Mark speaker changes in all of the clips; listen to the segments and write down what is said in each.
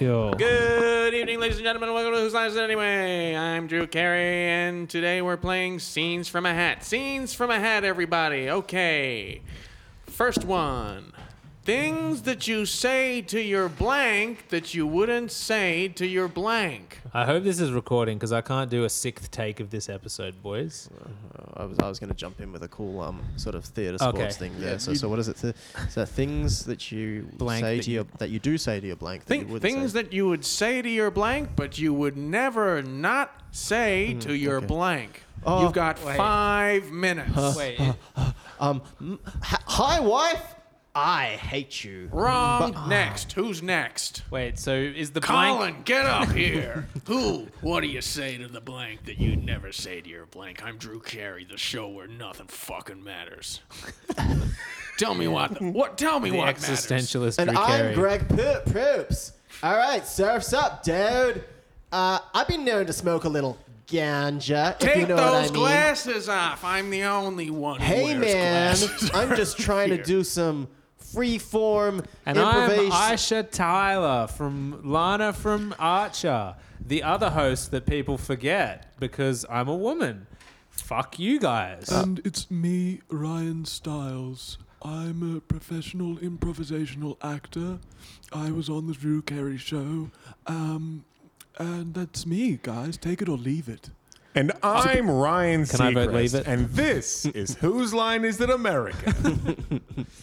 Speaker 1: Yo.
Speaker 2: Good evening, ladies and gentlemen. Welcome to Whose Lives Is It Anyway? I'm Drew Carey, and today we're playing Scenes from a Hat. Scenes from a Hat, everybody. Okay. First one Things that you say to your blank that you wouldn't say to your blank.
Speaker 1: I hope this is recording because I can't do a sixth take of this episode, boys.
Speaker 3: I was I was going to jump in with a cool um sort of theatre sports
Speaker 1: Okay.
Speaker 3: thing there. so so what is it? Th- so things that you
Speaker 1: Blank
Speaker 3: say
Speaker 1: that
Speaker 3: to your that you do say to your blank. that you
Speaker 2: Think,
Speaker 3: wouldn't
Speaker 2: things
Speaker 3: say.
Speaker 2: that you would say to your blank, but you would never not say to your
Speaker 3: Hmm, okay.
Speaker 2: blank.
Speaker 3: Oh.
Speaker 2: You've got
Speaker 1: Wait.
Speaker 2: five minutes.
Speaker 1: Wait,
Speaker 3: um mm, hi- hi wife, I hate you.
Speaker 2: Wrong. next. Who's next?
Speaker 1: wait. So is the
Speaker 2: Colin, get up here. Who? What do you say to the blank that you never say to your blank? I'm Drew Carey, the show where nothing fucking matters. tell me what. What? Tell me what
Speaker 1: blank
Speaker 2: matters.
Speaker 1: existentialist
Speaker 3: And
Speaker 1: Drew
Speaker 3: I'm
Speaker 1: Carey?
Speaker 3: Greg Poop Proops. All right, surfs up, dude. Uh, I've been known to smoke a little ganja. if
Speaker 2: Take
Speaker 3: you know what I
Speaker 2: those
Speaker 3: mean.
Speaker 2: glasses off. I'm the only one. who
Speaker 3: Hey
Speaker 2: wears
Speaker 3: man,
Speaker 2: glasses.
Speaker 3: I'm just trying to
Speaker 2: Here.
Speaker 3: do some free form
Speaker 1: And
Speaker 3: improvisation.
Speaker 1: I'm Aisha Tyler from Lana from Archer, the other host that people forget because I'm a woman. Fuck you guys.
Speaker 4: Uh,
Speaker 3: Uh.
Speaker 5: And it's me, Ryan Stiles. I'm a professional improvisational actor. I was on the Drew Carey show. Um, and that's me, guys. Take it or leave it.
Speaker 6: And I'm Ryan
Speaker 1: Can I vote leave
Speaker 6: Seacrest,
Speaker 1: it?
Speaker 6: and this is Whose Line Is It America?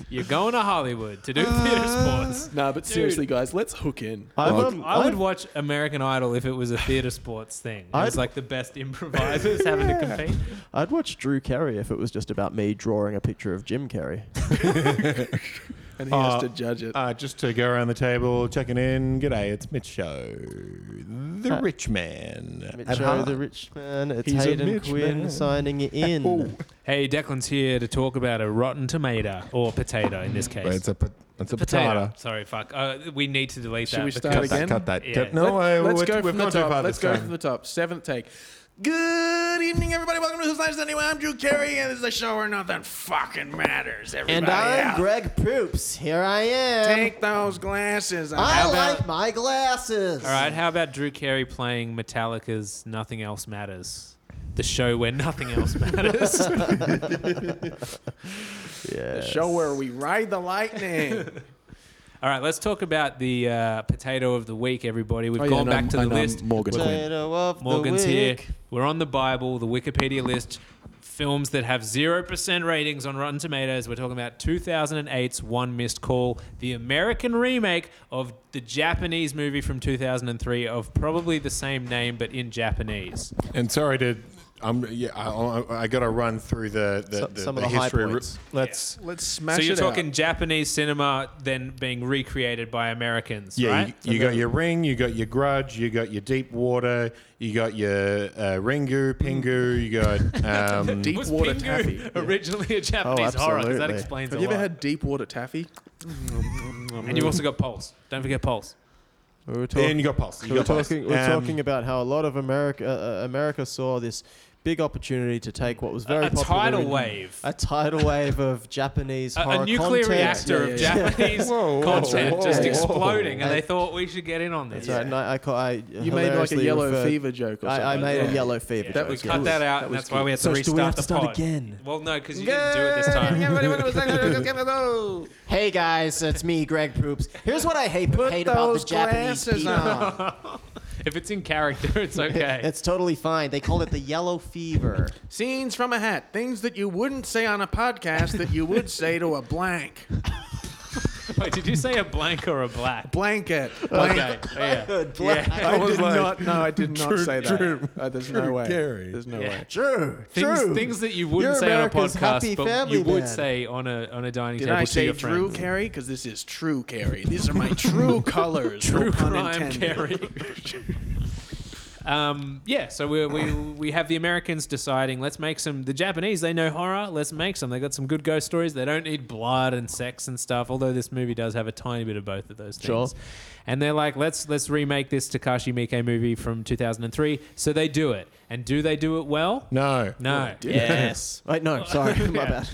Speaker 1: You're going to Hollywood to do
Speaker 3: Uh,
Speaker 1: theater sports.
Speaker 4: Nah, but seriously, guys, let's hook in.
Speaker 3: I'm
Speaker 6: Look,
Speaker 3: a-
Speaker 1: I would
Speaker 3: I'm-
Speaker 1: watch American Idol if it was a theater sports thing. It was
Speaker 3: I'd-
Speaker 1: like the best improvisers having to compete.
Speaker 3: I'd watch Drew Carey if it was just about me drawing a picture of Jim Carrey.
Speaker 4: And he has to judge it.
Speaker 6: uh, just to go around the table, checking in. G'day, it's Mitch Show, the rich man.
Speaker 3: Mitch
Speaker 6: at
Speaker 3: Show
Speaker 6: heart.
Speaker 3: the Rich Man. It's
Speaker 6: He's a
Speaker 3: Hayden
Speaker 6: Mitch
Speaker 3: Quinn
Speaker 6: man.
Speaker 3: signing in.
Speaker 6: Ooh.
Speaker 1: Hey, Declan's here to talk about a rotten tomato or potato in this case.
Speaker 6: It's a, pot- it's a
Speaker 1: potato.
Speaker 6: potato.
Speaker 1: Sorry, fuck. Uh, we need to delete
Speaker 4: Should
Speaker 1: that.
Speaker 4: we start
Speaker 1: because-
Speaker 6: Cut that,
Speaker 4: Again?
Speaker 1: Yeah.
Speaker 6: cut that. No, uh,
Speaker 4: let's
Speaker 6: we're-
Speaker 4: go
Speaker 6: we've
Speaker 4: from the
Speaker 6: gone too far
Speaker 4: top. Let's
Speaker 6: this
Speaker 4: go
Speaker 6: time.
Speaker 4: from the top. Seventh take.
Speaker 2: Good evening, everybody. Welcome to Who's Lives Anyway. I'm Drew Carey, and this is the show where nothing fucking matters. Everybody
Speaker 3: And I'm
Speaker 2: out.
Speaker 3: Greg Proops. Here I am.
Speaker 2: Take those glasses off.
Speaker 3: I
Speaker 2: How about-
Speaker 3: like my glasses.
Speaker 1: All right, how about Drew Carey playing Metallica's Nothing Else Matters? The show where nothing else matters.
Speaker 3: Yeah.
Speaker 2: show where we ride the lightning.
Speaker 1: All right, let's talk about the uh, potato of the week, everybody. We've
Speaker 4: Oh, yeah,
Speaker 1: gone
Speaker 4: and
Speaker 1: back
Speaker 4: I'm-
Speaker 1: to the
Speaker 4: and I'm
Speaker 1: list.
Speaker 4: Morgan Quinn.
Speaker 3: Potato of the
Speaker 1: Morgan's here.
Speaker 3: week.
Speaker 1: We're on the Bible, the Wikipedia list, films that have 0% ratings on Rotten Tomatoes. We're talking about 2008's One Missed Call, the American remake of the Japanese movie from 2003 of probably the same name but in Japanese.
Speaker 6: And sorry to, um, yeah, I, I, I got to run through the, the,
Speaker 3: So-
Speaker 6: the,
Speaker 3: some
Speaker 6: the
Speaker 3: of the high
Speaker 6: history.
Speaker 3: points.
Speaker 6: Let's.
Speaker 4: Let's smash
Speaker 1: so you're
Speaker 4: it
Speaker 1: talking
Speaker 4: out.
Speaker 1: Japanese cinema then being recreated by Americans,
Speaker 6: Yeah,
Speaker 1: right?
Speaker 6: you, you got your ring, you got your grudge, you got your deep water, you got your uh, Ringu, Pingu, you got um,
Speaker 4: Deep
Speaker 1: was
Speaker 4: water
Speaker 1: Pingu
Speaker 4: taffy. Oh,
Speaker 1: originally a Japanese horror? 'Cause that
Speaker 3: absolutely.
Speaker 1: explains
Speaker 4: Have
Speaker 1: a
Speaker 4: you ever
Speaker 1: lot.
Speaker 4: had Mm. deep water taffy?
Speaker 1: and you've also got Pulse. Don't forget Pulse.
Speaker 3: We were
Speaker 6: Then
Speaker 3: talking.
Speaker 6: you got pulse. You
Speaker 3: we're
Speaker 6: got pulse.
Speaker 3: talking, we're
Speaker 6: Um,
Speaker 3: talking about how a lot of America, uh, uh, America saw this big opportunity to take what was very
Speaker 1: a
Speaker 3: popular
Speaker 1: tidal
Speaker 3: in-
Speaker 1: wave.
Speaker 3: a tidal wave of Japanese
Speaker 1: a,
Speaker 3: horror
Speaker 1: a nuclear
Speaker 3: content.
Speaker 1: reactor of
Speaker 4: Yeah, yeah,
Speaker 1: Japanese
Speaker 6: Whoa, whoa,
Speaker 1: content
Speaker 6: whoa,
Speaker 1: just
Speaker 3: whoa.
Speaker 1: exploding, and
Speaker 3: Yeah.
Speaker 1: they thought we should get in on this.
Speaker 3: That's right. And I, I, ca- I
Speaker 4: You made like a
Speaker 3: hilariously
Speaker 4: yellow
Speaker 3: referred-
Speaker 4: fever joke or something.
Speaker 3: I, I made
Speaker 4: Yeah.
Speaker 3: a yellow fever.
Speaker 4: That
Speaker 3: joke,
Speaker 4: was
Speaker 3: yeah.
Speaker 1: Cut
Speaker 4: good.
Speaker 1: that out,
Speaker 4: That
Speaker 1: and
Speaker 4: was
Speaker 1: that's why we had to
Speaker 3: So do
Speaker 1: restart
Speaker 3: we have to
Speaker 1: the
Speaker 3: start
Speaker 1: pod.
Speaker 3: again?
Speaker 1: Well, no, because you didn't do it this time.
Speaker 2: Put
Speaker 3: Hey guys, it's me, Greg Proops. Here's what I hate, hate about
Speaker 2: those
Speaker 3: the Japanese
Speaker 2: glasses
Speaker 3: people.
Speaker 2: on.
Speaker 1: if it's in character, it's okay.
Speaker 3: It's totally fine. They call it the yellow fever.
Speaker 2: Scenes from a hat. Things that you wouldn't say on a podcast that you would say to a blank.
Speaker 1: Wait, did you say a blank or a black?
Speaker 2: Blanket. Blank.
Speaker 1: Okay, yeah.
Speaker 3: Black-
Speaker 4: I,
Speaker 6: I was
Speaker 4: did
Speaker 6: like,
Speaker 4: not. No, I did not
Speaker 6: Drew-
Speaker 4: say that.
Speaker 6: Drew-
Speaker 4: Uh, there's
Speaker 6: Drew
Speaker 4: no way.
Speaker 6: Carey.
Speaker 4: There's no
Speaker 1: Yeah.
Speaker 4: way.
Speaker 3: True.
Speaker 1: Things,
Speaker 3: true.
Speaker 1: things that you wouldn't
Speaker 3: You're
Speaker 1: say on a
Speaker 3: America's happy
Speaker 1: podcast, but
Speaker 3: family
Speaker 1: you would
Speaker 3: man.
Speaker 1: say on a on a dining
Speaker 2: Did
Speaker 1: table
Speaker 2: I
Speaker 1: to
Speaker 2: say
Speaker 1: your
Speaker 2: Drew
Speaker 1: friends.
Speaker 2: Carey? Because this is true Carey. These are my true colors.
Speaker 1: True
Speaker 2: no pun
Speaker 1: crime
Speaker 2: intended.
Speaker 1: Carey. Um, yeah, so we, we, we have the Americans deciding, let's make some. The Japanese, they know horror, let's make some. They got some good ghost stories. They don't need blood and sex and stuff, although this movie does have a tiny bit of both of those things.
Speaker 3: Sure.
Speaker 1: And they're like, let's let's remake this Takashi Miike movie from 2003. So they do it. And do they do it well?
Speaker 6: No,
Speaker 1: No.
Speaker 3: Yes. Wait, no, sorry, my bad.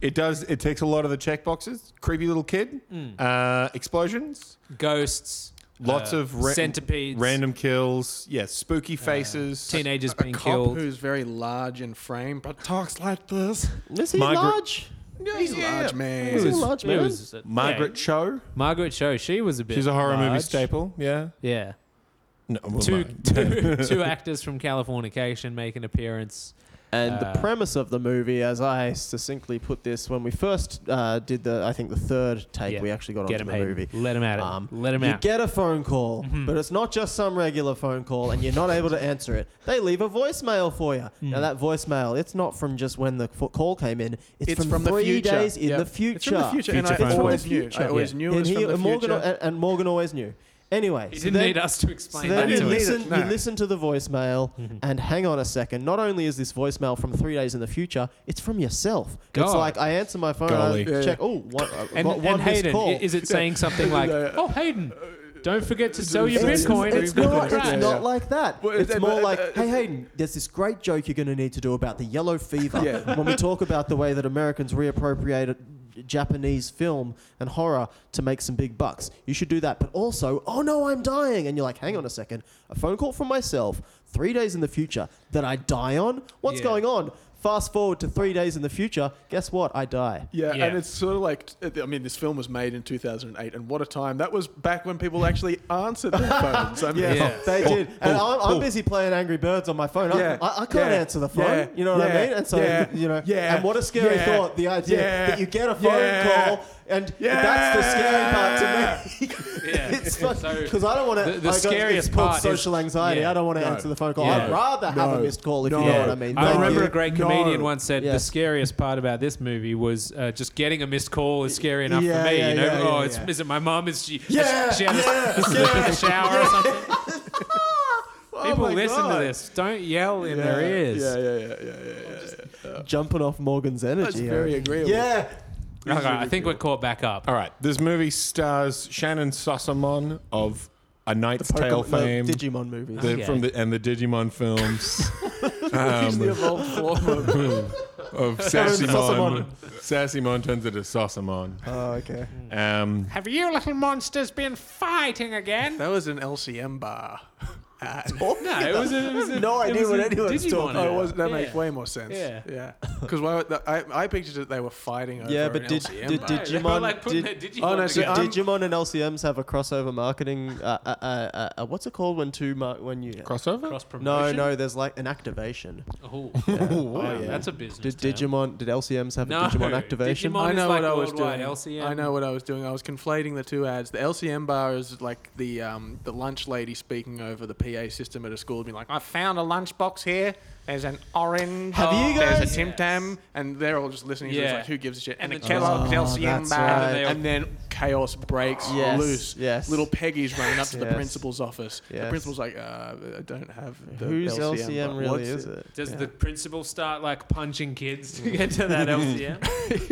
Speaker 6: it does. It Mm. takes a lot of the check boxes. Creepy little kid. Uh, explosions.
Speaker 1: Ghosts.
Speaker 6: Lots
Speaker 1: uh,
Speaker 6: of ra-
Speaker 1: centipedes.
Speaker 6: random kills. Yeah, spooky faces.
Speaker 1: teenagers
Speaker 4: a
Speaker 1: being
Speaker 4: cop
Speaker 1: killed.
Speaker 4: who's very large in frame but talks like this.
Speaker 3: Is he
Speaker 6: Margaret-
Speaker 3: large?
Speaker 4: He's a large
Speaker 3: He's a
Speaker 4: man.
Speaker 1: Who
Speaker 3: large
Speaker 1: who
Speaker 3: man.
Speaker 1: yeah.
Speaker 6: Margaret Cho.
Speaker 1: Margaret Cho. She was a bit.
Speaker 6: She's a horror movie
Speaker 1: large.
Speaker 6: staple. Yeah.
Speaker 1: Yeah.
Speaker 6: No, well,
Speaker 1: Two,
Speaker 6: no.
Speaker 1: two, two actors from Californication make an appearance.
Speaker 3: And
Speaker 1: Uh,
Speaker 3: the premise of the movie, as I succinctly put this when we first uh, did the, I think the third take,
Speaker 1: Yeah.
Speaker 3: we actually got
Speaker 1: Get
Speaker 3: onto
Speaker 1: him,
Speaker 3: the
Speaker 1: Hayden.
Speaker 3: movie.
Speaker 1: Let him at it.
Speaker 3: Um,
Speaker 1: Let him
Speaker 3: you
Speaker 1: out.
Speaker 3: get a phone call,
Speaker 1: Mm-hmm.
Speaker 3: but it's not just some regular phone call, and you're not able to answer it. They leave a voicemail for you.
Speaker 1: Mm.
Speaker 3: Now that voicemail, it's not from just when the fo- call came in. It's,
Speaker 4: It's
Speaker 3: from,
Speaker 4: from the
Speaker 3: three
Speaker 4: future.
Speaker 3: days in
Speaker 4: Yeah.
Speaker 3: the future.
Speaker 4: It's from the future, and
Speaker 6: Future
Speaker 4: I
Speaker 6: phone
Speaker 4: always
Speaker 3: calls.
Speaker 4: knew. I always
Speaker 1: Yeah.
Speaker 4: knew it
Speaker 3: And,
Speaker 4: was
Speaker 3: he,
Speaker 4: from the
Speaker 3: and Morgan,
Speaker 4: future.
Speaker 3: and, and Morgan always knew. Anyway,
Speaker 1: He
Speaker 3: so
Speaker 1: didn't
Speaker 3: then-
Speaker 1: need us to
Speaker 3: so
Speaker 1: explain
Speaker 3: then
Speaker 1: that
Speaker 3: you
Speaker 1: to
Speaker 4: need
Speaker 1: us. Mm-hmm.
Speaker 4: it.
Speaker 3: listen,
Speaker 4: No.
Speaker 3: you listen to the voicemail, and hang on a second. Not only is this voicemail from three days in the future, it's from yourself. It's
Speaker 1: God.
Speaker 3: like I answer my phone,
Speaker 6: Golly.
Speaker 3: I
Speaker 4: Yeah,
Speaker 3: check, oh, one, uh,
Speaker 1: And,
Speaker 3: one
Speaker 1: and
Speaker 3: missed
Speaker 1: Hayden,
Speaker 3: call.
Speaker 1: i- is it saying something like, "Oh, Hayden, don't forget to sell your
Speaker 3: It's-
Speaker 1: Bitcoin.
Speaker 3: It's,
Speaker 1: It's, going
Speaker 3: not,
Speaker 1: to
Speaker 3: it's
Speaker 1: crash."
Speaker 3: not like that.
Speaker 4: Well,
Speaker 3: it's
Speaker 4: uh,
Speaker 3: more
Speaker 4: uh,
Speaker 3: like,
Speaker 4: uh,
Speaker 3: hey, Hayden, there's this great joke you're going to need to do about the yellow fever
Speaker 4: Yeah.
Speaker 3: when we talk about the way that Americans reappropriated Japanese film and horror to make some big bucks. You should do that. But also, oh no, I'm dying. And you're like, hang on a second. A phone call from myself three days in the future that I die on? What's
Speaker 1: Yeah.
Speaker 3: going on? Fast forward to three days in the future. Guess what? I die.
Speaker 4: Yeah,
Speaker 1: Yeah.
Speaker 4: and it's sort of like I mean, this film was made in 2008, and what a time that was back when people actually answered their phones. I mean,
Speaker 3: Yeah,
Speaker 1: Yeah.
Speaker 3: they
Speaker 6: Oh,
Speaker 3: did. And
Speaker 6: oh,
Speaker 3: I'm, I'm
Speaker 6: oh.
Speaker 3: busy playing Angry Birds on my phone. I-
Speaker 4: Yeah.
Speaker 3: I, I can't
Speaker 4: Yeah.
Speaker 3: answer the phone.
Speaker 4: Yeah.
Speaker 3: You know what I
Speaker 4: Yeah.
Speaker 3: mean? And so,
Speaker 4: Yeah.
Speaker 3: you know,
Speaker 4: Yeah.
Speaker 3: and what a scary
Speaker 4: Yeah.
Speaker 3: thought the idea
Speaker 4: Yeah.
Speaker 3: that you get a phone
Speaker 4: Yeah.
Speaker 3: call and that's the scary part to me.
Speaker 1: Yeah.
Speaker 3: it's fun
Speaker 1: So-
Speaker 3: because I don't want to.
Speaker 1: The- the scariest
Speaker 3: it's called
Speaker 1: part is-
Speaker 3: social anxiety.
Speaker 1: yeah.
Speaker 3: I don't want to answer the phone call. I'd
Speaker 1: Yeah.
Speaker 3: rather have a missed call if you know what I mean.
Speaker 1: I
Speaker 3: Thank
Speaker 1: remember
Speaker 3: you.
Speaker 1: a great comedian
Speaker 4: No.
Speaker 1: once said
Speaker 3: Yeah.
Speaker 1: the scariest part about this movie was uh, just getting a missed call is scary enough
Speaker 3: Yeah,
Speaker 1: for me.
Speaker 3: yeah,
Speaker 1: you know,
Speaker 3: yeah,
Speaker 1: oh,
Speaker 3: yeah,
Speaker 1: it's,
Speaker 3: yeah.
Speaker 1: is it my mum? Is she?
Speaker 3: Yeah,
Speaker 1: is she, she had a, slip in the shower or something.
Speaker 3: Oh
Speaker 1: People listen to this. Don't yell in their ears.
Speaker 4: Yeah, yeah, yeah, yeah, yeah. yeah.
Speaker 3: jumping off Morgan's energy.
Speaker 4: That's
Speaker 3: yeah.
Speaker 4: very agreeable.
Speaker 3: yeah.
Speaker 1: Okay, I think we're caught back up.
Speaker 6: All right. This movie stars Shannon Sossamon of A Knight's Tale
Speaker 3: Pokemon- no,
Speaker 6: fame.
Speaker 3: Digimon movies.
Speaker 6: the,
Speaker 1: Okay.
Speaker 6: from the and the Digimon films
Speaker 4: He's the evolved form of
Speaker 6: of Sassimon. Sassimon turns into Sossamon.
Speaker 3: oh, okay.
Speaker 6: Um,
Speaker 1: Have you little monsters been fighting again?
Speaker 4: that was an LCM bar. Uh,
Speaker 1: No, it was a, it was a,
Speaker 3: No
Speaker 1: it
Speaker 3: idea
Speaker 1: was
Speaker 3: what
Speaker 1: a
Speaker 3: anyone's
Speaker 1: Digimon
Speaker 3: talking
Speaker 4: oh,
Speaker 1: ad.
Speaker 4: it was, that
Speaker 1: Yeah.
Speaker 4: makes way more sense.
Speaker 1: Yeah.
Speaker 4: yeah. Because why? would- I I pictured that they were fighting over
Speaker 3: Yeah, but
Speaker 4: an
Speaker 3: did,
Speaker 4: LCM
Speaker 3: did
Speaker 4: bar.
Speaker 1: did- They were,
Speaker 3: Digimon
Speaker 1: like, putting
Speaker 3: did,
Speaker 1: their Digimon
Speaker 4: Oh, no, so
Speaker 1: together.
Speaker 4: I'm-
Speaker 3: Digimon and LCMs have a crossover marketing. Uh, uh, uh, uh, what's it called when two mar- when you
Speaker 6: crossover?
Speaker 1: Cross
Speaker 3: no
Speaker 1: promotion?
Speaker 3: uh, no there's like an activation.
Speaker 1: Oh,
Speaker 3: Oh, yeah.
Speaker 1: That's a business.
Speaker 3: Did
Speaker 1: term.
Speaker 3: Digimon did LCMs have
Speaker 1: No,
Speaker 3: a Digimon activation?
Speaker 1: Digimon-
Speaker 4: I
Speaker 1: is
Speaker 4: know
Speaker 1: like
Speaker 4: what I was
Speaker 1: worldwide
Speaker 4: doing.
Speaker 1: LCM.
Speaker 4: I know what I was doing. I was conflating the two ads. The LCM bar is like the um, the lunch lady speaking over the PA system at a school, being like, "I found a lunchbox here. There's an orange.
Speaker 3: Have you
Speaker 4: There's
Speaker 3: guys-
Speaker 4: a Tim Tam." And they're all just listening to
Speaker 1: Yeah.
Speaker 4: this, like, "Who gives a shit?" And,
Speaker 1: And
Speaker 4: the
Speaker 1: the
Speaker 4: Kellogg's
Speaker 3: Kellogg's. Oh,
Speaker 4: LCM
Speaker 3: that's
Speaker 4: bar.
Speaker 3: right.
Speaker 1: And they-
Speaker 4: And then chaos breaks
Speaker 3: Yes,
Speaker 4: loose.
Speaker 3: yes.
Speaker 4: Little Peggy's running up to the
Speaker 3: yes.
Speaker 4: principal's office.
Speaker 3: Yes.
Speaker 4: The principal's like, uh, "I don't have the
Speaker 3: Whose
Speaker 4: LCM,
Speaker 3: LCM,
Speaker 4: bar.
Speaker 3: really
Speaker 4: What's
Speaker 3: is
Speaker 4: it?"
Speaker 3: it?
Speaker 1: Does the principal start like punching kids to get to that LCM?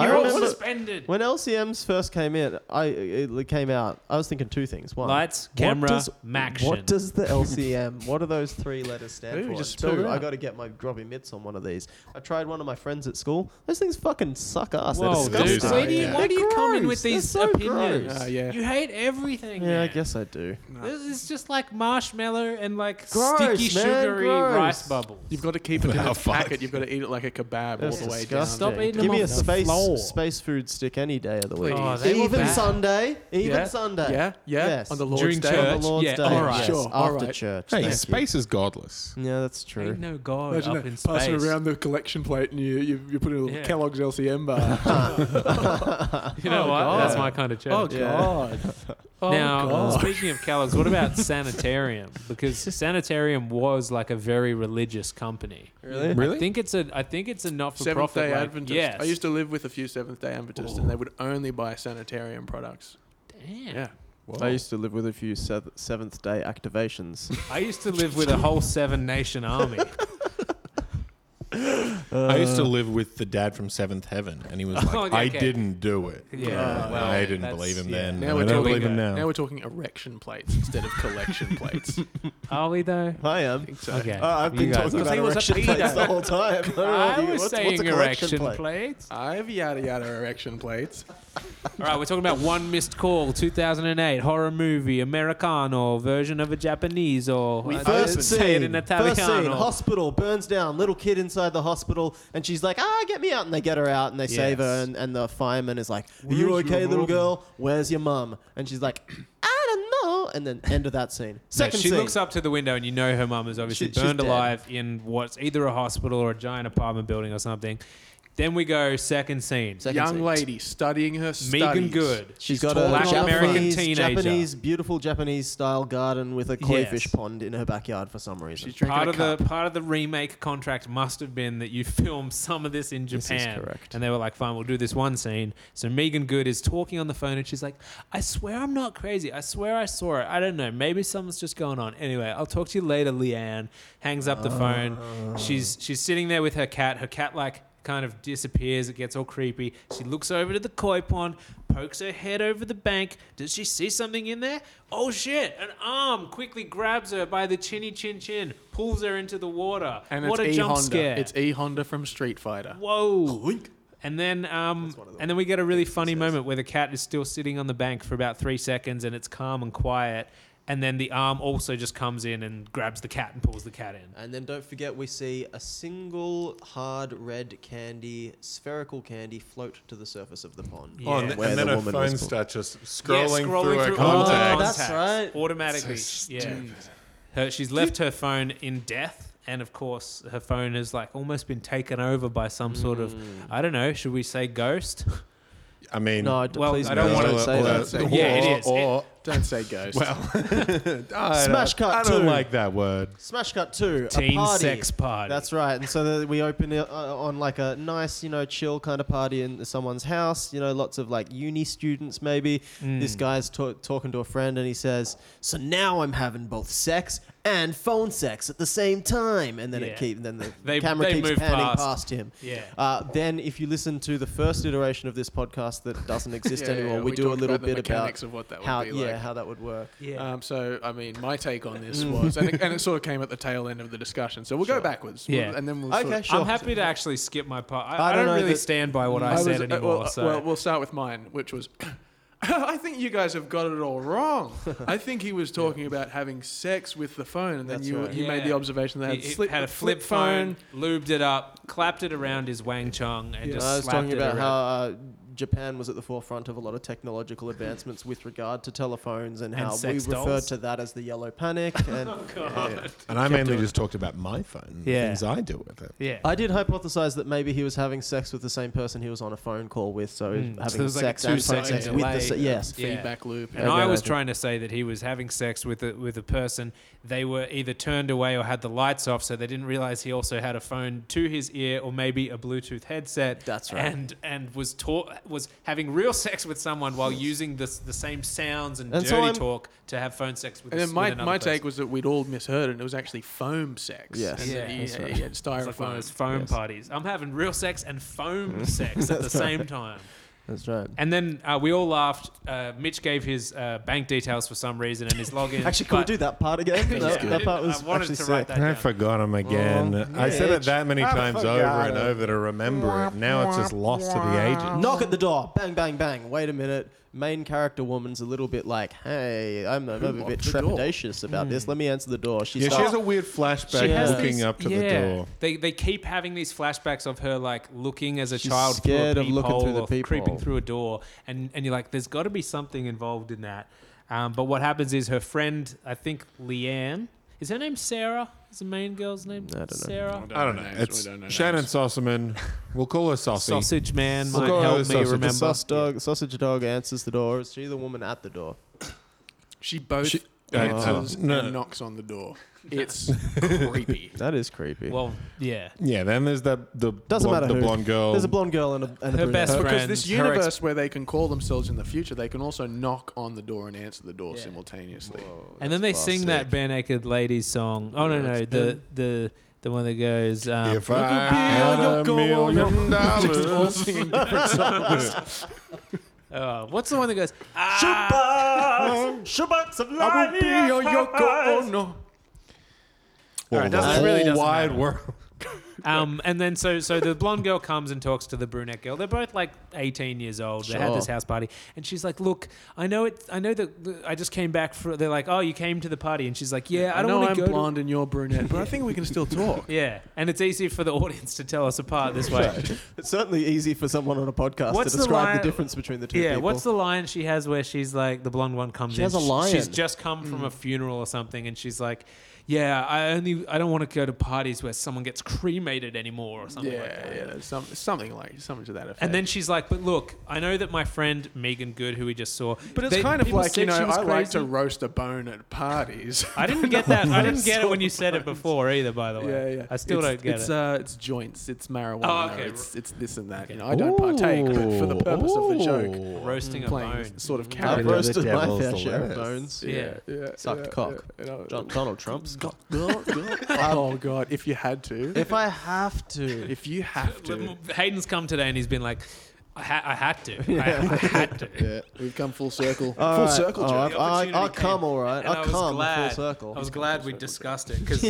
Speaker 3: I
Speaker 1: You're all
Speaker 3: remember-
Speaker 1: suspended.
Speaker 3: When LCMs first came in, I it came out. I was thinking two things. One,
Speaker 1: Lights,
Speaker 3: what
Speaker 1: camera,
Speaker 3: does-
Speaker 1: maction.
Speaker 3: What does the LCM? what do those three letters stand
Speaker 4: Ooh,
Speaker 3: for?
Speaker 4: you
Speaker 3: And
Speaker 4: just spelled
Speaker 3: two,
Speaker 4: it
Speaker 3: I
Speaker 4: out.
Speaker 3: got to get my grubby mitts on one of these. I tried one of my friends at school. Those things fucking suck ass. They're
Speaker 1: Whoa, dude!
Speaker 3: disgusting.
Speaker 1: Why do you, why do you come in with
Speaker 3: They're
Speaker 1: these
Speaker 3: so
Speaker 1: opinions?
Speaker 3: gross.
Speaker 4: Uh, yeah.
Speaker 1: You hate everything.
Speaker 3: Yeah, I
Speaker 1: man.
Speaker 3: guess I do.
Speaker 1: This is just like marshmallow and like
Speaker 3: Gross,
Speaker 1: sticky,
Speaker 3: man,
Speaker 1: sugary
Speaker 3: gross.
Speaker 1: rice bubbles.
Speaker 4: You've got to keep it in
Speaker 6: Wow,
Speaker 4: its
Speaker 6: fuck.
Speaker 4: packet. You've got to eat it like a kebab all
Speaker 3: That's
Speaker 4: the way down.
Speaker 3: disgusting.
Speaker 1: Stop eating
Speaker 3: Give
Speaker 1: them
Speaker 3: me a
Speaker 1: off the
Speaker 3: space
Speaker 1: floor.
Speaker 3: space food stick any day of the week.
Speaker 1: Oh, they were
Speaker 3: even
Speaker 1: bad.
Speaker 3: Sunday, even
Speaker 4: yeah.
Speaker 3: Sunday.
Speaker 4: Yeah, yeah.
Speaker 3: Yes.
Speaker 4: On the Lord's
Speaker 1: During
Speaker 4: Day.
Speaker 1: church.
Speaker 3: On the Lord's
Speaker 1: Yeah,
Speaker 3: Day.
Speaker 1: all right,
Speaker 3: yes,
Speaker 4: sure, all
Speaker 3: After
Speaker 4: right.
Speaker 3: church.
Speaker 6: Hey,
Speaker 3: thank
Speaker 6: space is godless.
Speaker 3: You. Yeah, that's true.
Speaker 1: Ain't no god
Speaker 4: Imagine
Speaker 1: up in
Speaker 4: that,
Speaker 1: space.
Speaker 4: passing around the collection plate and you, you, you put in a little
Speaker 1: Yeah.
Speaker 4: Kellogg's LCM bar.
Speaker 1: You know what?
Speaker 4: God.
Speaker 1: That's my kind of church.
Speaker 4: oh,
Speaker 3: Yeah.
Speaker 4: God. Oh,
Speaker 1: now,
Speaker 4: God.
Speaker 1: speaking of Kellogg's, what about Sanitarium? Because Sanitarium was like a very religious company.
Speaker 3: Really?
Speaker 1: I
Speaker 6: Really?
Speaker 1: think it's a. I think it's a
Speaker 4: Seventh
Speaker 1: not-for-profit.
Speaker 4: day
Speaker 1: like,
Speaker 4: Adventist.
Speaker 1: Yes.
Speaker 4: I used to live with a few Seventh day Adventists and they would only buy sanitarium products.
Speaker 1: Damn.
Speaker 4: Yeah.
Speaker 3: I used to live with a few seth- Seventh Day activations.
Speaker 1: I used to live with a whole Seven Nation army.
Speaker 6: I used to live with the dad from Seventh Heaven, and he was like,
Speaker 1: Oh, yeah,
Speaker 6: "I
Speaker 1: Uh, okay.
Speaker 6: didn't do it.
Speaker 1: Yeah,
Speaker 6: Uh,
Speaker 1: well,
Speaker 6: I didn't
Speaker 1: that's-
Speaker 6: believe him
Speaker 1: yeah.
Speaker 6: then.
Speaker 4: Now
Speaker 6: and
Speaker 4: we're
Speaker 6: I don't
Speaker 4: talking-
Speaker 6: believe him now."
Speaker 4: Now we're talking erection plates instead of collection plates.
Speaker 1: Are we though?
Speaker 3: I am.
Speaker 1: Okay.
Speaker 3: Uh, I've
Speaker 1: You
Speaker 3: been
Speaker 1: guys
Speaker 3: talking
Speaker 1: are-
Speaker 3: about
Speaker 4: he was a
Speaker 3: erection
Speaker 4: pedo.
Speaker 3: plates the whole time. I, don't know
Speaker 1: I
Speaker 3: what you-
Speaker 1: was
Speaker 3: what's-
Speaker 1: saying
Speaker 3: what's a collection
Speaker 1: erection
Speaker 3: plate?
Speaker 1: plates.
Speaker 4: I've yada yada erection plates.
Speaker 1: All right, we're talking about One Missed Call, 2008 horror movie, Americano version of a Japanese or I
Speaker 3: First
Speaker 1: didn't say it
Speaker 3: scene,
Speaker 1: in Italiano.
Speaker 3: first scene, hospital burns down, little kid inside the hospital, and she's like, ah, get me out. And they get her out and they save her,
Speaker 1: Yes.
Speaker 3: and, and the fireman is like, are you okay, little girl? Where's your mum? And she's like, I don't know. And then end of that scene.
Speaker 1: No,
Speaker 3: Second
Speaker 1: she
Speaker 3: scene.
Speaker 1: looks up to the window, and you know her mum is obviously
Speaker 3: She- she's
Speaker 1: burned
Speaker 3: dead.
Speaker 1: alive in what's either a hospital or a giant apartment building or something. Then we go second scene.
Speaker 3: Second
Speaker 4: Young
Speaker 3: scene.
Speaker 4: lady studying her studies.
Speaker 1: Megan Good.
Speaker 3: She's got
Speaker 1: tall,
Speaker 3: a
Speaker 1: black American
Speaker 3: Japanese,
Speaker 1: teenager.
Speaker 3: Japanese, beautiful Japanese style garden with a
Speaker 1: Yes.
Speaker 3: koi fish pond in her backyard for some reason.
Speaker 4: She's drinking
Speaker 1: Part
Speaker 4: a
Speaker 1: of the
Speaker 4: cup.
Speaker 1: part of the remake contract must have been that you film some of this in
Speaker 3: This
Speaker 1: Japan.
Speaker 3: is correct.
Speaker 1: And they were like, "Fine, we'll do this one scene." So Megan Good is talking on the phone, and she's like, "I swear I'm not crazy. I swear I saw it. I don't know. Maybe something's just going on. Anyway, I'll talk to you later." Leanne hangs up the phone. She's she's sitting there with her cat. Her cat like kind of disappears. It gets all creepy. She looks over to the koi pond, pokes her head over the bank. Does she see something in there? Oh shit! An arm quickly grabs her by the chinny chin chin, pulls her into the water.
Speaker 4: And
Speaker 1: what
Speaker 4: it's
Speaker 1: a
Speaker 4: E
Speaker 1: jump
Speaker 4: Honda.
Speaker 1: scare!
Speaker 4: It's E Honda from Street Fighter.
Speaker 1: Whoa. And then, um, and then we get a really funny moment where the cat is still sitting on the bank for about three seconds, and it's calm and quiet. And then the arm also just comes in and grabs the cat and pulls the cat in.
Speaker 3: And then don't forget, we see a single hard red candy, spherical candy, float to the surface of the pond.
Speaker 1: Yeah.
Speaker 6: Oh, and, th-
Speaker 3: Where
Speaker 6: and then
Speaker 3: the
Speaker 6: her
Speaker 3: woman
Speaker 6: phone
Speaker 3: was-
Speaker 6: starts just
Speaker 1: Yeah,
Speaker 6: scrolling, through, her
Speaker 1: all the
Speaker 6: contacts.
Speaker 3: Oh, that's right.
Speaker 1: Automatically, yeah. Her, she's left her phone in death, and of course, her phone has like almost been taken over by some sort of,
Speaker 6: Mm.
Speaker 1: I don't know, should we say ghost?
Speaker 6: I mean,
Speaker 3: No, d-
Speaker 1: Well,
Speaker 3: please
Speaker 1: I
Speaker 6: I
Speaker 1: don't
Speaker 6: don't
Speaker 3: no,
Speaker 6: want
Speaker 3: don't
Speaker 6: to
Speaker 3: say that.
Speaker 4: say-
Speaker 1: Yeah, it is.
Speaker 6: Or,
Speaker 4: Don't say ghost.
Speaker 6: well, I
Speaker 3: Smash
Speaker 6: don't-
Speaker 3: cut
Speaker 6: I don't
Speaker 3: two.
Speaker 6: like that word.
Speaker 3: Smash Cut 2, a
Speaker 1: Teen
Speaker 3: party.
Speaker 1: sex party.
Speaker 3: That's right. And so the, we open it uh, on like a nice, you know, chill kind of party in someone's house. You know, lots of like uni students maybe. This guy's ta- talking to a friend and he says, "So now I'm having both sex and phone sex at the same time." And then
Speaker 1: Yeah.
Speaker 3: it keep then the
Speaker 1: They-
Speaker 3: camera
Speaker 1: they
Speaker 3: keeps
Speaker 1: move
Speaker 3: panning
Speaker 1: past.
Speaker 3: past. him.
Speaker 1: Yeah.
Speaker 3: Uh, then if you listen to the first iteration of this podcast that doesn't exist
Speaker 4: Yeah, yeah,
Speaker 3: anymore,
Speaker 4: yeah.
Speaker 3: we,
Speaker 4: We
Speaker 3: do a
Speaker 4: talked
Speaker 3: little
Speaker 4: about the
Speaker 3: bit
Speaker 4: mechanics
Speaker 3: about
Speaker 4: of what that would
Speaker 3: how
Speaker 4: be
Speaker 3: yeah,
Speaker 4: like.
Speaker 3: how that would work.
Speaker 1: Yeah.
Speaker 4: Um, so, I mean, my take on this was, and it, and it sort of came at the tail end of the discussion. So we'll go backwards, We'll-
Speaker 1: Yeah.
Speaker 4: and then we'll. sort
Speaker 3: Okay,
Speaker 4: of-
Speaker 3: sure.
Speaker 1: I'm happy to actually skip my part. I,
Speaker 3: I
Speaker 1: I don't,
Speaker 3: don't know
Speaker 1: really
Speaker 3: that-
Speaker 1: stand by what I,
Speaker 4: I was-
Speaker 1: said
Speaker 4: uh,
Speaker 1: anymore.
Speaker 4: well, uh,
Speaker 1: so.
Speaker 4: well, we'll start with mine, which was, I think you guys have got it all wrong. I think he was talking about having sex with the phone, and then
Speaker 3: That's
Speaker 4: you
Speaker 3: right.
Speaker 4: you made
Speaker 1: Yeah.
Speaker 4: the observation that
Speaker 1: He-
Speaker 4: had,
Speaker 1: he
Speaker 4: slip,
Speaker 1: had a flip phone, lubed it up, clapped it around his Wang Chung, and just
Speaker 3: I was
Speaker 1: slapped
Speaker 3: talking
Speaker 1: it
Speaker 3: about
Speaker 1: around.
Speaker 3: how uh, Japan was at the forefront of a lot of technological advancements with regard to telephones and,
Speaker 1: And
Speaker 3: how we
Speaker 1: sex
Speaker 3: refer
Speaker 1: dolls.
Speaker 3: to that as the yellow panic. And uh,
Speaker 6: And I mainly just talked about my phone,
Speaker 1: Yeah.
Speaker 6: yeah. things I do with it.
Speaker 1: yeah.
Speaker 3: I did hypothesize that maybe he was having sex with the same person he was on a phone call with, so
Speaker 1: Mm. So
Speaker 3: having
Speaker 1: there's like a
Speaker 3: sex and phone
Speaker 1: two-second
Speaker 3: sex with
Speaker 1: delay.
Speaker 3: the sa- yes.
Speaker 1: Yeah.
Speaker 4: feedback loop.
Speaker 1: and
Speaker 3: Yeah,
Speaker 1: I
Speaker 3: good
Speaker 1: was
Speaker 3: idea.
Speaker 1: trying to say that he was having sex with a, with a person. They were either turned away or had the lights off, so they didn't realize he also had a phone to his ear or maybe a Bluetooth headset.
Speaker 3: That's right.
Speaker 1: And and was taught was having real sex with someone while using the s- the same sounds and,
Speaker 3: And so
Speaker 1: dirty
Speaker 3: I'm-
Speaker 1: talk to have phone sex with.
Speaker 4: And
Speaker 1: a s-
Speaker 4: then
Speaker 1: with
Speaker 4: my,
Speaker 1: another
Speaker 4: my take
Speaker 1: person.
Speaker 4: was that we'd all misheard it, and it was actually foam sex.
Speaker 3: Yes.
Speaker 4: And
Speaker 1: Yeah,
Speaker 4: that he-
Speaker 1: that's
Speaker 4: he
Speaker 3: right.
Speaker 4: had
Speaker 1: It's like one of those
Speaker 4: styrofoam.
Speaker 1: foam
Speaker 3: Yes.
Speaker 1: parties. I'm having real sex and foam sex at the same time.
Speaker 3: That's right.
Speaker 1: And then uh, we all laughed. Uh, Mitch gave his uh, bank details for some reason and his login.
Speaker 3: Actually, could we
Speaker 1: but-
Speaker 3: do that part again?
Speaker 1: Yeah.
Speaker 3: that, that part was
Speaker 1: I wanted
Speaker 3: actually
Speaker 1: to write that
Speaker 3: sick.
Speaker 6: I
Speaker 1: down.
Speaker 6: forgot him again.
Speaker 3: Oh,
Speaker 6: I said it
Speaker 3: bitch.
Speaker 6: that many
Speaker 3: I
Speaker 6: times over
Speaker 3: forgot
Speaker 6: and
Speaker 3: it.
Speaker 6: over to remember it. Now it's just lost to the
Speaker 1: Um,
Speaker 6: ages.
Speaker 3: Knock at the door. Bang, bang, bang. Wait a minute. Main character woman's a little bit like, hey, I'm, I'm a bit
Speaker 4: locked the door?
Speaker 3: trepidatious about this.
Speaker 1: Hmm.
Speaker 3: Let me answer the door. She
Speaker 6: Yeah, she
Speaker 3: starts
Speaker 6: has a weird flashback
Speaker 3: She has
Speaker 6: looking
Speaker 1: these-
Speaker 6: up to
Speaker 1: yeah.
Speaker 6: the door.
Speaker 1: They, they keep having these flashbacks of her like looking as a
Speaker 3: She's
Speaker 1: child
Speaker 3: scared
Speaker 1: through a
Speaker 3: of looking
Speaker 1: peephole
Speaker 3: through the
Speaker 1: or creeping
Speaker 3: peephole.
Speaker 1: through a door, and and you're like, there's got to be something involved in that. Um, but what happens is her friend, I think Leanne, is her name Sarah? Is the main girl's name
Speaker 3: I don't know.
Speaker 1: Sarah?
Speaker 6: I don't know.
Speaker 4: names,
Speaker 6: It's
Speaker 4: we don't know
Speaker 6: Shannon
Speaker 4: names.
Speaker 6: Sossaman. We'll call her Saucy.
Speaker 1: Sausage man
Speaker 6: We'll
Speaker 1: might
Speaker 6: go
Speaker 1: help
Speaker 6: with
Speaker 1: me
Speaker 6: sausage.
Speaker 1: remember.
Speaker 6: The
Speaker 3: Sauce dog, sausage dog answers the door. Is she the woman at the door?
Speaker 4: She both
Speaker 6: She-
Speaker 4: answers
Speaker 6: Uh, no.
Speaker 4: and knocks on the door. It's creepy.
Speaker 3: That is creepy.
Speaker 1: Well, yeah.
Speaker 6: Yeah, then there's the the,
Speaker 3: Doesn't
Speaker 6: blonde,
Speaker 3: matter
Speaker 6: the
Speaker 3: who.
Speaker 6: blonde girl.
Speaker 3: There's a blonde girl and a, and a
Speaker 1: Her
Speaker 3: brunette.
Speaker 1: best friend.
Speaker 4: Because this
Speaker 1: her ex-
Speaker 4: universe where they can call themselves in the future, they can also knock on the door and answer the door
Speaker 1: Yeah.
Speaker 4: simultaneously.
Speaker 1: and then they sing that bare naked ladies song. Oh no, no, the the The one that goes, um,
Speaker 6: If I had a million dollars.
Speaker 1: oh, what's the one that goes?
Speaker 3: Shoebox, shoebox of life.
Speaker 5: I will be your Yoko Ono.
Speaker 6: Well,
Speaker 1: Alright,
Speaker 6: the
Speaker 1: doesn't-
Speaker 6: whole
Speaker 1: really doesn't
Speaker 6: wide
Speaker 1: matter.
Speaker 6: world.
Speaker 1: Um, and then so so the blonde girl comes and talks to the brunette girl. They're both like 18 years old. They had
Speaker 3: Sure.
Speaker 1: this house party, and she's like, "Look, I know it. I know that that I just came back for." They're like, "Oh, you came to the party," and she's like, "Yeah, I don't
Speaker 4: know
Speaker 1: want
Speaker 4: I'm
Speaker 1: to go." to-
Speaker 4: blonde and you're brunette, but I think we can still talk.
Speaker 1: yeah, and it's easy for the audience to tell us apart this way.
Speaker 3: It's certainly easy for someone on a podcast
Speaker 1: What's
Speaker 3: to
Speaker 1: the
Speaker 3: describe the,
Speaker 1: line-
Speaker 3: difference between the two
Speaker 1: yeah,
Speaker 3: people.
Speaker 1: what's the line she has where she's like the blonde one comes
Speaker 3: She
Speaker 1: in.
Speaker 3: has a
Speaker 1: sh-
Speaker 3: lion. Mm.
Speaker 1: She's just come from a funeral or something, and she's like, "Yeah, I only I don't want to go to parties where someone gets cremated anymore or something
Speaker 4: yeah,
Speaker 1: like that."
Speaker 4: yeah, some, something like something to that effect.
Speaker 1: And then she's like, "But look, I know that my friend Megan Good, who we just saw,
Speaker 4: but it's
Speaker 1: they-
Speaker 4: kind of
Speaker 1: people
Speaker 4: like you
Speaker 1: said
Speaker 4: know,
Speaker 1: she
Speaker 4: I
Speaker 1: was
Speaker 4: like to
Speaker 1: crazy."
Speaker 4: roast a bone at parties.
Speaker 1: I didn't get that. I didn't get it
Speaker 4: Sort
Speaker 1: when you
Speaker 4: of
Speaker 1: said it
Speaker 4: bones.
Speaker 1: before either. By the way,
Speaker 4: yeah, yeah.
Speaker 1: I still
Speaker 4: it's,
Speaker 1: don't get
Speaker 4: it's,
Speaker 1: it.
Speaker 4: Uh, it's joints. It's marijuana.
Speaker 1: Oh, okay.
Speaker 4: It's it's this and that. You know, I don't partake, but for the purpose of the joke,
Speaker 1: Roasting a
Speaker 4: playing
Speaker 1: bone.
Speaker 4: this sort of
Speaker 3: I've
Speaker 6: Yeah, the
Speaker 4: character.
Speaker 3: roasted my
Speaker 6: devil's
Speaker 3: fair
Speaker 6: the
Speaker 3: share of
Speaker 6: lettuce.
Speaker 3: bones.
Speaker 1: Yeah.
Speaker 4: yeah,
Speaker 3: Sucked cock.
Speaker 4: yeah, you know,
Speaker 3: Don- Donald Trump's got.
Speaker 4: oh god! If you had to,
Speaker 3: If I have to,
Speaker 4: if you have to,
Speaker 1: Hayden's come today and he's been like, "I, ha- I had to. I, I had to."
Speaker 4: yeah, we've come full circle.
Speaker 3: All
Speaker 4: full
Speaker 3: right.
Speaker 4: circle,
Speaker 3: Oh,
Speaker 4: Jerry.
Speaker 3: I've- I,
Speaker 1: opportunity
Speaker 3: I, I
Speaker 1: came.
Speaker 3: come all right.
Speaker 1: And
Speaker 3: I,
Speaker 1: was
Speaker 3: come
Speaker 1: glad,
Speaker 3: full circle.
Speaker 1: I was glad we discussed it because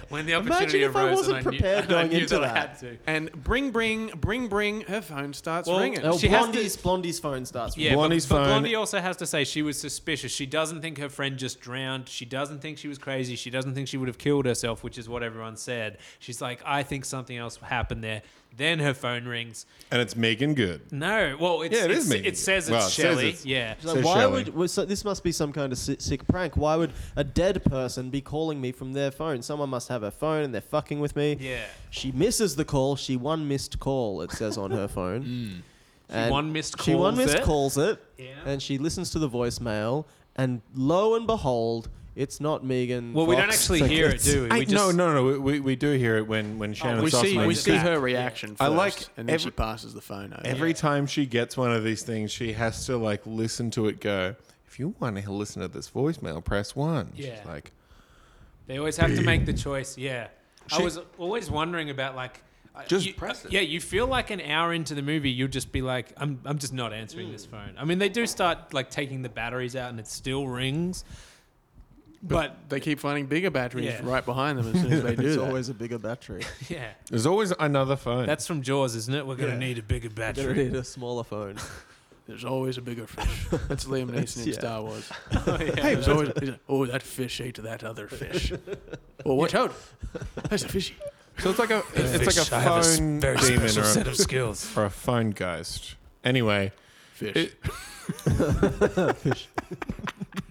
Speaker 1: when the
Speaker 3: Imagine
Speaker 1: opportunity
Speaker 3: if I
Speaker 1: arose,
Speaker 3: wasn't
Speaker 1: and I knew,
Speaker 3: prepared
Speaker 1: and I
Speaker 3: going
Speaker 1: knew
Speaker 3: into
Speaker 1: that I
Speaker 3: that.
Speaker 1: had to.
Speaker 4: And bring, bring, bring, bring. Her phone starts
Speaker 1: Well,
Speaker 4: ringing.
Speaker 1: oh,
Speaker 3: Oh,
Speaker 1: She has to-
Speaker 3: Blondie's Blondie's phone starts.
Speaker 1: Yeah,
Speaker 6: Blondie's
Speaker 1: but, but
Speaker 6: phone-
Speaker 1: Blondie also has to say she was suspicious. She doesn't think her friend just drowned. She doesn't think she was crazy. She doesn't think she would have killed herself, which is what everyone said. She's like, I think something else happened there. Then her phone rings.
Speaker 6: And it's Megan Good.
Speaker 1: No, well, it's,
Speaker 6: Yeah, it
Speaker 1: it's-
Speaker 6: is me.
Speaker 1: It says it's
Speaker 6: Well, it says
Speaker 1: Shelley.
Speaker 6: it's-
Speaker 1: yeah.
Speaker 3: She's like,
Speaker 6: So
Speaker 3: why
Speaker 6: shall
Speaker 3: would
Speaker 6: we?
Speaker 3: was, so this must be some kind of sick, sick prank? Why would a dead person be calling me from their phone? Someone must have her phone and they're fucking with me.
Speaker 1: Yeah.
Speaker 3: She misses the call. She one missed call. It says on her phone. And
Speaker 1: Mm. one missed
Speaker 3: She one
Speaker 1: calls
Speaker 3: missed
Speaker 1: it.
Speaker 3: calls it.
Speaker 1: Yeah.
Speaker 3: And she listens to the voicemail. And lo and behold, it's not Megan.
Speaker 1: Well, we don't
Speaker 3: Fox.
Speaker 1: actually
Speaker 3: It's like,
Speaker 1: hear it,
Speaker 3: it's-
Speaker 1: do we? we
Speaker 6: I- no, no, no. we- Oh, We, we do hear it when, when Shannon
Speaker 4: we see,
Speaker 6: Sossman
Speaker 4: we
Speaker 6: is
Speaker 4: see
Speaker 6: back.
Speaker 4: her reaction first,
Speaker 6: I like
Speaker 4: and then she
Speaker 6: every-
Speaker 4: passes the phone over.
Speaker 6: Every time she gets one of these things, she has to like listen to it go. If you want to listen to this voicemail, press one.
Speaker 1: Yeah.
Speaker 6: She's like,
Speaker 1: They always have to make the choice. Yeah, I was always wondering about like. I-
Speaker 6: Just
Speaker 1: you-
Speaker 6: press it.
Speaker 1: Yeah, you feel like an hour into the movie, you'll just be like, "I'm, I'm just not answering this phone." I mean, they do start like taking the batteries out, and it still rings. But,
Speaker 4: They keep finding bigger batteries
Speaker 1: Yeah.
Speaker 4: right behind them as soon as they do
Speaker 3: It's
Speaker 4: that.
Speaker 3: always a bigger battery.
Speaker 1: yeah,
Speaker 6: there's always another phone.
Speaker 1: that's from Jaws, isn't it? We're gonna
Speaker 3: Yeah.
Speaker 1: need a bigger
Speaker 3: Get
Speaker 1: battery.
Speaker 3: rid of a smaller phone.
Speaker 4: There's always a bigger fish. That's Liam Neeson in
Speaker 3: Yeah.
Speaker 4: Star Wars.
Speaker 1: Oh, yeah.
Speaker 4: Hey, there's always, he's like, oh, that fish ate that other fish. Oh, watch out. There's a fishy.
Speaker 6: so it's like a it's like a
Speaker 1: I have a s-
Speaker 6: phone
Speaker 1: very
Speaker 6: demon
Speaker 1: special
Speaker 6: or
Speaker 1: set
Speaker 6: a,
Speaker 1: of skills.
Speaker 6: or a phone ghost. Anyway,
Speaker 4: Fish.
Speaker 6: It-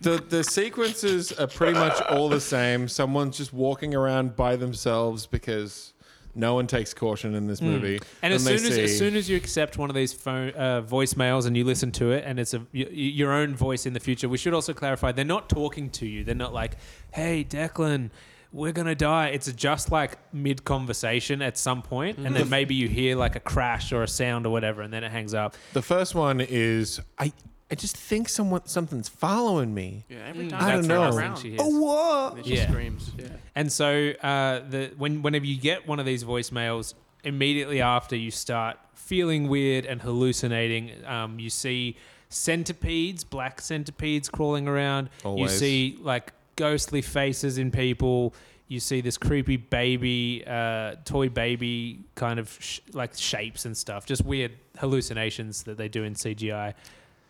Speaker 6: the the sequences are pretty much all the same. Someone's just walking around by themselves because no one takes caution in this movie.
Speaker 1: Hmm. And, as
Speaker 6: they
Speaker 1: soon as,
Speaker 6: see-
Speaker 1: as soon as you accept one of these phone uh, voicemails and you listen to it, and it's a y- y- your own voice in the future, we should also clarify they're not talking to you. They're not like, "Hey, Declan, we're gonna die." It's just like mid conversation at some point, and then maybe you hear like a crash or a sound or whatever, and then it hangs up.
Speaker 6: the first one is I I just think someone something's following me.
Speaker 4: yeah, every
Speaker 1: That's
Speaker 6: I
Speaker 4: time
Speaker 6: don't
Speaker 1: the
Speaker 6: know.
Speaker 1: last thing
Speaker 4: around.
Speaker 1: she hears.
Speaker 6: Oh what?
Speaker 4: she
Speaker 1: Yeah.
Speaker 4: screams. Yeah.
Speaker 1: And so uh, the when whenever you get one of these voicemails, immediately after you start feeling weird and hallucinating. Um, you see centipedes, black centipedes crawling around. You
Speaker 6: Always.
Speaker 1: see like ghostly faces in people. You see this creepy baby, uh, toy baby kind of sh- like shapes and stuff. Just weird hallucinations that they do in CGI.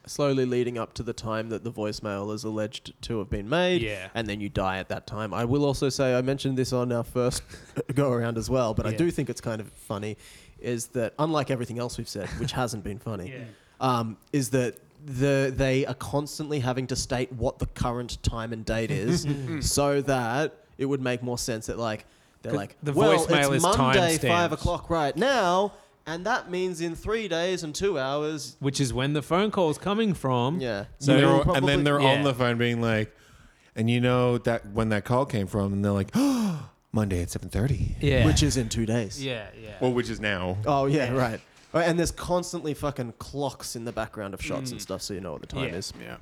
Speaker 3: slowly leading up to the time that the voicemail is alleged to have been made.
Speaker 1: Yeah.
Speaker 3: And then you die at that time. I will also say, I mentioned this on our first go around as well, but I
Speaker 1: Yeah.
Speaker 3: do think it's kind of funny is that, unlike everything else we've said, which hasn't been funny, um, is that. The, they are constantly having to state what the current time and date is so that it would make more sense that like they're
Speaker 1: The-
Speaker 3: like
Speaker 1: the
Speaker 3: well
Speaker 1: voicemail
Speaker 3: it's
Speaker 1: is
Speaker 3: monday
Speaker 1: timestamped."
Speaker 3: 5 o'clock right now and that means in three days and two hours
Speaker 1: Which is when the phone call's coming from.
Speaker 3: yeah
Speaker 6: So
Speaker 3: You'll
Speaker 6: and
Speaker 3: probably-
Speaker 6: then they're
Speaker 1: yeah.
Speaker 6: on the phone being like, and you know that when that call came from, and they're like, oh, Monday at seven thirty.
Speaker 1: Yeah.
Speaker 3: which is in two days.
Speaker 1: yeah, yeah.
Speaker 6: Well, which is now.
Speaker 3: Oh yeah, right. Oh, And there's
Speaker 1: Mm.
Speaker 3: constantly fucking clocks in the background of shots and stuff, so you know what the time
Speaker 1: Yeah.
Speaker 3: is.
Speaker 4: Yeah.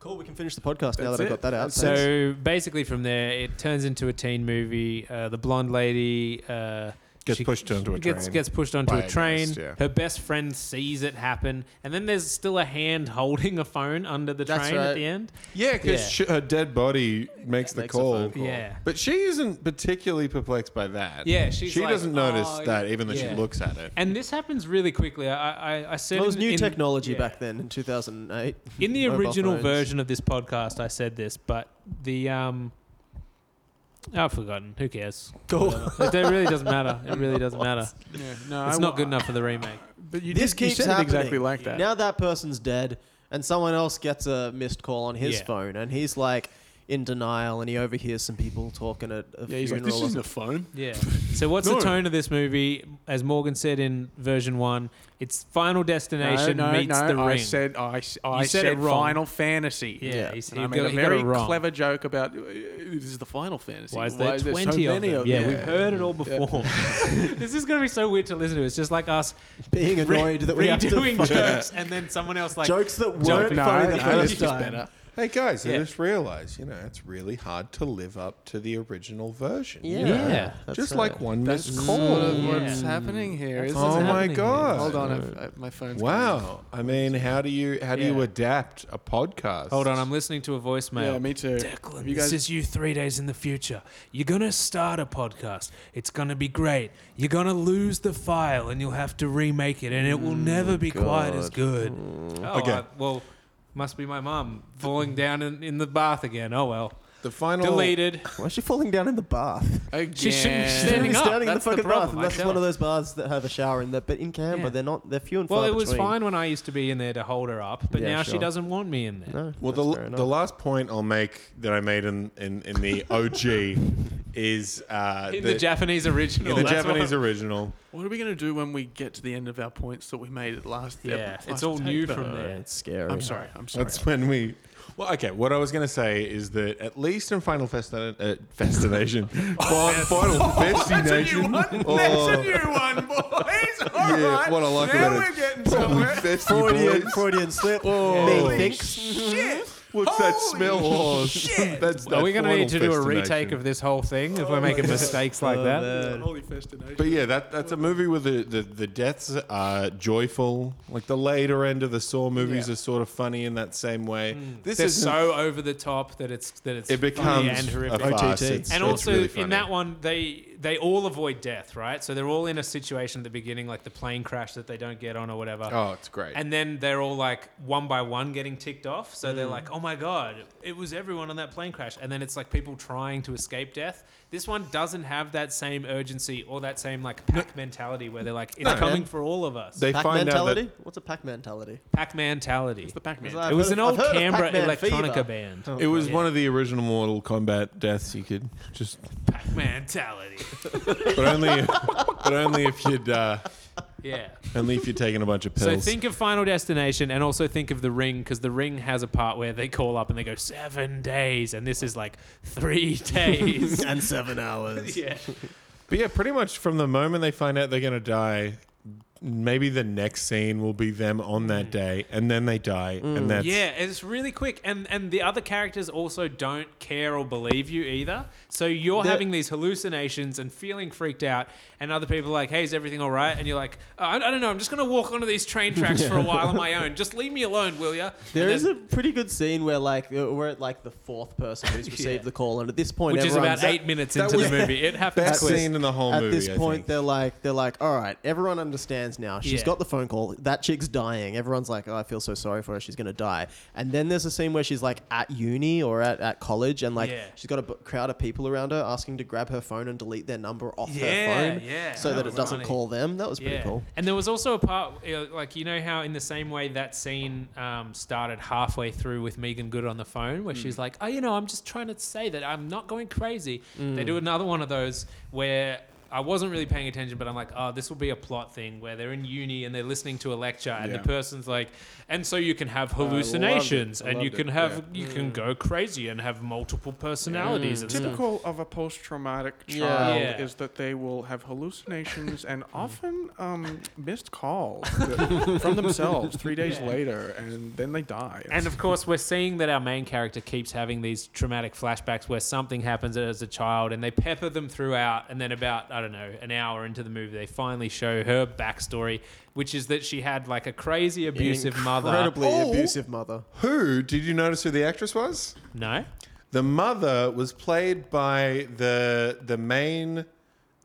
Speaker 3: Cool. We can finish the podcast now
Speaker 4: That's
Speaker 3: that I
Speaker 4: it.
Speaker 3: got that out. Thanks.
Speaker 1: So basically, from there, it turns into a teen movie. Uh, the blonde lady uh,
Speaker 6: Gets
Speaker 1: she-
Speaker 6: pushed onto a
Speaker 1: gets,
Speaker 6: train
Speaker 1: Gets pushed onto
Speaker 6: by
Speaker 1: a
Speaker 6: a
Speaker 1: train.
Speaker 6: ghost, yeah.
Speaker 1: Her best friend sees it happen, and then there's still a hand holding a phone under the
Speaker 4: That's
Speaker 1: train at
Speaker 4: right.
Speaker 1: the end.
Speaker 6: Yeah,
Speaker 1: Yeah.
Speaker 6: because her dead body makes the
Speaker 2: Makes a
Speaker 6: call.
Speaker 2: phone call.
Speaker 1: Yeah.
Speaker 6: But she isn't particularly perplexed by that.
Speaker 1: Yeah, she's
Speaker 6: she
Speaker 1: like,
Speaker 6: doesn't notice
Speaker 1: "Oh,
Speaker 6: that, even though
Speaker 1: yeah."
Speaker 6: she looks at it.
Speaker 1: And this happens really quickly. I, I, I said
Speaker 3: Well, it was
Speaker 1: in-
Speaker 3: new
Speaker 1: in-
Speaker 3: technology
Speaker 1: yeah.
Speaker 3: back then in 2008.
Speaker 1: In the
Speaker 3: Mobile
Speaker 1: original
Speaker 3: phones.
Speaker 1: version of this podcast, I said this, but the um, I've forgotten. Who cares? Cool. it really doesn't matter. It really doesn't matter.
Speaker 4: Yeah, no,
Speaker 1: It's
Speaker 4: I
Speaker 1: not
Speaker 4: wa-
Speaker 1: good enough for the remake.
Speaker 4: But you
Speaker 3: This
Speaker 4: did, you
Speaker 3: keeps
Speaker 4: said it
Speaker 3: happening.
Speaker 4: exactly like that.
Speaker 3: Now that person's dead, and someone else gets a missed call on his
Speaker 1: Yeah.
Speaker 3: phone, and he's like in denial, and he overhears some people talking at a
Speaker 4: yeah, he's like,
Speaker 3: funeral.
Speaker 4: this
Speaker 3: or
Speaker 4: isn't
Speaker 3: something.
Speaker 4: a phone.
Speaker 1: Yeah. So what's the
Speaker 4: No.
Speaker 1: tone of this movie? As Morgan said in version one, it's Final Destination
Speaker 4: no, no,
Speaker 1: meets
Speaker 4: no,
Speaker 1: the
Speaker 4: I
Speaker 1: ring.
Speaker 4: said I, s- I
Speaker 1: You said
Speaker 4: said,
Speaker 1: it wrong.
Speaker 4: Final Fantasy.
Speaker 1: yeah,
Speaker 3: Yeah.
Speaker 1: he's-
Speaker 4: And
Speaker 1: he
Speaker 4: I made
Speaker 1: got,
Speaker 4: a
Speaker 1: he got
Speaker 4: very
Speaker 1: it wrong.
Speaker 4: clever joke about uh, this is the Final Fantasy.
Speaker 1: Why is there
Speaker 4: so
Speaker 1: 20 of
Speaker 4: many
Speaker 1: them? Yeah, we've heard it all
Speaker 4: Yeah.
Speaker 1: before. this is going to be so weird to listen to. It's just like us
Speaker 3: being
Speaker 1: re-
Speaker 3: annoyed that we have to
Speaker 1: redoing
Speaker 3: fucking-
Speaker 1: jokes and then someone else like
Speaker 3: jokes that weren't
Speaker 1: jumping.
Speaker 3: funny
Speaker 4: No,
Speaker 3: the
Speaker 4: I think
Speaker 3: first
Speaker 4: it's
Speaker 3: time.
Speaker 4: better.
Speaker 6: Hey guys,
Speaker 1: Yeah.
Speaker 6: I just realized, you know, it's really hard to live up to the original version.
Speaker 3: Yeah,
Speaker 1: Yeah.
Speaker 3: that's
Speaker 6: just
Speaker 3: right.
Speaker 6: like one
Speaker 4: That's
Speaker 6: missed
Speaker 4: sort
Speaker 6: call.
Speaker 4: of
Speaker 1: Yeah.
Speaker 4: what's happening here.
Speaker 1: That's
Speaker 4: isn't
Speaker 1: what's
Speaker 6: Oh
Speaker 4: it?
Speaker 6: my
Speaker 1: happening here.
Speaker 6: God.
Speaker 4: Hold on, I've, I've, my phone's
Speaker 6: Wow. I mean, how do you how do you
Speaker 1: Yeah.
Speaker 6: adapt a podcast?
Speaker 1: Hold on, I'm listening to a
Speaker 4: coming
Speaker 1: voicemail.
Speaker 4: in. Yeah, me too.
Speaker 1: Declan,
Speaker 4: Have you guys-
Speaker 1: this is you three days in the future. You're going to start a podcast. It's going to be great. You're going to lose the file and you'll have to remake it, and it will never be quite as good. Oh,
Speaker 6: Okay.
Speaker 1: I- well, must be my mum falling down in, in the bath again. Oh, well.
Speaker 6: the final
Speaker 1: Deleted.
Speaker 3: Why is she falling down in the bath?
Speaker 4: Uh, Again.
Speaker 1: She shouldn't be
Speaker 3: She's
Speaker 1: standing up.
Speaker 3: standing in the
Speaker 1: That's the
Speaker 3: fucking
Speaker 1: problem,
Speaker 3: bath,
Speaker 1: I
Speaker 3: and that's
Speaker 1: tell
Speaker 3: one of
Speaker 1: her.
Speaker 3: those baths that have a shower in that. But in Canberra,
Speaker 1: Yeah.
Speaker 3: they're not. They're few and
Speaker 1: Well,
Speaker 3: far
Speaker 1: it was
Speaker 3: between.
Speaker 1: fine when I used to be in there to hold her up, but
Speaker 3: Yeah,
Speaker 1: now she
Speaker 3: sure.
Speaker 1: doesn't want me in there.
Speaker 3: No,
Speaker 6: Well,
Speaker 3: that's
Speaker 6: the,
Speaker 3: fair
Speaker 6: the
Speaker 3: enough.
Speaker 6: last point I'll make that I made in in, in the OG is uh,
Speaker 1: In the, Japanese
Speaker 6: in
Speaker 1: original.
Speaker 6: the
Speaker 1: that's what-
Speaker 6: Japanese original.
Speaker 4: What are we going to do when we get to the end of our points that we made at last?
Speaker 1: Yeah,
Speaker 4: ep-
Speaker 1: it's
Speaker 4: last
Speaker 1: all new
Speaker 4: tape?
Speaker 1: from
Speaker 4: Uh,
Speaker 1: there.
Speaker 3: it's scary.
Speaker 4: I'm sorry. I'm sorry.
Speaker 6: That's when we. Well, okay. What I was going to say is that at least in Final Festa, uh, Festination, Fi- Final Festination,
Speaker 4: That's a new one, boys. All right.
Speaker 6: Oh. Yeah, what I like
Speaker 4: now
Speaker 6: about
Speaker 4: we're
Speaker 6: it.
Speaker 4: getting somewhere.
Speaker 3: Freudian, Freudian slip.
Speaker 6: Oh.
Speaker 3: Me thinks.
Speaker 4: Shit.
Speaker 6: What's that smell? Oh,
Speaker 4: shit.
Speaker 6: That's,
Speaker 1: Are
Speaker 6: that
Speaker 1: we going to
Speaker 6: Final
Speaker 1: need to do a retake
Speaker 6: Festination.
Speaker 1: of this whole thing if we're making mistakes
Speaker 3: Oh,
Speaker 1: like that?
Speaker 4: Holy festination.
Speaker 6: But yeah, that that's a movie where the, the, the deaths are joyful. Like the later end of the Saw movies
Speaker 4: Yeah.
Speaker 6: are sort of funny in that same way. This
Speaker 1: they're
Speaker 6: is
Speaker 1: so over the top that it's that it's
Speaker 6: it
Speaker 1: funny
Speaker 6: becomes
Speaker 1: Hmm. and
Speaker 6: a
Speaker 1: horrific.
Speaker 6: farce.
Speaker 3: OTT.
Speaker 6: It's-
Speaker 1: and
Speaker 6: it's
Speaker 1: also
Speaker 6: really
Speaker 1: in
Speaker 6: funny.
Speaker 1: that one, they they all avoid death, right? So they're all in a situation at the beginning, like the plane crash that they don't get on or whatever.
Speaker 6: oh, it's great.
Speaker 1: And then they're all like one by one getting ticked off. So
Speaker 3: Mm.
Speaker 1: they're like, oh my God, it was everyone on that plane crash. And then it's like people trying to escape death. This one doesn't have that same urgency or that same like pack mentality where they're like, it's coming for all of us.
Speaker 6: they
Speaker 3: Pack
Speaker 6: find
Speaker 3: mentality?
Speaker 6: out
Speaker 3: What's a pack mentality?
Speaker 1: pack mentality.
Speaker 4: the Pac-Man.
Speaker 3: I've
Speaker 1: It was
Speaker 3: heard
Speaker 1: an
Speaker 3: of-
Speaker 1: old
Speaker 3: I've heard of
Speaker 1: Canberra
Speaker 3: Pac-Man
Speaker 1: electronica
Speaker 3: fever. Oh.
Speaker 1: band.
Speaker 6: that it was one of the original Mortal Kombat deaths. You could just,
Speaker 1: Pac mentality.
Speaker 6: but only, but only if you'd, uh,
Speaker 1: Yeah.
Speaker 6: only if you're taking a bunch of
Speaker 1: So
Speaker 6: pills.
Speaker 1: think of Final Destination and also think of The Ring because The Ring has a part where they call up and they go seven days, and this is like three days.
Speaker 3: And seven hours.
Speaker 1: yeah.
Speaker 6: But yeah, pretty much from the moment they find out they're going to die, maybe the next scene will be them on that day, and then they die, and that's
Speaker 1: Mm. Yeah, it's really quick, and and the other characters also don't care or believe you either. So you're
Speaker 3: The-
Speaker 1: having these hallucinations and feeling freaked out, and other people are like, "Hey, is everything all right?" And you're like, "Uh, "I, I don't know. I'm just gonna walk onto these train tracks for a while on my own. Just leave me alone, will ya?"
Speaker 3: There
Speaker 1: And
Speaker 3: is
Speaker 1: then-
Speaker 3: a pretty good scene where like uh, we're at like the fourth person who's received the call, and at this point,
Speaker 1: which is
Speaker 3: everyone's-
Speaker 1: about eight minutes
Speaker 6: that
Speaker 1: into
Speaker 6: was-
Speaker 1: the movie. It happens
Speaker 6: best
Speaker 1: quick.
Speaker 6: scene in the whole
Speaker 3: At
Speaker 6: movie.
Speaker 3: this
Speaker 6: I
Speaker 3: point,
Speaker 6: think.
Speaker 3: they're like, they're like, all right, everyone understands now. She's
Speaker 1: Yeah.
Speaker 3: got the phone call. That chick's dying. Everyone's like, oh, I feel so sorry for her. She's gonna die. And then there's a scene where she's like at uni or at, at college, and like
Speaker 1: Yeah.
Speaker 3: she's got a b- crowd of people around her asking to grab her phone and delete their number off
Speaker 1: Yeah,
Speaker 3: her phone,
Speaker 1: yeah.
Speaker 3: so
Speaker 1: That
Speaker 3: that,
Speaker 1: was
Speaker 3: it doesn't
Speaker 1: funny.
Speaker 3: call them. That was pretty
Speaker 1: Yeah.
Speaker 3: cool.
Speaker 1: And there was also a part, uh, like, you know how in the same way that scene um, started halfway through with Megan Good on the phone, where
Speaker 3: Mm.
Speaker 1: she's
Speaker 3: Mm.
Speaker 1: like, oh, you know, I'm just trying to say that I'm not going crazy. They do another one of those where I wasn't really paying attention, but I'm like, oh, this will be a plot thing where they're in uni and they're listening to a lecture, and
Speaker 2: Yeah.
Speaker 1: the person's like, and so you can have hallucinations, and you
Speaker 6: loved it,
Speaker 1: can have you
Speaker 3: Mm.
Speaker 1: can go crazy and have multiple personalities. and stuff.
Speaker 2: Typical of a post-traumatic
Speaker 3: Yeah.
Speaker 2: child
Speaker 1: Yeah.
Speaker 2: is that they will have hallucinations and often um, missed calls that- from themselves three days later, and then they die.
Speaker 1: And of course, we're seeing that our main character keeps having these traumatic flashbacks where something happens as a child, and they pepper them throughout. And then, about I don't know, an hour into the movie, they finally show her backstory, which is that she had like a crazy abusive mother.
Speaker 3: Incredibly
Speaker 6: Oh.
Speaker 3: abusive mother.
Speaker 6: Who did you notice who the actress was?
Speaker 1: No,
Speaker 6: The mother was played by the the main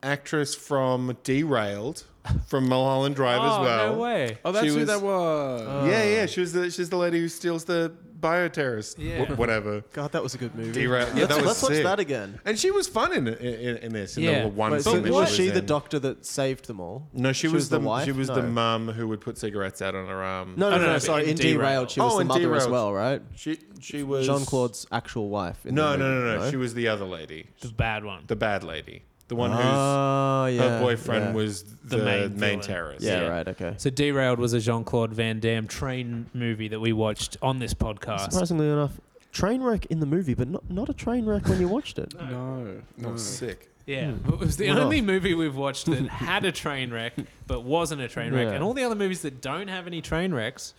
Speaker 6: actress from Derailed, from Mulholland Drive
Speaker 1: oh
Speaker 6: as well.
Speaker 1: no way.
Speaker 2: oh, that's
Speaker 6: she
Speaker 2: who
Speaker 6: was-
Speaker 2: that
Speaker 1: Uh,
Speaker 2: was.
Speaker 6: Yeah, yeah, she was the she's the lady who steals the bioterrorist.
Speaker 1: Yeah.
Speaker 6: Wh- whatever.
Speaker 3: God, that was a good movie.
Speaker 6: Derailed. Yeah,
Speaker 3: Let's,
Speaker 6: that was
Speaker 3: let's watch
Speaker 6: sick.
Speaker 3: that again.
Speaker 6: And she was fun in in, in this. In
Speaker 1: Yeah.
Speaker 6: the one
Speaker 3: Wait,
Speaker 6: scene
Speaker 3: so
Speaker 6: that
Speaker 3: was
Speaker 6: she
Speaker 3: she
Speaker 6: was
Speaker 3: the
Speaker 6: in.
Speaker 3: doctor that saved them all?
Speaker 6: No, she, was, the,
Speaker 3: wife?
Speaker 6: she was
Speaker 3: no.
Speaker 6: the mum who would put cigarettes out on her um, arm.
Speaker 3: No, no,
Speaker 1: Oh,
Speaker 3: no,
Speaker 1: no,
Speaker 3: no,
Speaker 1: no,
Speaker 3: sorry.
Speaker 1: in
Speaker 3: In Derailed,
Speaker 1: Derailed.
Speaker 3: she was
Speaker 6: Oh,
Speaker 3: the
Speaker 6: in
Speaker 3: mother as
Speaker 6: Derailed.
Speaker 3: well, right?
Speaker 6: she she was
Speaker 3: Jean Claude's actual wife. In
Speaker 6: No,
Speaker 3: the
Speaker 6: no,
Speaker 3: movie,
Speaker 6: no, no, She was the other lady,
Speaker 1: The bad one.
Speaker 6: the bad lady, the one whose
Speaker 3: Oh, yeah.
Speaker 6: her boyfriend
Speaker 3: yeah.
Speaker 6: was the,
Speaker 1: main
Speaker 6: main,
Speaker 1: villain.
Speaker 6: terrorist.
Speaker 3: Yeah,
Speaker 1: yeah.
Speaker 3: right. Okay.
Speaker 1: so Derailed was a Jean Claude Van Damme train movie that we watched on this
Speaker 6: Uh,
Speaker 1: podcast.
Speaker 3: Surprisingly enough, train wreck in the movie, but not not a train wreck when you watched it.
Speaker 2: No,
Speaker 6: No, Oh, sick.
Speaker 1: Yeah, it was the
Speaker 3: What
Speaker 1: only movie we've watched that had a train wreck but wasn't a train wreck,
Speaker 3: Yeah.
Speaker 1: and all the other movies that don't have any train wrecks,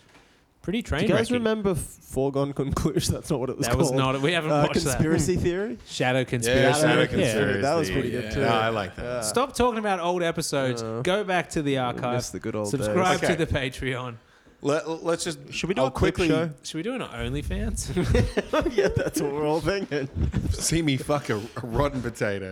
Speaker 1: pretty train
Speaker 3: Do you guys
Speaker 1: wrecky.
Speaker 3: remember F- Foregone Conclusion? That's not what it was
Speaker 1: That was
Speaker 3: called.
Speaker 1: not. We haven't
Speaker 3: uh,
Speaker 1: watched
Speaker 3: conspiracy theory.
Speaker 1: that. Shadow conspiracy.
Speaker 6: Yeah, Shadow
Speaker 1: Yeah.
Speaker 6: Conspiracy.
Speaker 3: That was pretty good
Speaker 6: Yeah.
Speaker 3: too.
Speaker 6: No, I like that.
Speaker 1: Stop talking about old episodes.
Speaker 3: Uh,
Speaker 1: Go back to the
Speaker 3: Miss
Speaker 1: archive.
Speaker 3: the good old
Speaker 1: Subscribe
Speaker 6: Okay.
Speaker 1: to the Patreon.
Speaker 6: Let, us just.
Speaker 3: Should we do
Speaker 6: I'll
Speaker 3: a clip
Speaker 6: quickly
Speaker 3: Oh, show?
Speaker 1: Should we do an OnlyFans?
Speaker 3: days. yeah, that's what we're all thinking.
Speaker 6: see me fuck a, a rotten potato?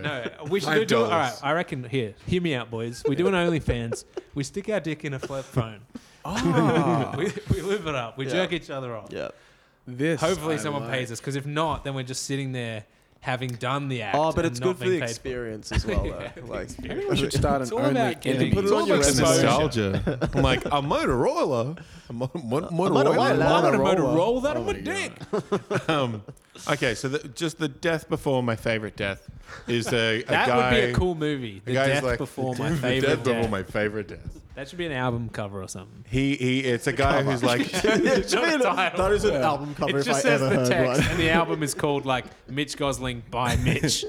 Speaker 1: no, we should
Speaker 6: Five
Speaker 1: do. All right,
Speaker 6: dollars.
Speaker 1: I reckon. Here, hear me out, boys. We do an OnlyFans. we stick our dick in a flip phone.
Speaker 6: Oh.
Speaker 1: we, we live it up. We
Speaker 3: Yeah.
Speaker 1: jerk each other off.
Speaker 3: yeah.
Speaker 2: this.
Speaker 1: Hopefully
Speaker 2: I
Speaker 1: someone
Speaker 2: like.
Speaker 1: pays us because if not, then we're just sitting there having done the act.
Speaker 3: Oh, but
Speaker 1: and
Speaker 3: it's
Speaker 1: not
Speaker 3: good for the
Speaker 1: being paid
Speaker 3: experience as well, though. like,
Speaker 2: We should start
Speaker 1: It's
Speaker 2: an
Speaker 1: all
Speaker 2: only.
Speaker 1: about getting-
Speaker 2: Put
Speaker 1: It's
Speaker 2: it
Speaker 1: all
Speaker 2: on your
Speaker 1: about
Speaker 6: It's
Speaker 1: Exposure.
Speaker 6: nostalgia. I'm like a Motorola. A mo- mo-
Speaker 1: for it.
Speaker 3: Motorola.
Speaker 6: Motorola.
Speaker 1: I'm gonna
Speaker 3: Motorola.
Speaker 1: Motorola that on
Speaker 2: Oh
Speaker 1: my
Speaker 2: my
Speaker 1: dick.
Speaker 6: Um, okay, so the, just the death before my favorite death is a, a
Speaker 1: That
Speaker 6: guy.
Speaker 1: would be a cool movie. The
Speaker 6: guy's
Speaker 1: death
Speaker 6: like,
Speaker 1: before my
Speaker 6: the
Speaker 1: favorite
Speaker 6: death
Speaker 1: death.
Speaker 6: before my favorite death.
Speaker 1: That should be an album cover or something.
Speaker 6: He he. It's a guy who's like.
Speaker 3: that is an album cover
Speaker 1: It
Speaker 3: if I
Speaker 1: just says
Speaker 3: ever
Speaker 1: the
Speaker 3: heard
Speaker 1: text,
Speaker 3: one.
Speaker 1: and the album is called like Mitch Gosling by Mitch.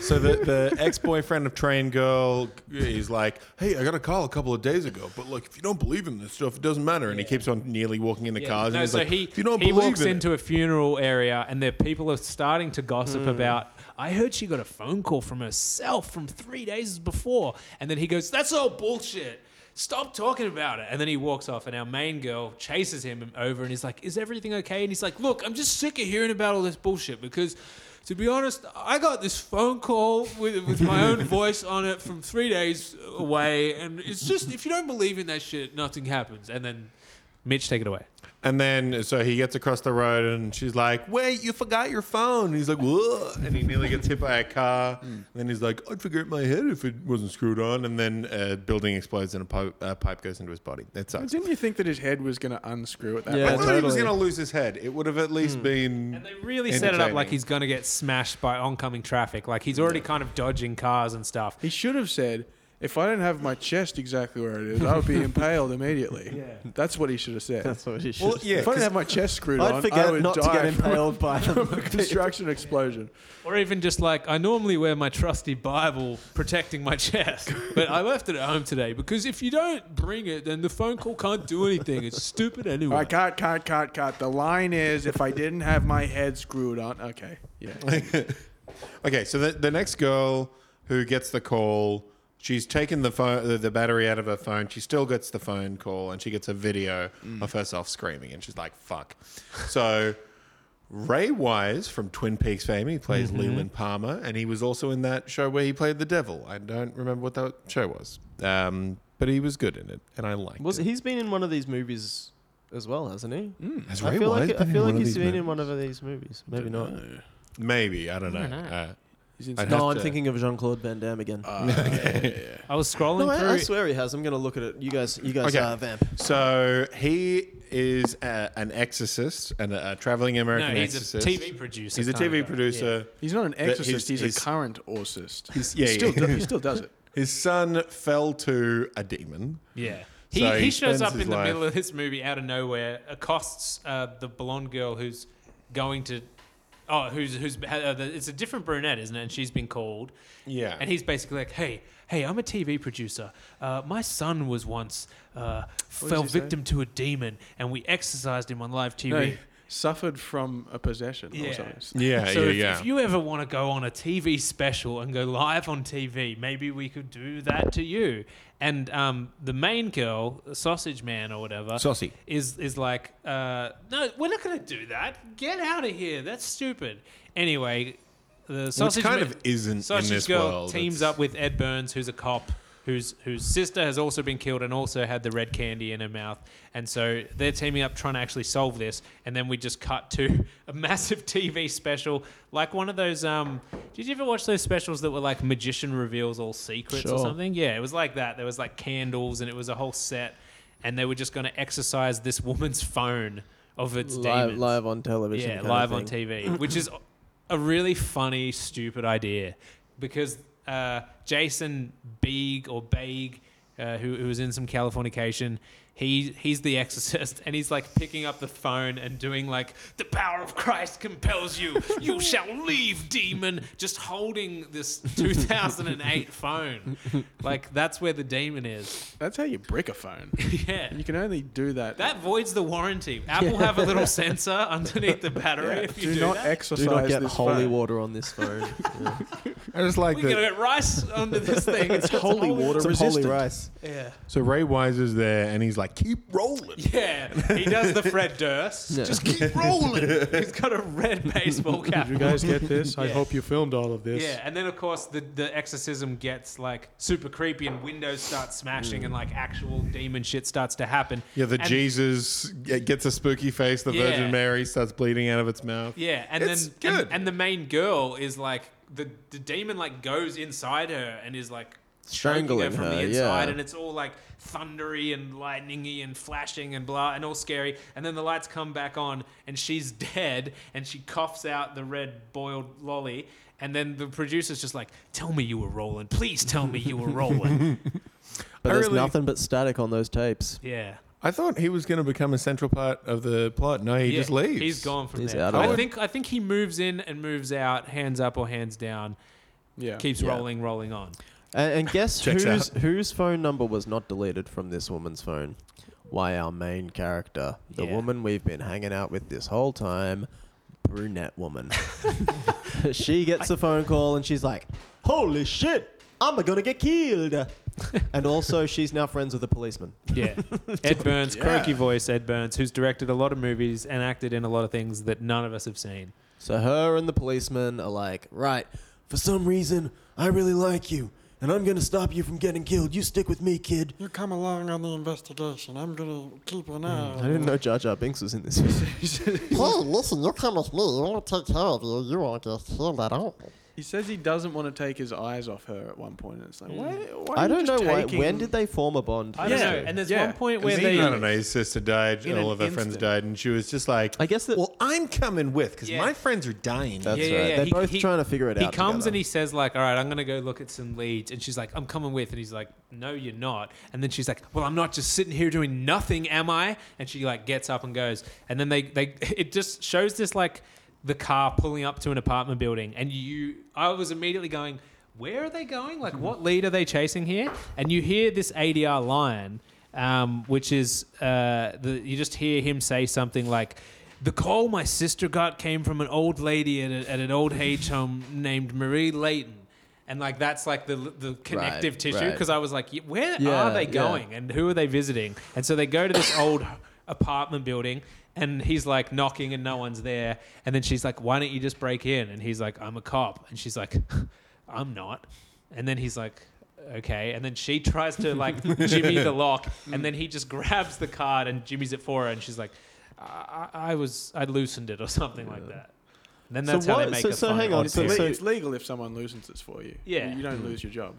Speaker 6: So the, the ex boyfriend of Train Girl is like, "Hey, I got a call a couple of days ago, but like, if you don't believe in this stuff, it doesn't matter." And he keeps on nearly walking into
Speaker 1: Yeah,
Speaker 6: cars.
Speaker 1: no,
Speaker 6: and he's
Speaker 1: so
Speaker 6: like,
Speaker 1: he
Speaker 6: if you don't
Speaker 1: he
Speaker 6: believe
Speaker 1: walks
Speaker 6: in
Speaker 1: into a funeral area, and the people are starting to gossip about. I heard she got a phone call from herself from three days before, and then he goes, "That's all bullshit." Stop talking about it. And then he walks off, and our main girl chases him over and he's like, Is everything okay? And he's like, Look, I'm just sick of hearing about all this bullshit because, to be honest, I got this phone call with, with my own voice on it from three days away. And it's just, if you don't believe in that shit, nothing happens. And then Mitch, take it away.
Speaker 6: it." And then so he gets across the road, and she's like, "Wait, you forgot your phone." And he's like, "Whoa!" And he nearly gets hit by a
Speaker 1: Mm.
Speaker 6: car. And then he's like, "I'd forget my head if it wasn't screwed on." And then a building explodes, and a pipe, a pipe goes into his body. That sucks.
Speaker 2: Didn't you think that his head was going to unscrew at that?
Speaker 3: Yeah,
Speaker 6: I
Speaker 2: point?
Speaker 6: thought he was
Speaker 3: totally.
Speaker 6: going to lose his head. It would have at least been.
Speaker 1: And they really set it up like
Speaker 6: entertaining.
Speaker 1: he's going to get smashed by oncoming traffic. Like he's already kind of dodging cars and stuff.
Speaker 2: He should have said, "If I didn't have my chest exactly where it is, I would be impaled immedially."
Speaker 1: Yeah.
Speaker 2: That's what he should have said.
Speaker 3: That's what she should.
Speaker 6: Well, yeah,
Speaker 2: if I
Speaker 6: 'cause-
Speaker 2: didn't have my chest screwed
Speaker 3: I'd
Speaker 2: on, I
Speaker 3: forget
Speaker 2: would
Speaker 3: not to
Speaker 2: die
Speaker 3: get
Speaker 2: from
Speaker 3: impaled by them.
Speaker 2: a construction explosion.
Speaker 1: Or even just like, I normally wear my trusty Bible protecting my chest, but I left it at home today because if you don't bring it, then the phone call can't do anything. It's stupid anyway.
Speaker 2: I cut, cut, cut, cut. The line is, if I didn't have my head screwed on, okay, yeah.
Speaker 6: Okay, so the, the next girl who gets the call, she's taken the phone, the, the battery out of her phone. She still gets the phone call, and she gets a video
Speaker 3: Mm.
Speaker 6: of herself screaming, and she's like, "Fuck." So Ray Wise from Twin Peaks fame, he plays
Speaker 3: Mm-hmm.
Speaker 6: Leland Palmer, and he was also in that show where he played the devil. I don't remember what that show was, um, but he was good in it, and I liked
Speaker 3: Was
Speaker 6: it.
Speaker 3: he's been in one of these movies as well, hasn't he?
Speaker 6: Has
Speaker 3: I
Speaker 6: Ray
Speaker 3: feel
Speaker 6: Wise
Speaker 3: like I
Speaker 6: been
Speaker 3: feel like
Speaker 6: in one of
Speaker 3: he's
Speaker 6: these
Speaker 3: been in
Speaker 6: movies?
Speaker 3: one of these movies. Maybe not.
Speaker 6: Maybe I don't know. Uh,
Speaker 2: He's in
Speaker 6: I'd have
Speaker 3: No, I'm
Speaker 6: to-
Speaker 3: thinking of Jean Claude Van Damme again.
Speaker 2: Uh,
Speaker 4: Uh,
Speaker 1: I was scrolling
Speaker 3: no, I, I
Speaker 1: through.
Speaker 3: swear he has. I'm gonna look at it. You guys, you guys,
Speaker 6: Okay.
Speaker 3: uh, vamp.
Speaker 6: So he is a, an exorcist and a, a traveling American
Speaker 1: no, he's a
Speaker 6: exorcist.
Speaker 1: TV producer.
Speaker 6: He's a
Speaker 1: kind of
Speaker 6: TV
Speaker 1: guy.
Speaker 6: producer.
Speaker 2: He's not an
Speaker 6: he's-
Speaker 2: exorcist. He's,
Speaker 6: he's-
Speaker 2: a current orsist.
Speaker 6: He's, yeah,
Speaker 2: Still
Speaker 6: yeah.
Speaker 2: do- he still does it.
Speaker 6: His son fell to a demon.
Speaker 1: Yeah. He,
Speaker 6: So
Speaker 1: he,
Speaker 6: he
Speaker 1: shows
Speaker 6: spends
Speaker 1: up in
Speaker 6: his
Speaker 1: the
Speaker 6: life-
Speaker 1: middle of this movie out of nowhere, accosts uh, the blonde girl who's going to. Oh, who's who's? Uh, the- it's a different brunette, isn't it? And she's been called.
Speaker 6: Yeah.
Speaker 1: And he's basically like, "Hey, hey, I'm a TV producer. Uh, my son was once uh, fell
Speaker 4: he say?
Speaker 1: victim to a demon, and we exercised him on live TV.
Speaker 4: No, he suffered from a possession
Speaker 1: Yeah.
Speaker 4: or something.
Speaker 6: Yeah,
Speaker 1: So
Speaker 6: yeah,
Speaker 1: if,
Speaker 6: yeah.
Speaker 1: if you ever want to go on a TV special and go live on TV, maybe we could do that to you. And um, the main girl, Sausage Man or whatever,
Speaker 6: Saucy.
Speaker 1: is is like, uh, no, we're not going to do that. Get out of here. That's stupid. Anyway, the
Speaker 6: Which
Speaker 1: sausage
Speaker 6: kind
Speaker 1: Man-
Speaker 6: of isn't
Speaker 1: sausage
Speaker 6: in this
Speaker 1: girl
Speaker 6: world.
Speaker 1: teams
Speaker 6: It's-
Speaker 1: up with Ed Burns, who's a cop. Whose, whose sister has also been killed and also had the red candy in her mouth. And so they're teaming up trying to actually solve this. And then we just cut to a massive TV special, like one of those. Um, did you ever watch those specials that were like magician reveals all secrets or
Speaker 4: Sure.
Speaker 1: something? Yeah, it was like that. There was like candles and it was a whole set. And they were just going to exercise this woman's phone of its
Speaker 4: Live,
Speaker 1: demons.
Speaker 4: live on television.
Speaker 1: Yeah,
Speaker 4: kind of
Speaker 1: live on
Speaker 4: thing.
Speaker 1: TV, which is a really funny, stupid idea because uh, Jason Beeg or Baig, uh, who, who was in some Californication, he he's the exorcist and he's like picking up the phone and doing like the power of Christ compels you, you shall leave, demon. Just holding this 2008 phone, like that's where the demon is.
Speaker 4: That's how you brick a phone.
Speaker 1: yeah.
Speaker 4: You can only do that.
Speaker 1: That voids the warranty. Apple have a little sensor underneath the battery
Speaker 4: Yeah,
Speaker 1: if you
Speaker 4: do,
Speaker 1: do,
Speaker 4: not
Speaker 1: that.
Speaker 4: exercise
Speaker 3: Do not get
Speaker 4: this
Speaker 3: holy
Speaker 4: phone.
Speaker 3: water on this phone. Yeah.
Speaker 6: I just like
Speaker 1: We're
Speaker 6: that.
Speaker 1: gonna get rice under this thing. It's
Speaker 4: Holy water
Speaker 3: Some holy
Speaker 4: resistant.
Speaker 3: rice.
Speaker 1: Yeah.
Speaker 6: So Ray Weiser's there, and he's like, "Keep rolling."
Speaker 1: Yeah. He does the Fred Durst.
Speaker 3: Yeah.
Speaker 1: Just keep rolling. He's got a red baseball cap.
Speaker 4: Did you guys get this? I
Speaker 1: Yeah.
Speaker 4: hope you filmed all of this.
Speaker 1: Yeah, and then of course the, the exorcism gets like super creepy and windows start smashing and like actual demon shit starts to happen.
Speaker 6: Yeah, the
Speaker 1: And-
Speaker 6: Jesus g- gets a spooky face. The
Speaker 1: Yeah.
Speaker 6: Virgin Mary starts bleeding out of its mouth.
Speaker 1: Yeah, and
Speaker 6: It's
Speaker 1: then
Speaker 6: good.
Speaker 1: And, and the main girl is like the the demon like goes inside her and is like choking her
Speaker 4: Strangling
Speaker 1: from the
Speaker 4: her,
Speaker 1: inside,
Speaker 4: yeah.
Speaker 1: and it's all like thundery and lightningy and flashing and blah and all scary. And then the lights come back on, and she's dead, and she coughs out the red boiled lolly. And then the producer's just like, "Tell me you were rolling, please tell me you were rolling."
Speaker 3: But
Speaker 6: I
Speaker 3: there's
Speaker 6: really-
Speaker 3: nothing but static on those tapes.
Speaker 1: yeah.
Speaker 6: I thought he was going to become a central part of the plot. No, he
Speaker 1: Yeah,
Speaker 6: just leaves.
Speaker 1: He's gone from
Speaker 3: He's
Speaker 1: there.
Speaker 3: out of
Speaker 1: I
Speaker 3: it.
Speaker 1: think I think he moves in and moves out, hands up or hands down,
Speaker 4: Yeah.
Speaker 1: keeps
Speaker 3: Yeah.
Speaker 1: rolling, rolling on.
Speaker 3: And, and guess
Speaker 6: Checks
Speaker 3: whose whose phone number was not deleted from this woman's phone? Why our main character, the
Speaker 1: Yeah.
Speaker 3: woman we've been hanging out with this whole time, brunette woman. she gets a phone call and she's like, "Holy shit, I'm gonna get killed." and also, she's now friends with a policeman.
Speaker 1: Yeah. Ed Burns,
Speaker 4: Yeah.
Speaker 1: croaky voice Ed Burns, who's directed a lot of movies and acted in a lot of things that none of us have seen.
Speaker 3: So her and the policeman are like, right, for some reason, I really like you, and I'm gonna stop you from getting killed. You stick with me, kid.
Speaker 7: You come along on the investigation. I'm gonna keep an eye.
Speaker 3: Mm, I didn't know Jar Jar Binks was in this.
Speaker 7: Hey, listen, you come with me. I want to take care of you. You won't get killed at all.
Speaker 4: He says he doesn't want to take his eyes off her at one point, and it's
Speaker 7: Mm.
Speaker 4: like, why? why are
Speaker 3: I
Speaker 4: you
Speaker 3: don't know
Speaker 4: just
Speaker 3: why.
Speaker 4: taking-
Speaker 3: When did they form a bond?
Speaker 1: I
Speaker 4: Yeah.
Speaker 1: don't know. And there's
Speaker 4: Yeah.
Speaker 1: one point where
Speaker 6: Where
Speaker 1: they
Speaker 6: I don't know. His sister died.
Speaker 4: In
Speaker 6: all
Speaker 4: an
Speaker 6: of her friends
Speaker 4: instant.
Speaker 6: died, and she was just like,
Speaker 3: I guess that-
Speaker 6: Well, I'm coming with because
Speaker 1: Yeah.
Speaker 6: my friends are dying.
Speaker 3: That's
Speaker 1: yeah, yeah,
Speaker 3: right.
Speaker 1: yeah.
Speaker 3: They're
Speaker 1: He-
Speaker 3: both
Speaker 1: he-
Speaker 3: trying to figure it
Speaker 1: he
Speaker 3: out.
Speaker 1: comes and
Speaker 3: together.
Speaker 1: he says like, "All right, I'm going to go look at some leads," and she's like, "I'm coming with," and he's like, "No, you're not." And then she's like, "Well, I'm not just sitting here doing nothing, am I?" And she like gets up and goes, and then they they it just shows this like the car pulling up to an apartment building, and you I was immediately going, "Where are they going? Like, what lead are they chasing here?" And you hear this ADR line. Um, which is uh, the, you just hear him say something like, the call my sister got came from an old lady at, a, at an old age home named Marie Layton. And like that's like the the connective
Speaker 3: Right,
Speaker 1: tissue
Speaker 3: right.
Speaker 1: because I was like, "Y- where
Speaker 3: Yeah,
Speaker 1: are they
Speaker 3: yeah.
Speaker 1: going and who are they visiting? And so they go to this old apartment building, and he's like knocking, and no one's there. And then she's like, why don't you just break in? And he's like, I'm a cop, and she's like, I'm not. And then he's like, okay. And then she tries to like Jimmy the lock, and then he just grabs the card and Jimmy's it for her, and she's like, I, I I was I loosened it or something like that. And then
Speaker 3: So
Speaker 1: that's how
Speaker 3: what-
Speaker 1: they make
Speaker 3: so-
Speaker 1: a
Speaker 3: so
Speaker 1: fun
Speaker 3: hang on,
Speaker 1: odd
Speaker 3: so-
Speaker 1: series.
Speaker 3: so- Mm.
Speaker 4: it's legal if someone loosens it for you.
Speaker 1: Yeah.
Speaker 4: you don't lose your job.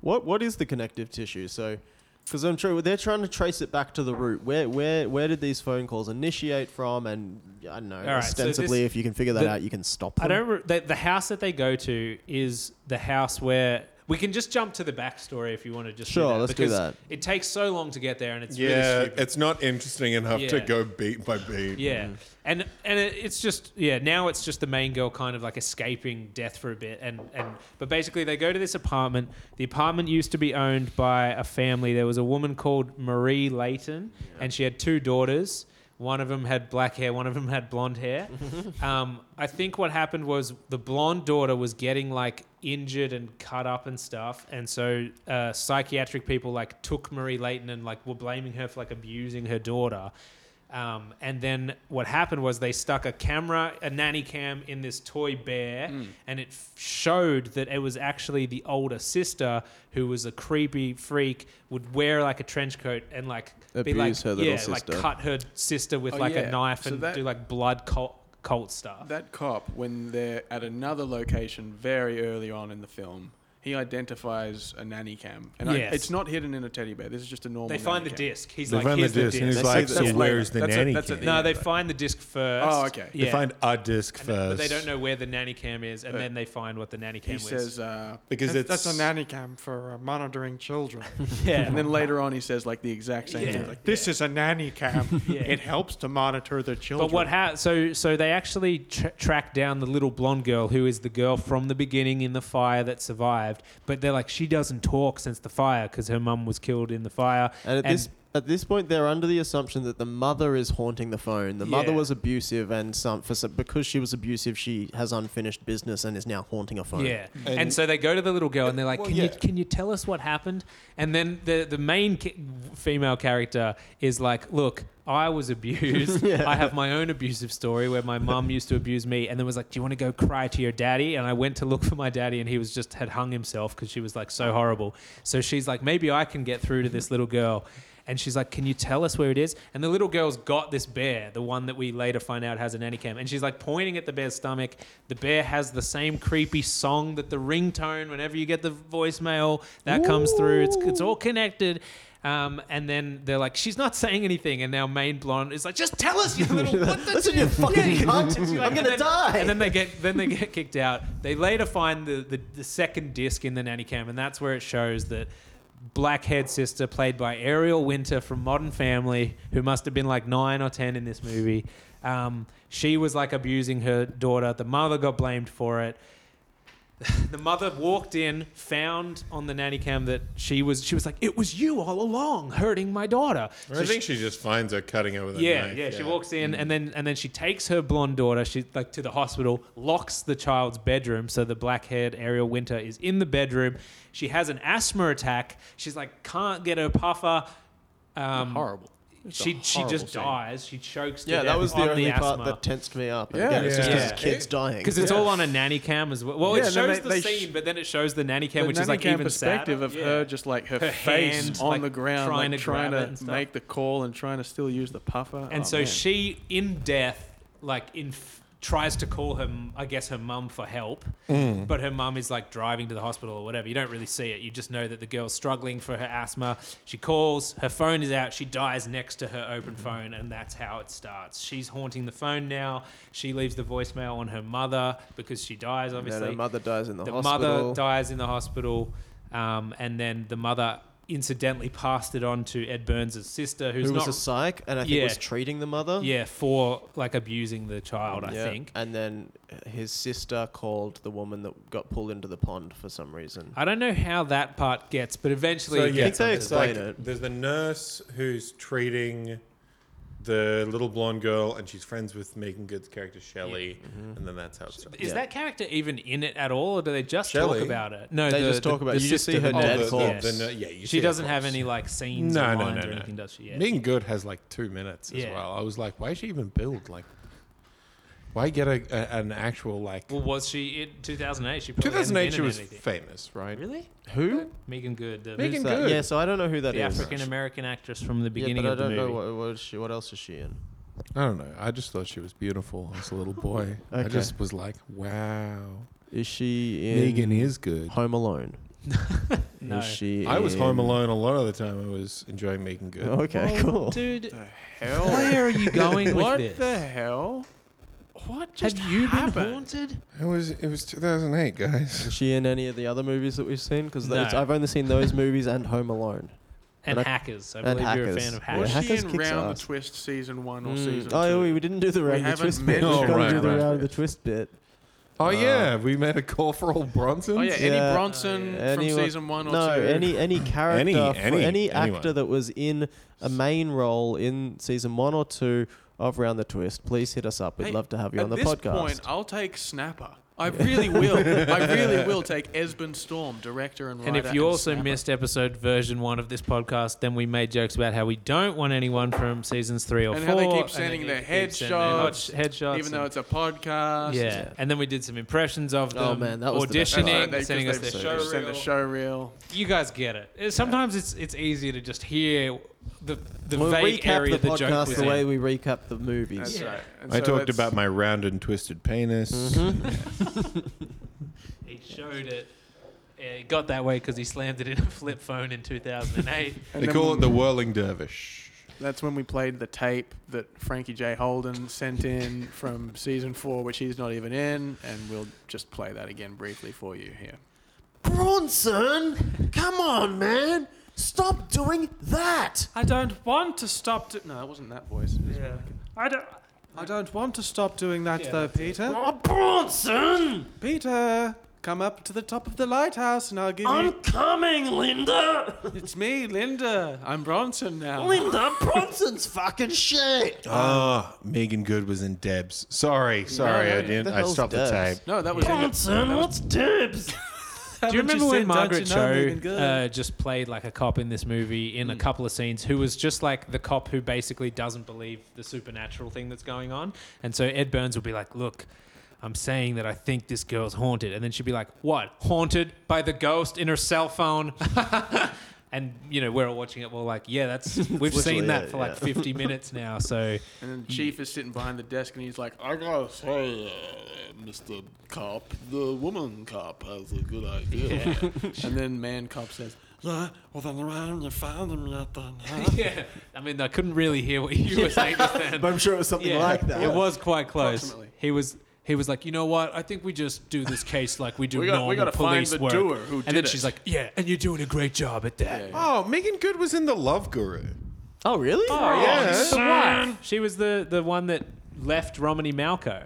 Speaker 3: What what is the connective tissue? So, because I'm sure they're trying to trace it back to the root. Where where where did these phone calls initiate from? And I don't know.
Speaker 1: right, so
Speaker 3: ostensibly,
Speaker 1: this-
Speaker 3: if you can figure that
Speaker 1: the-
Speaker 3: out, you can stop them.
Speaker 1: I don't. Re- the, the house that they go to is the house where We can just jump to the backstory if you want to just
Speaker 3: Sure,
Speaker 1: do that,
Speaker 3: let's do
Speaker 1: because
Speaker 3: that.
Speaker 1: It takes so long to get there, and it's
Speaker 6: yeah,
Speaker 1: really stupid.
Speaker 6: it's not interesting enough to
Speaker 1: Yeah.
Speaker 6: go beat by beat.
Speaker 1: Yeah, and and it, it's just yeah. Now it's just the main girl kind of like escaping death for a bit, and and but basically they go to this apartment. The apartment used to be owned by a family. There was a woman called Marie Layton, and she had two daughters. One of them had black hair. One of them had blonde hair. um, I think what happened was the blonde daughter was getting like injured and cut up and stuff, and so uh, psychiatric people like took Marie Layton and like were blaming her for like abusing her daughter. Um, and then what happened was they stuck a camera, a nanny cam, in this toy bear,
Speaker 6: Hmm.
Speaker 1: and it f- showed that it was actually the older sister who was a creepy freak, would wear like a trench coat and like be like,
Speaker 8: Abuse her little
Speaker 1: yeah,
Speaker 8: sister.
Speaker 1: like cut her sister with
Speaker 4: Oh,
Speaker 1: like
Speaker 4: yeah.
Speaker 1: a knife
Speaker 4: So
Speaker 1: and
Speaker 4: that-
Speaker 1: do like blood cult, cult stuff.
Speaker 4: That cop, when they're at another location very early on in the film, he identifies a nanny cam, and I,
Speaker 1: Yes.
Speaker 4: it's not hidden in a teddy bear. This is just a normal.
Speaker 1: they
Speaker 4: nanny
Speaker 1: find the
Speaker 4: cam.
Speaker 1: disc. He's
Speaker 6: They
Speaker 1: like,
Speaker 6: find the
Speaker 1: here's the
Speaker 6: disc,
Speaker 1: disc.
Speaker 6: and he's like, so
Speaker 4: that's
Speaker 6: where's the
Speaker 4: later. That's at-
Speaker 6: nanny
Speaker 4: that's at
Speaker 6: cam?
Speaker 4: the end.
Speaker 1: no, they find the disc first.
Speaker 4: Oh, okay.
Speaker 6: They
Speaker 1: Yeah.
Speaker 6: find a disc
Speaker 1: And then-
Speaker 6: first.
Speaker 1: but they don't know where the nanny cam is, and then they find what the nanny
Speaker 4: He
Speaker 1: cam is.
Speaker 4: says uh,
Speaker 6: because it's
Speaker 2: That's a nanny cam for uh, monitoring children.
Speaker 1: yeah.
Speaker 4: and then later on he says like the exact same
Speaker 1: Yeah.
Speaker 4: thing. Like,
Speaker 2: Like, this is a nanny cam.
Speaker 1: Yeah.
Speaker 2: It helps to monitor the children.
Speaker 1: But what ha- so so they actually tr track down the little blonde girl who is the girl from the beginning in the fire that survived. But they're like she doesn't talk since the fire because her mum was killed in the fire.
Speaker 3: And at
Speaker 1: And-
Speaker 3: this at this point, they're under the assumption that the mother is haunting the phone. The mother
Speaker 1: Yeah.
Speaker 3: was abusive, and some for some, because she was abusive, she has unfinished business and is now haunting a phone.
Speaker 1: Yeah, and,
Speaker 6: And-
Speaker 1: so they go to the little girl and they're like,
Speaker 6: Well,
Speaker 1: "Can you
Speaker 6: yeah.
Speaker 1: can you tell us what happened?" And then the the main ca- female character is like, "Look, I was abused. I have my own abusive story where my mum used to abuse me, and then was like, "Do you want to go cry to your daddy?" And I went to look for my daddy, and he was just had hung himself because she was like so horrible. So she's like, "Maybe I can get through to this little girl." And she's like, "Can you tell us where it is?" And the little girl's got this bear, the one that we later find out has an nanny cam. And she's like pointing at the bear's stomach. The bear has the same creepy song that the ringtone. Whenever you get the voicemail, that comes through. It's it's all connected. Um, and then they're like, "She's not saying anything." And now main blonde is like, "Just tell us, you little what the
Speaker 3: Listen, you fucking cunt.
Speaker 1: She's like,
Speaker 3: I'm
Speaker 1: and
Speaker 3: gonna
Speaker 1: then-
Speaker 3: die.
Speaker 1: And then they get then they get kicked out. They later find the, the, the second disc in the nanny cam, and that's where it shows that blackhead sister played by Ariel Winter from Modern Family, who must have been like nine or ten in this movie. Um, she was like abusing her daughter. The mother got blamed for it. The mother walked in, found on the nanny cam that she was she was like, It was you all along hurting my daughter. So
Speaker 6: I think she just finds her cutting her with a
Speaker 1: yeah,
Speaker 6: knife.
Speaker 1: yeah, She walks in
Speaker 4: Mm.
Speaker 1: and then and then she takes her blonde daughter, she like to the hospital, locks the child's bedroom so the black haired Ariel Winter is in the bedroom. She has an asthma attack. She's like can't get her puffer. Um,
Speaker 4: horrible.
Speaker 1: She she just dies. She chokes. To
Speaker 3: yeah,
Speaker 1: death
Speaker 3: that was the
Speaker 1: on
Speaker 3: only
Speaker 1: the
Speaker 3: part
Speaker 1: asthma.
Speaker 3: that tensed me up. And
Speaker 4: Yeah.
Speaker 3: again, it's just
Speaker 1: Yeah.
Speaker 3: these
Speaker 1: Yeah.
Speaker 3: kids dying.
Speaker 1: because it's all on a nanny cam as well. Well,
Speaker 4: Yeah,
Speaker 1: it
Speaker 4: and then
Speaker 1: shows
Speaker 4: they-
Speaker 1: the
Speaker 4: they sh-
Speaker 1: scene, but then it shows the nanny cam,
Speaker 4: the
Speaker 1: which
Speaker 4: nanny
Speaker 1: is like
Speaker 4: cam
Speaker 1: even
Speaker 4: perspective
Speaker 1: sadder.
Speaker 4: of
Speaker 1: Yeah.
Speaker 4: her just like her,
Speaker 1: Her
Speaker 4: face
Speaker 1: hand,
Speaker 4: on
Speaker 1: like,
Speaker 4: the ground,
Speaker 1: trying
Speaker 4: trying
Speaker 1: to
Speaker 4: like, trying
Speaker 1: grab it and
Speaker 4: to
Speaker 1: stuff.
Speaker 4: make the call and trying to still use the puffer.
Speaker 1: And
Speaker 4: Oh,
Speaker 1: so
Speaker 4: man.
Speaker 1: she, in death, like in f- tries to call her, m- I guess, her mum for help.
Speaker 3: Mm.
Speaker 1: But her mum is like driving to the hospital or whatever. You don't really see it. You just know that the girl's struggling for her asthma. She calls. Her phone is out. She dies next to her open
Speaker 3: Mm-hmm.
Speaker 1: phone, and that's how it starts. She's haunting the phone now. She leaves the voicemail on her mother because she dies,
Speaker 3: then
Speaker 1: obviously
Speaker 3: her mother dies in the,
Speaker 1: the
Speaker 3: hospital.
Speaker 1: mother dies in the hospital, um, and then the mother incidentally passed it on to Ed Burns' sister, who's
Speaker 3: who was
Speaker 1: not
Speaker 3: a psych, and I think
Speaker 1: Yeah.
Speaker 3: was treating the mother.
Speaker 1: yeah for like abusing the child. I
Speaker 3: Yeah.
Speaker 1: think
Speaker 3: And then his sister called the woman that got pulled into the pond for some reason.
Speaker 1: I don't know how that part gets, but eventually
Speaker 6: So
Speaker 1: it
Speaker 6: yeah,
Speaker 1: gets
Speaker 3: I think they
Speaker 6: it's like
Speaker 3: explain it.
Speaker 6: there's the nurse who's treating the little blonde girl, and she's friends with Megan Good's character Shelley, and then that's how it starts.
Speaker 1: Is
Speaker 3: Yeah.
Speaker 1: that character even in it at all, or do they just
Speaker 6: Shelley?
Speaker 1: talk about it? No,
Speaker 3: They
Speaker 1: the-
Speaker 3: just talk
Speaker 1: the-
Speaker 3: about
Speaker 1: the
Speaker 3: it. You just
Speaker 1: sister-
Speaker 3: see her
Speaker 1: oh,
Speaker 3: dead
Speaker 1: the-
Speaker 3: corpse.
Speaker 1: yes.
Speaker 6: The nu- yeah, uh, you
Speaker 1: she
Speaker 6: see her
Speaker 1: doesn't have
Speaker 6: corpse.
Speaker 1: any like scenes
Speaker 6: No, no,
Speaker 1: online
Speaker 6: no,
Speaker 1: or
Speaker 6: no.
Speaker 1: anything, does she? Yeah.
Speaker 6: Megan Good has like two minutes as
Speaker 1: Yeah.
Speaker 6: well. I was like, why is she even billed? Like, why get a, a an actual like?
Speaker 1: Well, was she in 2008? She probably hadn't
Speaker 6: 2008,
Speaker 1: been
Speaker 6: she
Speaker 1: in
Speaker 6: was
Speaker 1: anything.
Speaker 6: famous, right?
Speaker 1: really
Speaker 3: Who?
Speaker 1: Megan Good, the,
Speaker 3: Who's
Speaker 6: Megan Good.
Speaker 3: that? Yeah, so I don't know who that
Speaker 1: the
Speaker 3: is.
Speaker 1: African American actress from the
Speaker 3: Yeah,
Speaker 1: beginning
Speaker 3: but I
Speaker 1: of the
Speaker 3: don't know
Speaker 1: movie.
Speaker 3: what, what, is she, what else is she in.
Speaker 6: I don't know. I just thought she was beautiful as a little boy. I
Speaker 3: Okay.
Speaker 6: just was like, wow,
Speaker 3: Is she in
Speaker 6: Megan is good.
Speaker 3: Home Alone?
Speaker 1: No.
Speaker 3: Is she?
Speaker 6: I was
Speaker 3: in-
Speaker 6: home alone Oh, a lot of the time. I was enjoying Megan Good.
Speaker 3: Okay, cool.
Speaker 1: Dude,
Speaker 4: hell,
Speaker 1: where are you going with
Speaker 4: what
Speaker 1: this?
Speaker 4: the hell?
Speaker 2: What just
Speaker 1: Have you
Speaker 2: happened?
Speaker 1: been haunted?
Speaker 6: It was it was 2008, guys.
Speaker 3: Is she in any of the other movies that we've seen? Because
Speaker 1: No.
Speaker 3: I've only seen those movies and Home Alone.
Speaker 1: And,
Speaker 3: And I-
Speaker 1: hackers. I
Speaker 3: and
Speaker 1: believe you're a
Speaker 3: hackers.
Speaker 1: fan of
Speaker 3: Yeah,
Speaker 2: Was
Speaker 1: hackers.
Speaker 3: Hackers
Speaker 2: she in
Speaker 3: kicks
Speaker 2: Round
Speaker 3: ass.
Speaker 2: the Twist season one or
Speaker 1: Hmm.
Speaker 3: Mm.
Speaker 2: season two?
Speaker 3: Oh, we, we didn't do the round of
Speaker 2: haven't
Speaker 3: the twist bit.
Speaker 2: mentioned
Speaker 3: We've got to
Speaker 6: Round
Speaker 3: do the
Speaker 6: of
Speaker 3: round
Speaker 6: the
Speaker 3: of the twist bit.
Speaker 6: Oh yeah, we made a call for all Bronson.
Speaker 2: Oh yeah, any
Speaker 3: Yeah.
Speaker 2: Bronson
Speaker 3: Oh, yeah.
Speaker 2: from
Speaker 3: Anyone-
Speaker 2: season one or
Speaker 3: No,
Speaker 2: two?
Speaker 3: any any character,
Speaker 6: Any-
Speaker 3: fr-
Speaker 6: any-
Speaker 3: any
Speaker 6: anyone.
Speaker 3: actor that was in a main role in season one or two of Round the Twist, please hit us up. We'd
Speaker 2: Hey,
Speaker 3: love to have you
Speaker 2: At
Speaker 3: on the
Speaker 2: this
Speaker 3: podcast.
Speaker 2: point, I'll take Snapper. I really will. I really will take Esben Storm, director and writer.
Speaker 1: And if you also
Speaker 2: Snapper.
Speaker 1: missed episode version one of this podcast, then we made jokes about how we don't want anyone from seasons three or
Speaker 2: And
Speaker 1: four.
Speaker 2: how they keep sending
Speaker 1: they
Speaker 2: their
Speaker 1: keep sending their hot-
Speaker 2: headshots,
Speaker 1: headshots,
Speaker 2: even though
Speaker 1: and-
Speaker 2: it's a podcast,
Speaker 1: yeah. And then we did some impressions of them.
Speaker 3: Oh, man, that was the best
Speaker 2: That's
Speaker 1: auditioning,
Speaker 2: right, they,
Speaker 1: sending us
Speaker 2: because
Speaker 1: their
Speaker 2: they've
Speaker 1: show
Speaker 2: sent
Speaker 1: reel.
Speaker 2: the show reel.
Speaker 1: You guys get it. It's- Sometimes it's it's easier to just hear the the
Speaker 3: we'll
Speaker 1: vague
Speaker 3: recap
Speaker 1: area
Speaker 3: the
Speaker 1: the, joke
Speaker 3: podcast
Speaker 1: was
Speaker 3: the way
Speaker 1: in.
Speaker 3: we recap the movies.
Speaker 2: That's
Speaker 1: Yeah.
Speaker 2: right. And
Speaker 6: I
Speaker 2: so
Speaker 6: talked
Speaker 2: that's-
Speaker 6: about my round and twisted penis.
Speaker 1: Mm-hmm. He showed it. Yeah, it got that way because he slammed it in a flip phone in 2008.
Speaker 2: and
Speaker 6: They
Speaker 2: then
Speaker 6: call it the whirling dervish.
Speaker 2: That's when we played the tape that Frankie J. Holden sent in from season four, which he's not even in, and we'll just play that again briefly for you here.
Speaker 3: Bronson, come on, man, stop doing that.
Speaker 4: I don't want to stop. Do- no, it wasn't that voice.
Speaker 1: yeah.
Speaker 4: I don't. I don't want to stop doing that
Speaker 1: Yeah,
Speaker 4: though,
Speaker 1: that's
Speaker 4: Peter.
Speaker 3: Uh, Bronson,
Speaker 4: Peter, come up to the top of the lighthouse, and I'll give you.
Speaker 3: coming, Linda.
Speaker 4: It's me, Linda. I'm Bronson now.
Speaker 3: Linda, Bronson's fucking shit.
Speaker 6: Ah, Megan Good was in Debs. Sorry, sorry, I didn't.
Speaker 3: the
Speaker 6: I
Speaker 3: hell's
Speaker 6: stopped the
Speaker 3: Debs?
Speaker 6: tape.
Speaker 2: No, that was in the,
Speaker 3: what's dibs?
Speaker 1: Do you remember when Margaret
Speaker 4: Cho?
Speaker 1: Cho uh, just played like a cop in this movie in a couple of scenes who was just like the cop who basically doesn't believe the supernatural thing that's going on? And so Ed Burns would be like, Look, I'm saying that I think this girl's haunted. And then she'd be like, What? Haunted by the ghost in her cell phone? and, you know, we're all watching it. We're like, Yeah, that's, we've seen
Speaker 3: literally
Speaker 1: that
Speaker 3: it,
Speaker 1: for like 50 minutes now. So
Speaker 2: and then Chief is sitting behind the desk, and he's like, "I gotta say, uh, Mr. Cop, the woman cop has a good idea." and then Man Cop says,
Speaker 5: Yeah, well then around you found him yet then, huh?
Speaker 1: yeah, I mean, I couldn't really hear what you were saying just then.
Speaker 3: But I'm sure it was something
Speaker 1: Yeah,
Speaker 3: like that.
Speaker 1: It was quite close.
Speaker 2: Approximately.
Speaker 1: He was he was like, you know what? I think we just do this case like we do
Speaker 2: We got-
Speaker 1: normal
Speaker 2: we gotta find
Speaker 1: police
Speaker 2: the
Speaker 1: work.
Speaker 2: doer who
Speaker 1: and
Speaker 2: did
Speaker 1: then
Speaker 2: it.
Speaker 1: she's like, yeah, and you're doing a great job at that.
Speaker 6: Oh, Megan Good was in the Love Guru.
Speaker 3: Oh, really?
Speaker 1: Oh,
Speaker 6: yeah.
Speaker 1: she's the wife. She was the the one that left Romany Malco.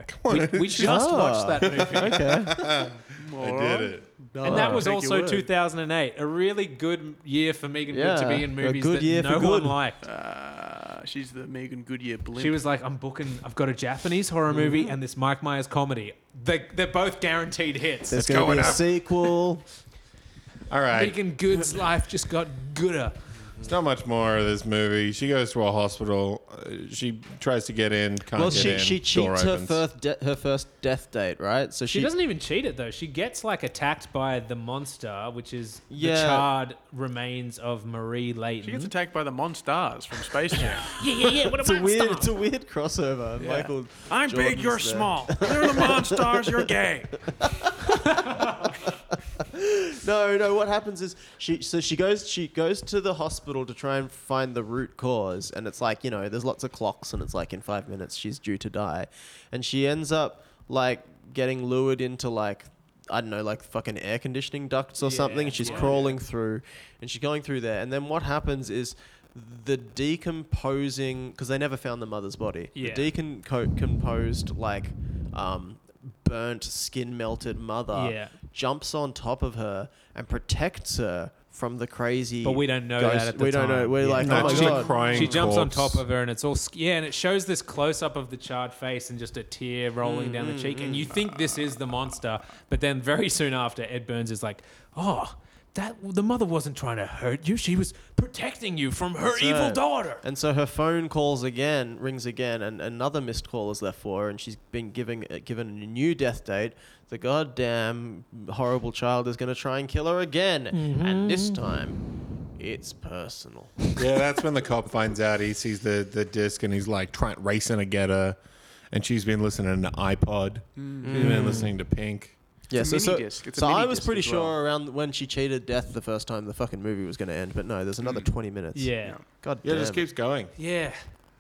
Speaker 1: we, we just
Speaker 3: Oh.
Speaker 1: watched that movie.
Speaker 3: Okay.
Speaker 6: I did it.
Speaker 1: And that was
Speaker 2: Take your
Speaker 1: also
Speaker 2: word.
Speaker 1: 2008, a really good year for Megan Good to
Speaker 3: Yeah,
Speaker 1: be in
Speaker 3: a
Speaker 1: movies
Speaker 3: good
Speaker 1: that
Speaker 3: year
Speaker 1: no
Speaker 3: for
Speaker 1: one
Speaker 3: good.
Speaker 1: liked.
Speaker 2: Uh, she's the Megan Goodyear blimp.
Speaker 1: She was like, I'm booking, I've got a Japanese horror movie and this Mike Myers comedy. They, they're both guaranteed hits.
Speaker 3: There's going to
Speaker 6: going
Speaker 3: be a
Speaker 6: up.
Speaker 3: sequel.
Speaker 6: All right.
Speaker 1: Megan Good's life just got gooder.
Speaker 6: There's not much more of this movie. She goes to a hospital. Uh, she tries to get in. Can't
Speaker 3: well,
Speaker 6: get
Speaker 3: she
Speaker 6: in.
Speaker 3: she
Speaker 6: Door
Speaker 3: cheats her
Speaker 6: opens.
Speaker 3: first de- her first death date, right? So
Speaker 1: She,
Speaker 3: she,
Speaker 1: doesn't even cheat it though. She gets like attacked by the monster, which is the
Speaker 3: Yeah.
Speaker 1: charred remains of Marie
Speaker 2: She gets
Speaker 1: Layton.
Speaker 2: attacked by the Monstars from Space Jam.
Speaker 1: Hmm? yeah, yeah, yeah. What
Speaker 3: It's a weird, it's a weird crossover. Michael,
Speaker 4: I'm big,
Speaker 3: Jordan's
Speaker 4: you're
Speaker 3: there.
Speaker 4: small. You're the monsters, you're gay.
Speaker 3: No, no. What happens is she so she goes she goes to the hospital to try and find the root cause, and it's like you know there's lots of clocks, and it's like in five minutes she's due to die, and she ends up like getting lured into like. I don't know, like fucking air conditioning ducts or something. and She's crawling through and she's going through there. And then what happens is the decomposing, because they never found the mother's body.
Speaker 1: Yeah.
Speaker 3: The decomposed, like, um, burnt, skin melted mother
Speaker 1: Yeah.
Speaker 3: jumps on top of her and protects her from the crazy.
Speaker 1: But we don't know
Speaker 3: ghost.
Speaker 1: that at the
Speaker 3: we don't know.
Speaker 1: time.
Speaker 3: We're
Speaker 1: Yeah.
Speaker 3: like,
Speaker 6: No,
Speaker 3: oh my
Speaker 6: she's a
Speaker 3: god.
Speaker 6: crying
Speaker 1: She jumps on
Speaker 6: corpse.
Speaker 1: top of her, and it's all sk- yeah, and it shows this close up of the charred face and just a tear rolling down the
Speaker 3: Mm,
Speaker 1: cheek, and you think this is the monster, but then very soon after, Ed Burns is like, oh. That the mother wasn't trying to hurt you; she was protecting you from her
Speaker 3: That's
Speaker 1: evil
Speaker 3: right.
Speaker 1: daughter.
Speaker 3: And so her phone calls again, rings again, and another missed call is left for her, and she's been giving, uh, given a new death date. The goddamn horrible child is going to try and kill her again, and this time, it's personal.
Speaker 6: Yeah, that's when the cop finds out. He sees the the disc and he's like trying racing to get her, and she's been listening to iPod. She's
Speaker 3: Hmm.
Speaker 6: been listening to Pink.
Speaker 3: Yeah,
Speaker 2: It's
Speaker 3: so,
Speaker 2: a
Speaker 3: so,
Speaker 2: mini disc. It's a
Speaker 3: so
Speaker 2: mini
Speaker 3: I was
Speaker 2: disc
Speaker 3: pretty
Speaker 2: as
Speaker 3: sure
Speaker 2: well.
Speaker 3: around when she cheated death the first time the fucking movie was going to end, but no, there's another 20 minutes.
Speaker 1: Yeah,
Speaker 3: God
Speaker 6: Yeah,
Speaker 3: damn.
Speaker 6: it just keeps going.
Speaker 1: yeah.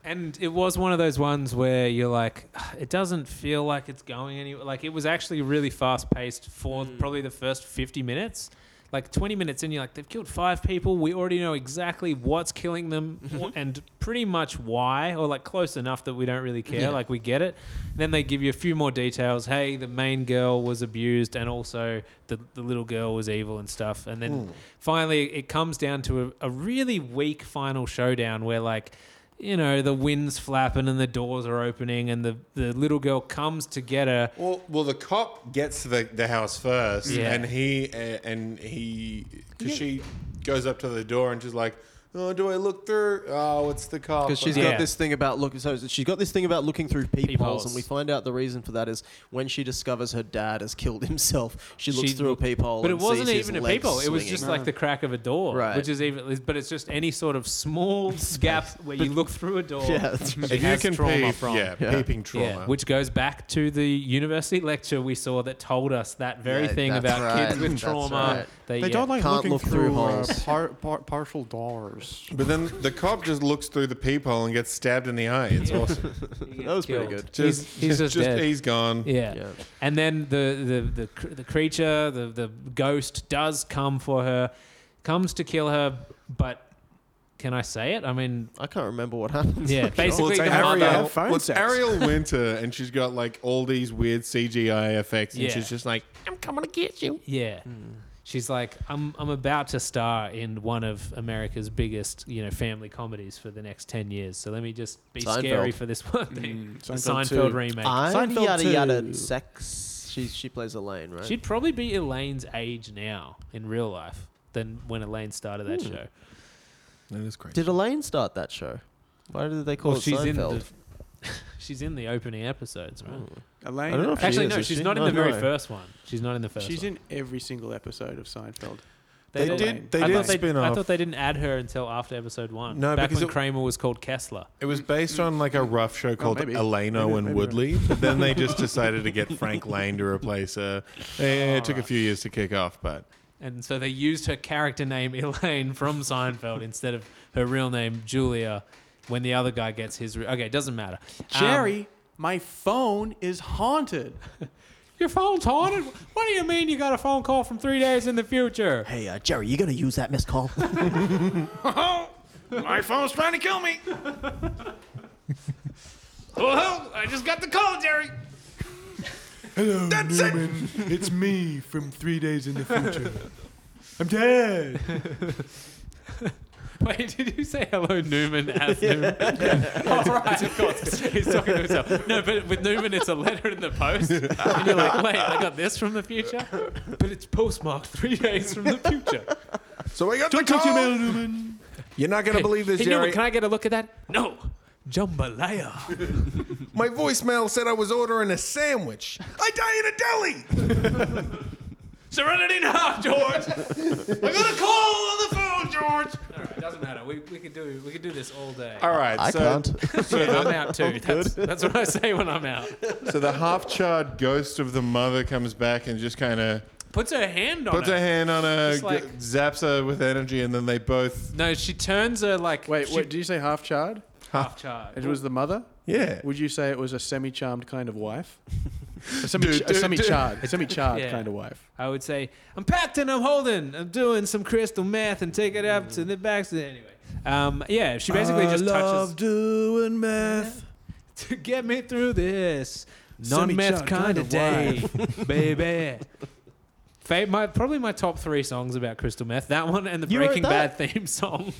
Speaker 1: And it was one of those ones where you're like, "Ah, it doesn't feel like it's going anywhere. Like it was actually really fast paced for
Speaker 3: Mm.
Speaker 1: probably the first 50 minutes. Like 20 minutes in, you're like, they've killed five people. We already know exactly what's killing them wh- and pretty much why, or like close enough that we don't really care. Like we get it. then they give you a few more details. Hey, the main girl was abused, and also the, the little girl was evil and stuff. And then finally, it comes down to a, a really weak final showdown where like you know, the wind's flapping and the doors are opening and the, the little girl comes to get her.
Speaker 6: Well, well, the cop gets to the, the house first,
Speaker 1: Yeah.
Speaker 6: and he uh, and he because she goes up to the door and she's like, "Oh, do I look through? Oh, it's the cop."
Speaker 3: Because she's
Speaker 1: Yeah.
Speaker 3: got this thing about look. So she's got this thing about looking through peepholes,
Speaker 1: Peepholes.
Speaker 3: and we find out the reason for that is when she discovers her dad has killed himself. She looks
Speaker 1: She-
Speaker 3: through a peephole,
Speaker 1: But it
Speaker 3: and
Speaker 1: wasn't
Speaker 3: sees his
Speaker 1: even a
Speaker 3: legs
Speaker 1: people. It was
Speaker 3: swinging.
Speaker 1: just like the crack of a door,
Speaker 3: Right.
Speaker 1: which is even. But it's just any sort of small gap where you look through a door,
Speaker 3: yeah, that's right.
Speaker 6: if you
Speaker 1: has
Speaker 6: can
Speaker 1: trauma
Speaker 6: peep,
Speaker 1: from-
Speaker 6: yeah,
Speaker 3: Yeah.
Speaker 6: peeping
Speaker 1: Yeah,
Speaker 6: trauma.
Speaker 1: which goes back to the university lecture we saw that told us that very
Speaker 3: Yeah,
Speaker 1: thing
Speaker 3: that's
Speaker 1: about kids
Speaker 3: right.
Speaker 1: with
Speaker 3: That's
Speaker 1: trauma.
Speaker 3: right.
Speaker 1: They,
Speaker 4: They
Speaker 1: yeah.
Speaker 4: don't like
Speaker 3: Can't
Speaker 4: looking
Speaker 3: look through
Speaker 4: through, uh,
Speaker 3: holes.
Speaker 4: par- par- partial doors.
Speaker 6: But then the cop just looks through the peephole and gets stabbed in the eye. It's awesome.
Speaker 3: that was pretty
Speaker 1: killed.
Speaker 3: good.
Speaker 6: Just,
Speaker 1: He's- he's just dead.
Speaker 6: he's gone.
Speaker 1: Yeah.
Speaker 3: Yeah.
Speaker 1: And then the the the, cr- the creature, the the ghost does come for her, comes to kill her, but can I say it? I mean,
Speaker 3: I can't remember what happened.
Speaker 1: yeah, basically the
Speaker 6: Ariel,
Speaker 1: mother.
Speaker 4: phone
Speaker 6: well, it's
Speaker 4: sex.
Speaker 6: Ariel Winter, and she's got like all these weird CGI effects, and
Speaker 1: Yeah.
Speaker 6: she's just like, "I'm coming to get you."
Speaker 1: Yeah. She's like, I'm I'm about to star in one of America's biggest, you know, family comedies for the next ten years. So let me just be
Speaker 3: Seinfeld.
Speaker 1: scary for this one
Speaker 2: Hmm.
Speaker 1: thing. The
Speaker 4: Seinfeld
Speaker 1: Seinfeld,
Speaker 4: too.
Speaker 1: remake.
Speaker 3: I'm
Speaker 4: Seinfeld
Speaker 3: yada yada
Speaker 4: too.
Speaker 3: sex. She she plays Elaine, right?
Speaker 1: She'd probably be Elaine's age now in real life than when Elaine started that show.
Speaker 6: That is crazy.
Speaker 3: did Elaine start that show? Why did they call
Speaker 1: Well,
Speaker 3: it
Speaker 1: she's in
Speaker 3: Seinfeld? Hmm.
Speaker 1: the she's in the opening episodes, right?
Speaker 4: Elaine,
Speaker 3: I don't know if she
Speaker 1: Actually,
Speaker 3: is,
Speaker 1: no,
Speaker 3: is
Speaker 1: she's
Speaker 3: she?
Speaker 1: not in
Speaker 3: No,
Speaker 1: the very
Speaker 3: no.
Speaker 1: first one. She's not in the first
Speaker 4: she's
Speaker 1: one.
Speaker 4: in every single episode of Seinfeld.
Speaker 6: They
Speaker 4: did-
Speaker 6: they
Speaker 1: I
Speaker 6: did
Speaker 1: thought
Speaker 6: spin
Speaker 1: I
Speaker 6: off.
Speaker 1: thought they didn't add her until after episode one.
Speaker 6: No,
Speaker 1: back
Speaker 6: because
Speaker 1: when
Speaker 6: it-
Speaker 1: Kramer was called Kessler.
Speaker 6: It was based on like a rough show called
Speaker 4: maybe.
Speaker 6: Eleno
Speaker 4: Maybe-
Speaker 6: and
Speaker 4: maybe
Speaker 6: Woodley, but then they just decided to get Frank Lane to replace her. Yeah, it took a few years to kick off, but
Speaker 1: And so they used her character name Elaine from Seinfeld instead of her real name Julia. When the other guy gets his, re- okay, it doesn't matter. Um,
Speaker 4: Jerry, my phone is haunted.
Speaker 1: your phone's haunted. What do you mean you got a phone call from three days in the future?
Speaker 3: Hey uh, Jerry, you gonna use that missed call?
Speaker 4: Oh,
Speaker 2: My phone's trying to kill me.
Speaker 1: Oh, I just got the call, Jerry.
Speaker 5: Hello, Newman. it's me from three days in the future. I'm dead.
Speaker 1: Wait, did you say hello, Newman? As Newman? All right, of course. He's talking to himself. No, but with Newman, it's a letter in the post, and you're like, wait, I got this from the future, but it's postmarked three days from the future.
Speaker 6: so we got
Speaker 5: Don't touch your mail, Newman.
Speaker 6: You're not gonna believe this,
Speaker 1: Hey, Newman,
Speaker 6: Jerry.
Speaker 1: can I get a look at that? No, jambalaya.
Speaker 6: My voicemail said I was ordering a sandwich. I die in a deli.
Speaker 1: Serenity now, George. I got a call on the phone, George. All right, doesn't matter. We, we could do we could do this all day.
Speaker 6: All right,
Speaker 3: I
Speaker 6: so
Speaker 3: can't.
Speaker 1: I'm out too. That's, that's what I say when I'm out.
Speaker 6: so the half-charred ghost of the mother comes back and just kind of
Speaker 1: Puts her hand on
Speaker 6: puts
Speaker 1: it.
Speaker 6: a hand on her,
Speaker 1: Just like-
Speaker 6: g- zaps her with energy, and then they both
Speaker 1: no, she turns her like
Speaker 4: Wait,
Speaker 1: she-
Speaker 4: wait, did you say half charred?
Speaker 1: half charred.
Speaker 4: It was the mother?
Speaker 6: yeah.
Speaker 4: Would you say it was a semi charmed kind of wife? A
Speaker 6: Dude, dude,
Speaker 4: semi charred, semi charred
Speaker 1: Yeah.
Speaker 4: kind of wife.
Speaker 1: I would say, I'm packed and I'm holding. I'm doing some crystal meth and take it up to the back. Anyway, um, yeah, she basically just touches
Speaker 4: doing math.
Speaker 1: to get me through this
Speaker 4: Semi-chub
Speaker 1: non-meth kind
Speaker 4: kinda
Speaker 1: of day, baby. Fa- my, probably my top three songs about crystal meth. That one and the
Speaker 3: You wrote
Speaker 1: Breaking
Speaker 3: that?
Speaker 1: Bad theme song.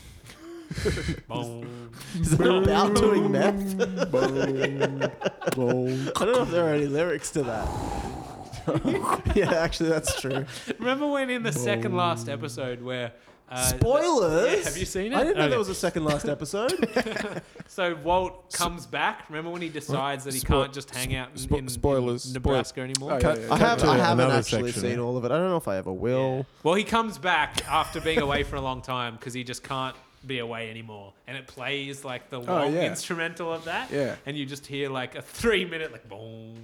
Speaker 1: Boom.
Speaker 3: Is it about doing meth? I don't know if there are any lyrics to that. yeah, actually, that's true.
Speaker 1: Remember when in the second last episode where uh,
Speaker 3: Spoilers.
Speaker 1: yeah, have you seen
Speaker 3: I
Speaker 1: it?
Speaker 3: didn't know
Speaker 1: Okay.
Speaker 3: there was a second last episode.
Speaker 1: So Walt comes back. Remember when he decides that he
Speaker 6: Spoil-
Speaker 1: can't just hang out in,
Speaker 6: spo-
Speaker 1: in-
Speaker 6: spoilers.
Speaker 1: in Nebraska anymore?
Speaker 4: yeah, yeah, yeah.
Speaker 3: I have.
Speaker 6: to
Speaker 3: I haven't
Speaker 6: another
Speaker 3: actually
Speaker 6: section.
Speaker 3: seen all of it. I don't know if I ever will.
Speaker 1: Well, he comes back after being away for a long time because he just can't be away anymore. And it plays like the long
Speaker 4: yeah.
Speaker 1: instrumental of that.
Speaker 4: Yeah.
Speaker 1: And you just hear like a three minute like boom.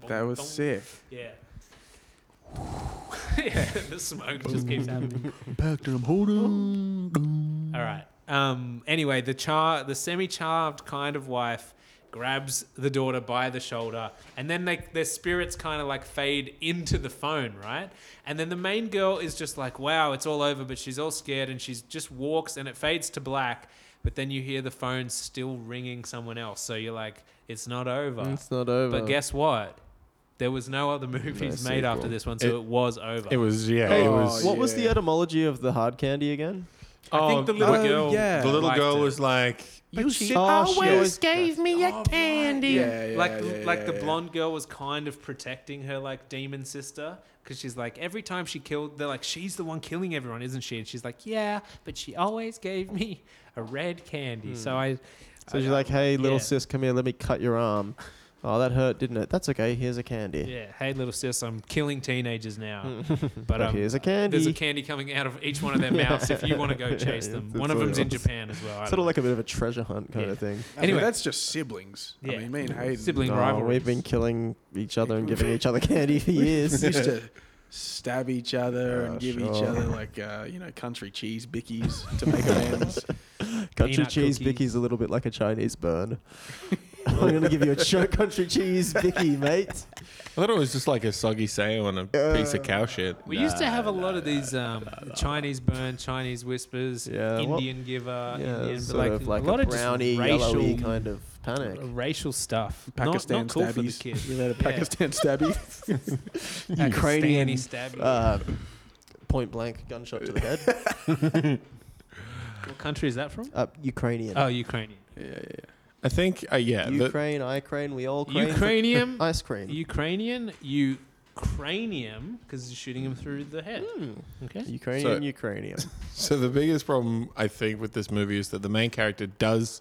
Speaker 1: boom,
Speaker 4: That was
Speaker 1: boom.
Speaker 4: sick.
Speaker 1: Yeah. yeah, the smoke just keeps happening.
Speaker 5: I'm packed and I'm holding.
Speaker 1: All right. Um, anyway, the char, the semi-charmed kind of wife grabs the daughter by the shoulder, and then they, their spirits kind of like fade into the phone, right? And then the main girl is just like, "Wow, it's all over," but she's all scared, and she just walks, and it fades to black. But then you hear the phone still ringing someone else, so you're like, "It's not over."
Speaker 3: It's not over.
Speaker 1: But guess what? There was no other movies made after this one, so it,
Speaker 6: It-
Speaker 1: was over.
Speaker 6: It was yeah.
Speaker 3: Hey,
Speaker 1: Oh,
Speaker 6: it was.
Speaker 3: what was the etymology of the hard candy again?
Speaker 1: I think the
Speaker 3: Oh,
Speaker 1: little girl.
Speaker 4: yeah.
Speaker 6: The little
Speaker 1: liked
Speaker 6: girl
Speaker 1: it.
Speaker 6: was like,
Speaker 3: You Oh,
Speaker 5: always
Speaker 3: gave me a candy.
Speaker 4: Yeah, yeah,
Speaker 1: like
Speaker 4: yeah,
Speaker 1: like
Speaker 4: yeah,
Speaker 1: the
Speaker 4: yeah.
Speaker 1: blonde girl was kind of protecting her like demon sister because she's like every time she killed they're like she's the one killing everyone isn't she and she's like yeah but she always gave me a red candy so I
Speaker 3: Hmm. So
Speaker 1: I- um,
Speaker 3: she's like, hey, little
Speaker 1: Yeah.
Speaker 3: sis, come here, let me cut your arm. Oh, that hurt, didn't it? That's okay. Here's a candy.
Speaker 1: yeah hey little sis I'm killing teenagers now but um,
Speaker 3: here's a candy.
Speaker 1: there's a candy coming out of each one of their mouths if you want to go chase them
Speaker 3: It's
Speaker 1: one of
Speaker 3: sort of-
Speaker 1: them's in Japan as well I
Speaker 3: sort
Speaker 1: don't
Speaker 3: of like a bit of a treasure hunt kind
Speaker 1: Yeah.
Speaker 3: of thing.
Speaker 4: I mean,
Speaker 1: Anyway.
Speaker 4: that's just siblings.
Speaker 1: Yeah.
Speaker 4: I mean, me and Hayden.
Speaker 1: know. sibling
Speaker 3: No,
Speaker 1: rivalry
Speaker 3: we've been killing each other and giving each other candy for years.
Speaker 4: used to stab each other
Speaker 3: Yeah,
Speaker 4: and give each
Speaker 3: sure.
Speaker 4: other like uh, you know country cheese bickies to make amends.
Speaker 3: Country
Speaker 1: Peanut
Speaker 3: cheese
Speaker 1: cookie.
Speaker 3: Vicky's a little bit like a Chinese burn. I'm gonna give you a cho- country cheese Vicky, mate.
Speaker 6: I thought it was just like a soggy sail on a piece of cow shit.
Speaker 1: We used to have a lot of these um, Chinese burn, Chinese whispers,
Speaker 3: Yeah, what-
Speaker 1: Indian giver,
Speaker 3: Yeah,
Speaker 1: Indian,
Speaker 3: it's
Speaker 1: but
Speaker 3: sort
Speaker 1: like,
Speaker 3: of like
Speaker 1: a lot
Speaker 3: a,
Speaker 1: of
Speaker 3: browny,
Speaker 1: just racial,
Speaker 3: yellowy kind of panic.
Speaker 1: racial stuff. Not-
Speaker 4: Pakistan
Speaker 1: not, cool for the
Speaker 4: stabbies.
Speaker 1: kid.
Speaker 4: You know, the
Speaker 1: Yeah.
Speaker 4: Pakistan stabby.
Speaker 1: Pakistani
Speaker 3: Ukrainian
Speaker 1: stabby.
Speaker 3: uh, point blank gunshot to the head.
Speaker 1: what country is that from?
Speaker 3: Uh, Ukrainian.
Speaker 1: Oh, Ukrainian.
Speaker 4: yeah, yeah, yeah.
Speaker 6: I think uh, yeah. the-
Speaker 3: Ukraine, I crane, we all crane. for
Speaker 1: Ukrainian,
Speaker 3: Ice cream.
Speaker 1: Ukrainian, Ukrainium, because you're shooting him through the head.
Speaker 3: Hmm.
Speaker 1: Okay.
Speaker 3: Ukrainian,
Speaker 6: So-
Speaker 3: Ukrainian.
Speaker 6: so the biggest problem I think with this movie is that the main character does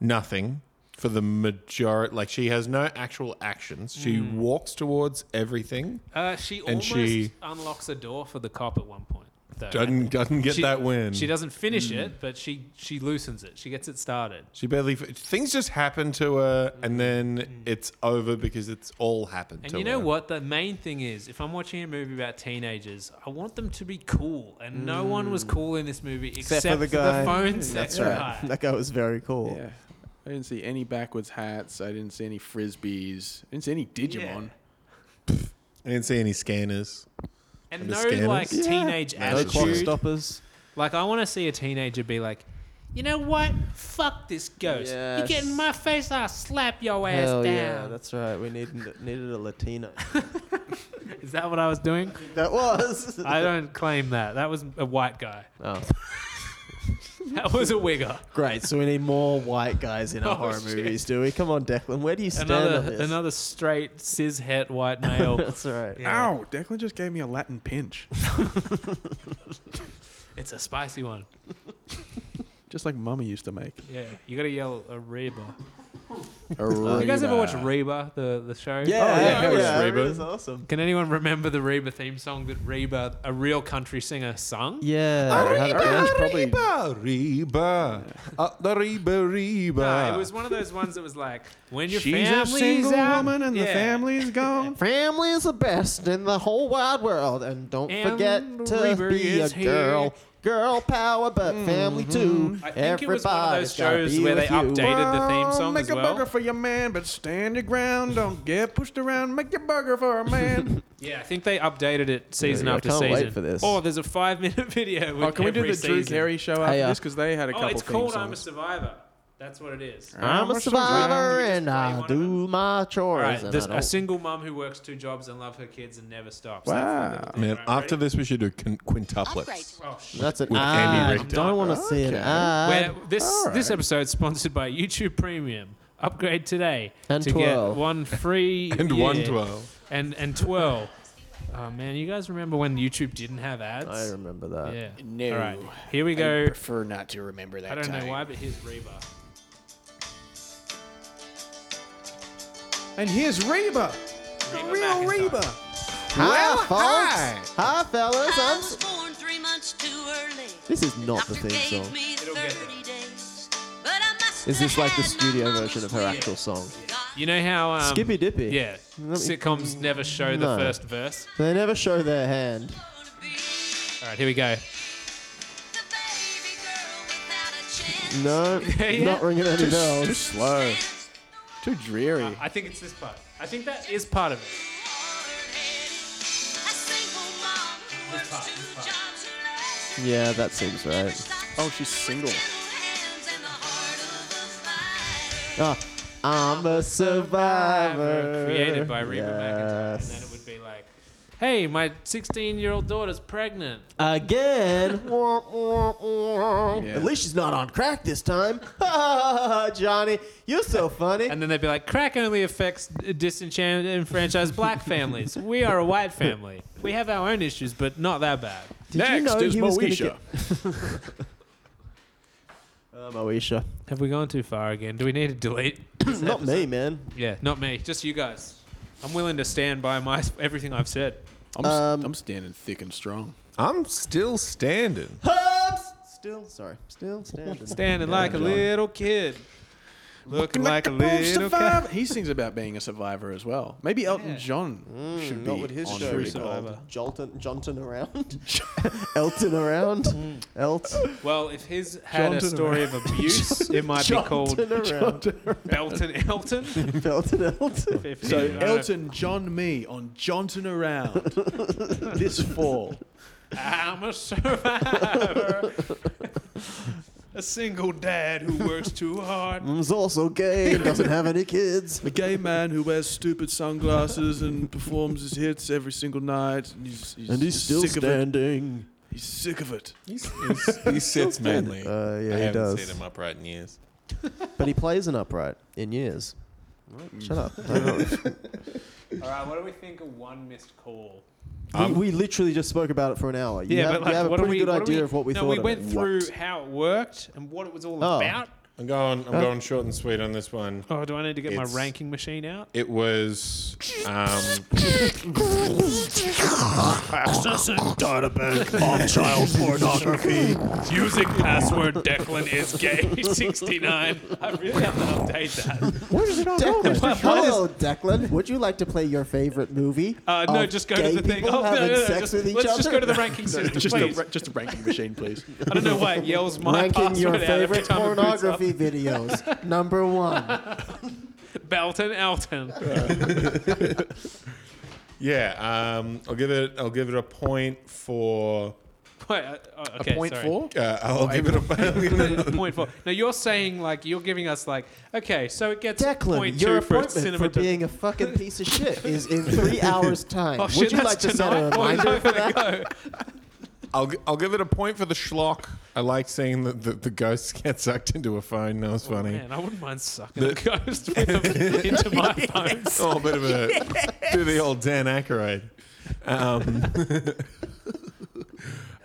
Speaker 6: nothing for the majority. Like she has no actual actions. She
Speaker 1: Hmm.
Speaker 6: walks towards everything.
Speaker 1: Uh, she
Speaker 6: And
Speaker 1: almost
Speaker 6: she-
Speaker 1: unlocks a door for the cop at one point. Though.
Speaker 6: Doesn't doesn't get
Speaker 1: She-
Speaker 6: that win.
Speaker 1: She doesn't finish
Speaker 6: Mm.
Speaker 1: it, but she she loosens it. She gets it started.
Speaker 6: She barely. Things just happen to her, and then it's over because it's all happened.
Speaker 1: Hmm. And
Speaker 6: to
Speaker 1: you know
Speaker 6: her.
Speaker 1: what? The main thing is, if I'm watching a movie about teenagers, I want them to be cool, and no one
Speaker 6: Mm.
Speaker 1: was cool in this movie except,
Speaker 3: for the guy.
Speaker 1: phone sex
Speaker 4: right.
Speaker 1: guy.
Speaker 3: that guy was very cool.
Speaker 4: Yeah. I didn't see any backwards hats. I didn't see any frisbees. I didn't see any Digimon.
Speaker 6: I didn't see any scanners.
Speaker 1: And
Speaker 6: And the
Speaker 1: no
Speaker 6: scanners.
Speaker 1: like
Speaker 6: Yeah.
Speaker 1: teenage
Speaker 6: No
Speaker 3: No clock
Speaker 1: attitude.
Speaker 3: stoppers.
Speaker 1: Like I want to see a teenager be like, you know what? Fuck this ghost. You get in
Speaker 3: Yes.
Speaker 1: my face, I'll slap your ass
Speaker 3: Hell
Speaker 1: down.
Speaker 3: yeah, that's right. We needed needed a Latino.
Speaker 1: Is that what I was doing?
Speaker 3: that was.
Speaker 1: I don't claim that. That was a white guy.
Speaker 3: Oh.
Speaker 1: That was a wigger.
Speaker 3: Great. So we need more white guys in our
Speaker 1: Oh,
Speaker 3: horror
Speaker 1: shit.
Speaker 3: movies, do we? Come on, Declan. Where do you stand on
Speaker 1: Another
Speaker 3: this?
Speaker 1: another straight cis het white male.
Speaker 3: That's all right.
Speaker 1: Yeah.
Speaker 4: Ow! Declan just gave me a Latin pinch,
Speaker 1: It's a spicy one.
Speaker 4: just like Mummy used to make.
Speaker 1: Yeah, you gotta yell a Reba.
Speaker 4: you Oh,
Speaker 1: You guys ever watch Reba, the, the show? Oh,
Speaker 3: Yeah,
Speaker 6: yeah, it was Reba.
Speaker 3: Reba's awesome.
Speaker 1: Can anyone remember the Reba theme song that Reba, a real country singer, sung?
Speaker 3: Yeah. it had a band.
Speaker 4: probably
Speaker 6: Reba, Reba, up the Reba, Reba.
Speaker 1: No, it was one of those ones that was like, when your
Speaker 4: She's a
Speaker 1: family's
Speaker 4: single
Speaker 1: out,
Speaker 4: woman and the
Speaker 1: Yeah.
Speaker 4: family's gone.
Speaker 3: Family is the best in the whole wide world, and don't
Speaker 1: And
Speaker 3: forget to
Speaker 1: Reba
Speaker 3: be a
Speaker 1: is here. Mm-hmm.
Speaker 3: girl. Girl power, but family too.
Speaker 1: I think it was one of those
Speaker 3: Everybody's gotta
Speaker 1: shows
Speaker 3: be
Speaker 1: where they
Speaker 3: with you.
Speaker 1: updated- Hated the theme
Speaker 4: Well,
Speaker 1: song
Speaker 4: make
Speaker 1: as
Speaker 4: a
Speaker 1: well.
Speaker 4: burger for your man, but stand your ground. Don't get pushed around. Make your burger for a man.
Speaker 1: Yeah, I think they updated it season
Speaker 3: Yeah, I
Speaker 1: after
Speaker 3: can't wait
Speaker 1: season.
Speaker 3: for this.
Speaker 1: Oh, there's a five minute video. With
Speaker 4: oh, can we do the
Speaker 1: every
Speaker 4: Drew
Speaker 1: season.
Speaker 4: Carey show after
Speaker 3: Hey, uh,
Speaker 4: this? Because they had a
Speaker 1: Oh,
Speaker 4: couple
Speaker 1: it's
Speaker 4: theme
Speaker 1: called I'm a
Speaker 4: songs.
Speaker 1: Survivor. That's what it is.
Speaker 3: I'm a survivor
Speaker 1: Just
Speaker 3: and
Speaker 1: play one
Speaker 3: I
Speaker 1: of
Speaker 3: do my
Speaker 1: All
Speaker 3: chores.
Speaker 1: right,
Speaker 3: and
Speaker 1: there's
Speaker 3: I don't-
Speaker 1: a single mum who works two jobs and loves her kids and never stops.
Speaker 4: Wow.
Speaker 6: Man, after this, we should do quin- quintuplets.
Speaker 1: Oh, shit.
Speaker 3: That's an
Speaker 6: With Andy
Speaker 3: ad.
Speaker 6: Richter.
Speaker 3: Don't want to see an
Speaker 4: Okay.
Speaker 1: Where
Speaker 3: ad.
Speaker 1: this this episode's sponsored by YouTube Premium. Upgrade today
Speaker 3: And
Speaker 1: to
Speaker 3: 12.
Speaker 1: get one free
Speaker 6: And
Speaker 1: year.
Speaker 6: one twelve.
Speaker 1: and and twelve. Oh man, you guys remember when YouTube didn't have ads?
Speaker 3: I remember that.
Speaker 1: yeah.
Speaker 4: No.
Speaker 1: All right, here we go.
Speaker 4: prefer not to remember that.
Speaker 1: I don't know why, but here's Reba.
Speaker 4: And here's Reba, the
Speaker 1: Reba
Speaker 4: real
Speaker 1: McEntire.
Speaker 4: Reba.
Speaker 3: Hi, folks. Hi, fellas.
Speaker 8: I
Speaker 3: I'm
Speaker 8: was
Speaker 3: s-
Speaker 8: born three months too early.
Speaker 3: This is not the
Speaker 8: Doctor
Speaker 3: theme
Speaker 8: gave
Speaker 3: song.
Speaker 8: me
Speaker 1: It'll get
Speaker 8: 30 days, but I must
Speaker 3: Is this
Speaker 8: have
Speaker 3: like the
Speaker 8: had my
Speaker 3: studio
Speaker 8: mama's
Speaker 3: version of her
Speaker 8: will.
Speaker 3: actual song?
Speaker 1: You know how um,
Speaker 3: Skippy Dippy.
Speaker 1: Yeah,
Speaker 3: me-
Speaker 1: sitcoms never show the
Speaker 3: No.
Speaker 1: first verse.
Speaker 3: They never show their hand.
Speaker 8: Gonna be
Speaker 1: All right, here we go.
Speaker 8: the baby girl without a
Speaker 3: No, not ringing any
Speaker 4: Too
Speaker 3: bells.
Speaker 4: slow. Too dreary.
Speaker 1: I think it's this part. I think that is part of it.
Speaker 3: Yeah, that seems right.
Speaker 4: Oh, she's single.
Speaker 3: Ah, I'm a survivor.
Speaker 1: Created by Reba McIntyre. And then
Speaker 3: Yes.
Speaker 1: it would be like, hey, my 16 year old daughter's pregnant.
Speaker 3: Again. At least she's not on crack this time. Johnny, you're so funny.
Speaker 1: And then they'd be like, crack only affects disenchanted and franchised black families. We are a white family. We have our own issues, but not that bad.
Speaker 3: Did you know
Speaker 4: is
Speaker 3: he was gonna
Speaker 4: Moesha.
Speaker 3: get- Uh, Moesha.
Speaker 1: Have we gone too far again? Do we need to delete?
Speaker 3: Not me, man.
Speaker 1: Yeah, not me. Just you guys. I'm willing to stand by my everything I've said.
Speaker 4: I'm, s
Speaker 3: Um,
Speaker 4: am standing thick and strong.
Speaker 6: I'm still standing.
Speaker 3: Hubs! Still, sorry. Still standing.
Speaker 1: Standing like a little kid. Looking like a little kid.
Speaker 4: Survivor. He sings about being a survivor as well. Maybe Elton John
Speaker 1: Mm,
Speaker 4: should be
Speaker 3: Not with his
Speaker 4: on
Speaker 3: show
Speaker 4: Reba.
Speaker 3: called
Speaker 1: Survivor.
Speaker 3: Jolton, Jonton around, Elton
Speaker 4: Mm.
Speaker 3: around, Elt,
Speaker 1: Well, if his had a
Speaker 5: Jonathan
Speaker 1: story of abuse, it might be called
Speaker 3: Jonton around,
Speaker 1: Belton Elton.
Speaker 3: Elton, Elton.
Speaker 1: If
Speaker 4: So
Speaker 1: you- I don't know.
Speaker 4: Elton John me on Johnson Around this fall.
Speaker 1: I'm a survivor. a single dad who works too hard.
Speaker 3: He's also gay and doesn't have any kids.
Speaker 4: A gay man who wears stupid sunglasses and performs his hits every single night. And he's, he's,
Speaker 3: And he's still
Speaker 4: sick of it.
Speaker 3: standing.
Speaker 4: He's sick of it.
Speaker 6: He's, he's, he sits manly.
Speaker 3: Uh, yeah,
Speaker 6: I
Speaker 3: he
Speaker 6: haven't
Speaker 3: does.
Speaker 6: seen him upright in years.
Speaker 3: But he plays an upright in years.
Speaker 4: Mm.
Speaker 3: Shut up. I don't know.
Speaker 1: All right, what do we think of one missed call?
Speaker 6: Um,
Speaker 3: we, we literally just spoke about it for an hour. You
Speaker 1: yeah,
Speaker 3: have,
Speaker 1: but
Speaker 3: you
Speaker 1: like,
Speaker 3: have a
Speaker 1: what do
Speaker 3: pretty
Speaker 1: we,
Speaker 3: good
Speaker 1: what do
Speaker 3: idea
Speaker 1: we,
Speaker 3: of what we
Speaker 1: no,
Speaker 3: thought
Speaker 1: we
Speaker 3: of
Speaker 1: went
Speaker 3: it.
Speaker 1: through how it worked and what it was all
Speaker 3: Oh.
Speaker 1: about.
Speaker 6: I'm going. I'm going short and sweet on this one.
Speaker 1: Oh, do I need to get
Speaker 6: It's-
Speaker 1: my ranking machine out?
Speaker 6: It was. Um,
Speaker 3: Um.
Speaker 1: Using password Declan is gay 69. I really have to update that.
Speaker 3: Declan, hello, Declan. Would you like to play your favorite movie?
Speaker 1: Uh, no,
Speaker 3: of
Speaker 1: just go to
Speaker 3: gay
Speaker 1: the thing.
Speaker 3: people
Speaker 1: Oh, no, no,
Speaker 3: having
Speaker 1: no,
Speaker 3: sex
Speaker 1: just,
Speaker 3: with each
Speaker 1: let's
Speaker 3: other?
Speaker 1: just go to the ranking system,
Speaker 4: Just
Speaker 1: please.
Speaker 4: a, just a ranking machine, please.
Speaker 1: I don't know why it yells my
Speaker 3: Ranking
Speaker 1: password
Speaker 3: your
Speaker 1: out every
Speaker 3: favorite
Speaker 1: time it boots up.
Speaker 3: pornography videos. Number one.
Speaker 1: Belton Elton.
Speaker 6: yeah. Um, I'll give it. I'll give it a point for.
Speaker 1: Wait, uh, oh, okay,
Speaker 4: Point
Speaker 1: sorry.
Speaker 4: four?
Speaker 6: Uh, I'll give it a. I'll give it a
Speaker 1: Point four. Now you're saying like you're giving us like okay, so it gets
Speaker 3: Declan,
Speaker 1: point
Speaker 3: your
Speaker 1: two for its
Speaker 3: appointment for
Speaker 1: cinema.
Speaker 3: being a fucking piece of shit is in three hours' time.
Speaker 1: oh
Speaker 3: Would
Speaker 1: shit,
Speaker 3: you
Speaker 1: that's
Speaker 3: like to set
Speaker 1: tonight.
Speaker 3: a
Speaker 1: oh,
Speaker 3: reminder?
Speaker 1: no, gotta go.
Speaker 6: I'll, gi- I'll give it a point for the schlock. I like seeing the, the, the ghost get sucked into a phone. That was funny.
Speaker 1: Man, I wouldn't mind sucking a ghost with a, into my phone.
Speaker 6: Oh, a bit of a do the old Dan Aykroyd. Um,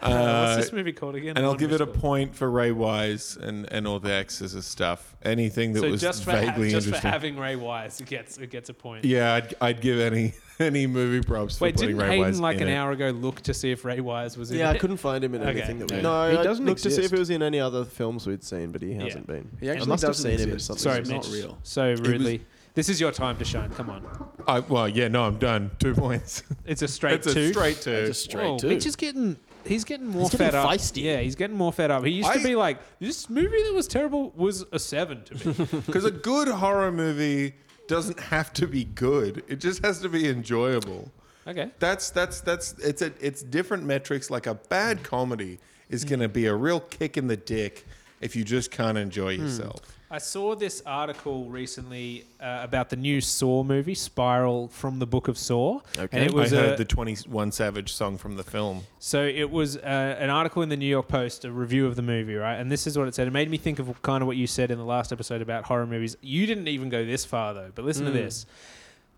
Speaker 1: Uh,
Speaker 6: uh,
Speaker 1: What's this movie called again?
Speaker 6: and I'll
Speaker 1: One
Speaker 6: give it a
Speaker 1: missed call.
Speaker 6: point for Ray Wise and, and all the Exorcist stuff. Anything that
Speaker 1: So
Speaker 6: was
Speaker 1: just for, ha-
Speaker 6: vaguely
Speaker 1: just for
Speaker 6: interesting.
Speaker 1: having Ray Wise, it gets it gets a point.
Speaker 6: yeah, I'd, I'd give any any movie props for
Speaker 1: Wait,
Speaker 6: putting
Speaker 1: didn't
Speaker 6: Ray
Speaker 1: Hayden
Speaker 6: Wise
Speaker 1: like
Speaker 6: in
Speaker 1: an
Speaker 6: it.
Speaker 1: hour ago look to see if Ray Wise was in
Speaker 3: Yeah,
Speaker 1: it?
Speaker 3: I couldn't find him in
Speaker 1: Okay.
Speaker 3: anything that we.
Speaker 1: Yeah.
Speaker 3: No,
Speaker 4: He
Speaker 3: I
Speaker 4: doesn't
Speaker 3: looked to see if
Speaker 4: exist.
Speaker 3: he was in any other films we'd seen, but he hasn't been.
Speaker 4: He actually
Speaker 3: I must have
Speaker 4: doesn't
Speaker 3: seen him in
Speaker 4: exist.
Speaker 3: something.
Speaker 1: Sorry,
Speaker 4: It's
Speaker 1: Mitch.
Speaker 4: not real.
Speaker 1: So rudely. this is your time to shine. Come on.
Speaker 6: I, well, yeah, no, I'm done. Two points.
Speaker 1: It's a straight
Speaker 6: It's a
Speaker 1: two.
Speaker 6: straight two.
Speaker 4: Just straight
Speaker 1: Whoa,
Speaker 4: too.
Speaker 1: Mitch is getting he's getting more
Speaker 3: He's
Speaker 1: fed
Speaker 3: getting
Speaker 1: up.
Speaker 3: feisty.
Speaker 1: Yeah, he's getting more fed up. He used
Speaker 6: I-
Speaker 1: to be like, this movie that was terrible was a seven to me.
Speaker 6: Because a good horror movie doesn't have to be good. It just has to be enjoyable.
Speaker 1: okay.
Speaker 6: That's that's that's it's a it's different metrics. Like a bad comedy is going to be a real kick in the dick if you just can't enjoy yourself.
Speaker 1: I saw this article recently uh, about the new Saw movie, Spiral from the Book of Saw. Okay. And it was
Speaker 6: I
Speaker 1: a-
Speaker 6: heard the Twenty One Savage song from the film.
Speaker 1: So it was uh, an article in the New York Post, a review of the movie, right? And this is what it said. It made me think of kind of what you said in the last episode about horror movies. You didn't even go this far though, but listen to this.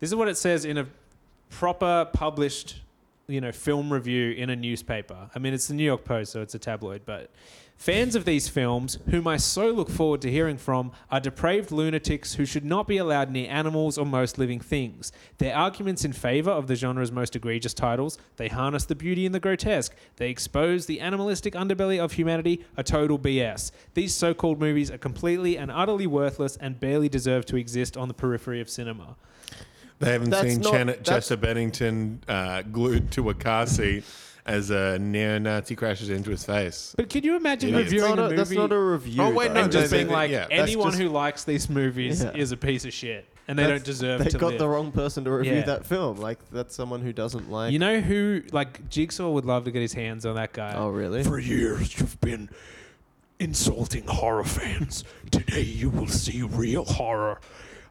Speaker 1: This is what it says in a proper published, you know, film review in a newspaper. I mean, it's the New York Post, so it's a tabloid, but fans of these films, whom I so look forward to hearing from, are depraved lunatics who should not be allowed near animals or most living things. Their arguments in favor of the genre's most egregious titles, they harness the beauty and the grotesque. They expose the animalistic underbelly of humanity, a total BS. These so-called movies are completely and utterly worthless and barely deserve to exist on the periphery of cinema.
Speaker 6: They haven't
Speaker 3: That's
Speaker 6: seen
Speaker 3: not-
Speaker 6: Janet
Speaker 3: that's-
Speaker 6: Chester Bennington uh, glued to a car seat as a neo-Nazi crashes into his face.
Speaker 1: But could you imagine
Speaker 6: Idiots.
Speaker 1: reviewing
Speaker 3: Not
Speaker 1: a
Speaker 3: a-
Speaker 1: movie?
Speaker 3: that's not a review.
Speaker 6: Oh, wait,
Speaker 3: though.
Speaker 6: no,
Speaker 1: and just
Speaker 6: they-
Speaker 1: being
Speaker 6: they-
Speaker 1: like
Speaker 6: yeah, that's
Speaker 1: anyone
Speaker 6: just-
Speaker 1: who likes these movies
Speaker 3: Yeah.
Speaker 1: is a piece of shit, and they don't
Speaker 3: That's-
Speaker 1: deserve
Speaker 3: They
Speaker 1: uh, to
Speaker 3: got
Speaker 1: live.
Speaker 3: the wrong person to review
Speaker 1: Yeah.
Speaker 3: that film. Like that's someone who doesn't like.
Speaker 1: you know who? Like Jigsaw would love to get his hands on that guy.
Speaker 3: oh really?
Speaker 9: For years, you've been insulting horror fans. Today, you will see real horror.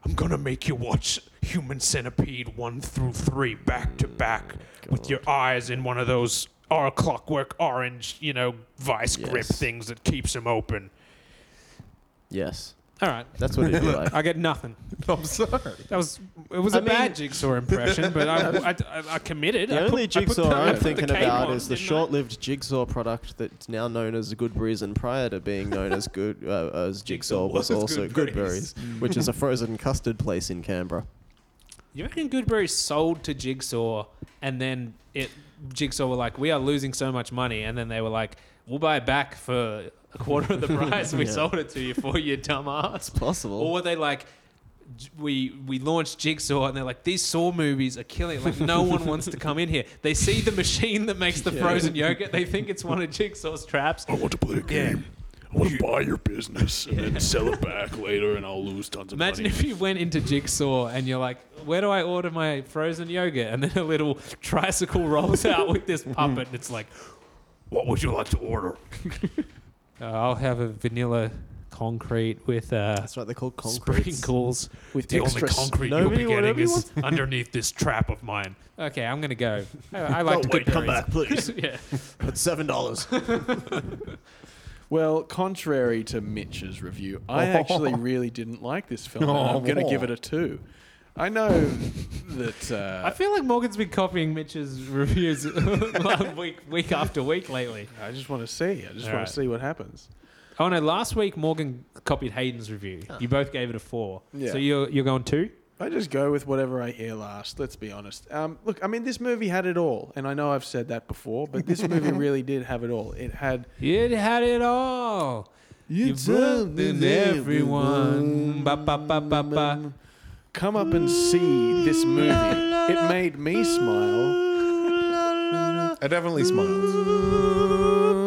Speaker 9: I'm gonna make you watch Human Centipede 1 through 3 back to back
Speaker 1: Mm,
Speaker 9: with your eyes in one of those or clockwork orange, you know, vice grip
Speaker 3: Yes.
Speaker 9: things that keeps him open.
Speaker 3: Yes,
Speaker 1: All right,
Speaker 3: that's what it'd be like.
Speaker 1: I get nothing.
Speaker 6: I'm sorry.
Speaker 1: That was it was a
Speaker 3: I mean-
Speaker 1: bad Jigsaw impression, but I, I, I, I committed. I
Speaker 3: The only
Speaker 1: put- I put
Speaker 3: jigsaw
Speaker 1: the-
Speaker 3: I'm
Speaker 1: the
Speaker 3: thinking
Speaker 1: cape
Speaker 3: about
Speaker 1: on,
Speaker 3: is the
Speaker 1: didn't I?
Speaker 3: short-lived jigsaw product that's now known as Goodberries, and prior to being known as Good uh, as Jigsaw was also Goodberries, which is a frozen custard place in Canberra.
Speaker 1: You reckon Goodberry sold to Jigsaw, and then it Jigsaw were like, "We are losing so much money," and then they were like, "We'll buy it back for a quarter of the price we
Speaker 3: Yeah.
Speaker 1: sold it to you for, you dumbass."
Speaker 3: Possible.
Speaker 1: Or were they like, j- we we launched Jigsaw and they're like, these Saw movies are killing. it. Like no one wants to come in here. They see the machine that makes the frozen yogurt. They think it's one of Jigsaw's traps.
Speaker 9: I want to play a game. I want to buy your business and then sell it back later, and I'll lose tons of
Speaker 1: Imagine
Speaker 9: money.
Speaker 1: if you went into Jigsaw and you're like, where do I order my frozen yogurt? And then a little tricycle rolls out with this puppet and it's like,
Speaker 9: what would you like to order?
Speaker 1: "Uh, I'll have a vanilla concrete with uh,
Speaker 3: That's right. They're called concrete.
Speaker 1: sprinkles.
Speaker 3: With
Speaker 9: The only concrete
Speaker 3: Nobody-
Speaker 9: you'll be
Speaker 3: whatever
Speaker 9: getting
Speaker 3: you
Speaker 9: is underneath this trap of mine.
Speaker 1: Okay, I'm going to go. I, I like
Speaker 9: Oh,
Speaker 1: to
Speaker 9: wait, come
Speaker 1: Goodberries.
Speaker 9: back, please.
Speaker 1: yeah.
Speaker 3: That's seven dollars.
Speaker 4: Well, contrary to Mitch's review, I actually really didn't like this film. and I'm going to give it a two. I know that.
Speaker 1: I
Speaker 4: Uh,
Speaker 1: feel like Morgan's been copying Mitch's reviews week week after week lately.
Speaker 4: I, just want to see. I just want
Speaker 1: Alright.
Speaker 4: to see what happens.
Speaker 1: Oh no, last week Morgan copied Hayden's review. You both gave it a four.
Speaker 4: Yeah.
Speaker 1: So you're you're going two?
Speaker 4: I just go with whatever I hear last. Let's be honest. Um, look, I mean, this movie had it all, and I know I've said that before, but this movie really did have it all. It had
Speaker 1: It had it all. You
Speaker 4: told
Speaker 1: broke in everyone. Ba, ba, ba, ba, ba.
Speaker 4: come up and see this movie. It made me smile.
Speaker 6: I definitely smiled.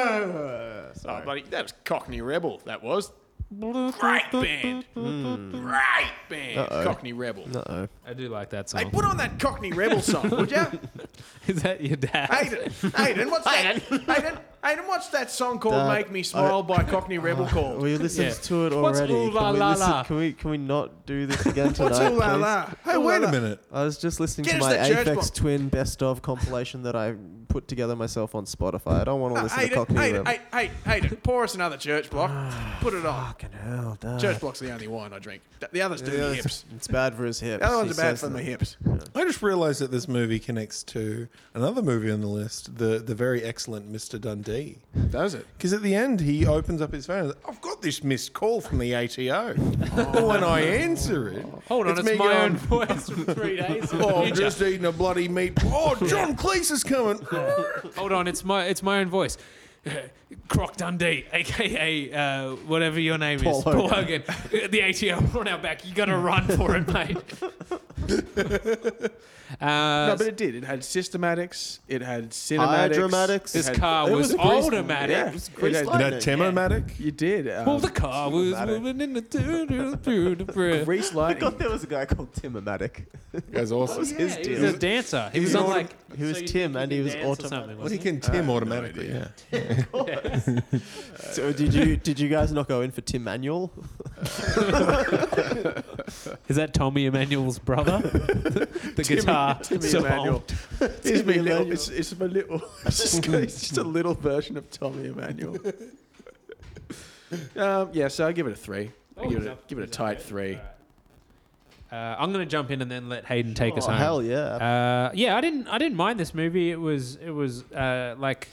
Speaker 2: Oh, buddy, that was Cockney Rebel. That was
Speaker 4: Great band,
Speaker 1: Hmm.
Speaker 2: great band.
Speaker 4: Cockney Rebel.
Speaker 1: I do like that
Speaker 2: Hey,
Speaker 1: song.
Speaker 2: put on that Cockney Rebel song, would you?
Speaker 1: Is that your dad?
Speaker 2: Aiden, Aiden, what's that? Aiden, Aiden, what's that song called
Speaker 3: That-
Speaker 2: "Make Me Smile" by Cockney Rebel called?
Speaker 3: We listened
Speaker 1: Yeah.
Speaker 3: to it
Speaker 1: What's
Speaker 3: already.
Speaker 1: ooh
Speaker 3: can,
Speaker 1: la
Speaker 3: we
Speaker 1: la
Speaker 3: listen-
Speaker 1: la?
Speaker 3: can we can we not do this again tonight?
Speaker 2: What's ooh la
Speaker 3: please?
Speaker 2: la?
Speaker 6: Hey, wait a minute.
Speaker 3: I was just listening
Speaker 2: Get
Speaker 3: to
Speaker 2: us
Speaker 3: my
Speaker 2: the church
Speaker 3: Aphex
Speaker 2: bomb.
Speaker 3: Twin best of compilation that I put together myself on Spotify. I don't want to listen to
Speaker 2: Aiden,
Speaker 3: Cockney
Speaker 2: Aiden,
Speaker 3: Rebel.
Speaker 2: Aiden, Aiden, Aiden, pour us another church block. Put it on.
Speaker 3: Fucking hell, dude.
Speaker 2: Church block's the only wine I drink. Th- The others do the hips.
Speaker 3: It's bad for his hips.
Speaker 2: The other ones
Speaker 3: He
Speaker 2: are bad
Speaker 3: says
Speaker 2: for
Speaker 3: that.
Speaker 2: my hips.
Speaker 6: I just realized that this movie connects to another movie on the list, the the very excellent Mr. Dundee.
Speaker 4: Does it?
Speaker 6: Because at the end, he opens up his phone. and, I've got this missed call from the ATO. but when I answer it,
Speaker 1: Hold on, it's,
Speaker 6: me
Speaker 1: my
Speaker 6: going,
Speaker 1: own voice from three days. in the
Speaker 6: Oh, I'm
Speaker 1: future.
Speaker 6: just eating a bloody meat. Oh, John Cleese is coming.
Speaker 1: Hold on, it's my it's my own voice. Uh, Croc Dundee, aka uh, whatever your name
Speaker 3: Paul
Speaker 1: is, Paul Hogan, Uh, the ATO on our back. You got to run for it, mate. uh,
Speaker 4: No, but it did. It had systematics. It had cinematics.
Speaker 3: Hydramatics.
Speaker 1: this
Speaker 4: had-
Speaker 1: car
Speaker 3: it
Speaker 1: was,
Speaker 3: was a grease-
Speaker 1: automatic.
Speaker 4: Yeah,
Speaker 3: Grease
Speaker 4: it had,
Speaker 6: You know,
Speaker 3: lightning.
Speaker 6: Temomatic?
Speaker 4: you did. Um,
Speaker 1: Well, the car was moving in the doo-doo-doo-doo-doo.
Speaker 4: Grease
Speaker 3: I
Speaker 4: lightning.
Speaker 3: forgot there was a guy called Timomatic.
Speaker 1: Uh,
Speaker 6: That's awesome.
Speaker 3: was his
Speaker 1: He
Speaker 3: deal.
Speaker 1: was a dancer. He was on like
Speaker 3: he was
Speaker 1: you
Speaker 3: Tim
Speaker 1: think
Speaker 3: and
Speaker 1: could
Speaker 3: he was
Speaker 1: dance or
Speaker 3: automatic.
Speaker 1: something,
Speaker 6: Well, he
Speaker 1: wasn't
Speaker 6: can Tim automatically, yeah.
Speaker 3: so did you did you guys not go in for Tim Manuel?
Speaker 1: he? Is that Tommy Emmanuel's brother? the guitar.
Speaker 4: Timmy
Speaker 1: song.
Speaker 4: Emmanuel. It's
Speaker 3: Timmy
Speaker 4: my little.
Speaker 3: Emmanuel.
Speaker 4: It's, it's my little. It's just, it's just a little version of Tommy Emmanuel. um, yeah, so I give it a three. I
Speaker 1: Oh,
Speaker 4: give
Speaker 1: he's
Speaker 4: it a,
Speaker 1: up-
Speaker 4: give it a
Speaker 1: he's up
Speaker 4: tight
Speaker 1: there.
Speaker 4: three.
Speaker 1: Uh, I'm going to jump in and then let Hayden take us
Speaker 3: Oh,
Speaker 1: home.
Speaker 3: hell yeah!
Speaker 1: Uh, yeah, I didn't. I didn't mind this movie. It was. It was uh, like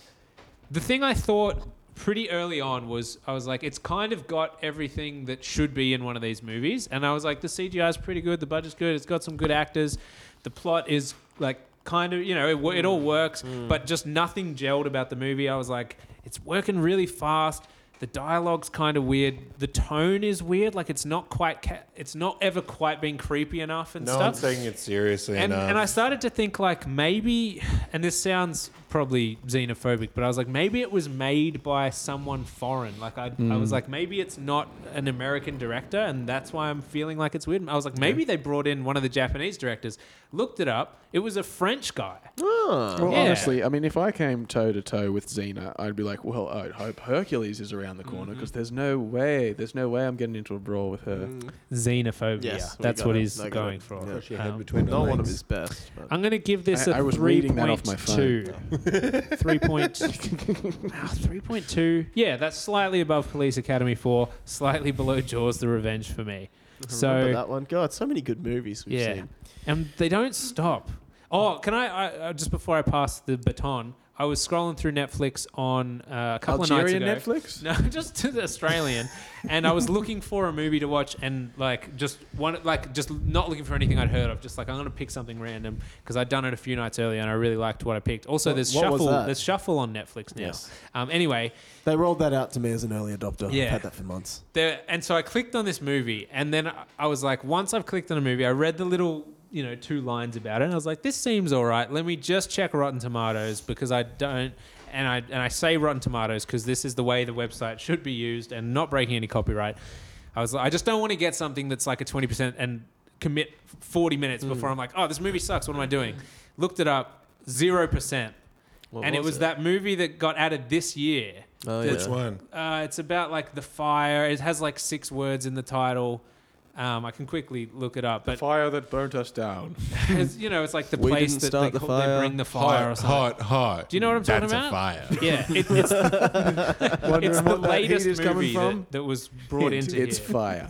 Speaker 1: the thing I thought pretty early on was I was like, it's kind of got everything that should be in one of these movies, and I was like, the CGI is pretty good, the budget's good, it's got some good actors, the plot is like kind of you know it, wo- it all works, but just nothing gelled about the movie. I was like, it's working really fast. The dialogue's kind of weird. The tone is weird. Like it's not quite. Ca- it's not ever quite been creepy enough and
Speaker 6: No
Speaker 1: stuff.
Speaker 6: one's taking it seriously
Speaker 1: and,
Speaker 6: enough.
Speaker 1: and
Speaker 3: um,
Speaker 1: I started to think like maybe, and this sounds probably xenophobic, but I was like maybe it was made by someone foreign. Like I, I
Speaker 3: Mm.
Speaker 1: was like maybe it's not an American director, and that's why I'm feeling like it's weird. I was like maybe they brought in one of the Japanese directors. Looked it up. It was a French guy.
Speaker 4: Well,
Speaker 1: Yeah.
Speaker 4: honestly, I mean, if I came toe to toe with Xena, I'd be like, well, I'd hope Hercules is around the corner because there's no way, there's no way I'm getting into a brawl with her.
Speaker 1: Xenophobia.
Speaker 3: Yes, we
Speaker 1: that's
Speaker 3: got
Speaker 1: what
Speaker 3: it.
Speaker 1: he's
Speaker 3: I got
Speaker 1: going
Speaker 3: it.
Speaker 1: for.
Speaker 3: Yeah. Push
Speaker 6: Oh,
Speaker 1: Um,
Speaker 3: Not one of his best. But.
Speaker 1: I'm going to give this a
Speaker 4: I- I was
Speaker 1: three
Speaker 4: reading that off my
Speaker 1: point
Speaker 4: phone.
Speaker 1: two. Three point- Ah, 3.2. Yeah, that's slightly above Police Academy 4, slightly below Jaws the Revenge for me.
Speaker 3: Remember
Speaker 1: So,
Speaker 3: that one? God, so many good movies we've
Speaker 1: yeah.
Speaker 3: seen.
Speaker 1: And they don't stop. Oh, can I, I, I just before I pass the baton, I was scrolling through Netflix on uh, a couple
Speaker 4: Algerian
Speaker 1: of nights ago.
Speaker 4: Netflix?
Speaker 1: No, just to the Australian. and I was looking for a movie to watch and like just one like just not looking for anything I'd heard of. Just like I'm gonna pick something random because I'd done it a few nights earlier and I really liked what I picked. Also, there's
Speaker 3: what was
Speaker 1: shuffle.
Speaker 3: that?
Speaker 1: There's shuffle on Netflix now.
Speaker 3: Yes.
Speaker 1: Um, anyway,
Speaker 3: They rolled that out to me as an early adopter.
Speaker 1: Yeah.
Speaker 3: I've had that for months.
Speaker 1: there and so I clicked on this movie and then I- I was like once I've clicked on a movie I read the little you know two lines about it and I was like this seems all right let me just check Rotten Tomatoes because I don't and I and I say Rotten Tomatoes because this is the way the website should be used and not breaking any copyright I was like I just don't want to get something that's like a 20% and commit 40 minutes before I'm like oh this movie sucks what am I doing looked it up 0% and it was that movie that got added this year
Speaker 3: Oh,
Speaker 1: That's
Speaker 6: Which one?
Speaker 1: uh, it's about like the fire. It has like six words in the title. Um, I can quickly look it up, but
Speaker 4: Fire that burnt us down.
Speaker 1: it's, you know, it's like the
Speaker 3: We
Speaker 1: place that
Speaker 3: didn't
Speaker 1: they,
Speaker 3: start the
Speaker 1: call, they
Speaker 3: fire.
Speaker 1: bring the fire or
Speaker 6: hot,
Speaker 1: something.
Speaker 6: hot, hot.
Speaker 1: Do you know what I'm talking
Speaker 6: That's
Speaker 1: about?
Speaker 6: A fire.
Speaker 1: Yeah, it, it's, it's the
Speaker 4: what that heat
Speaker 1: latest
Speaker 4: is coming
Speaker 1: movie
Speaker 4: from?
Speaker 1: that, that was brought
Speaker 4: Hint,
Speaker 1: into
Speaker 4: It's
Speaker 1: here.
Speaker 4: fire.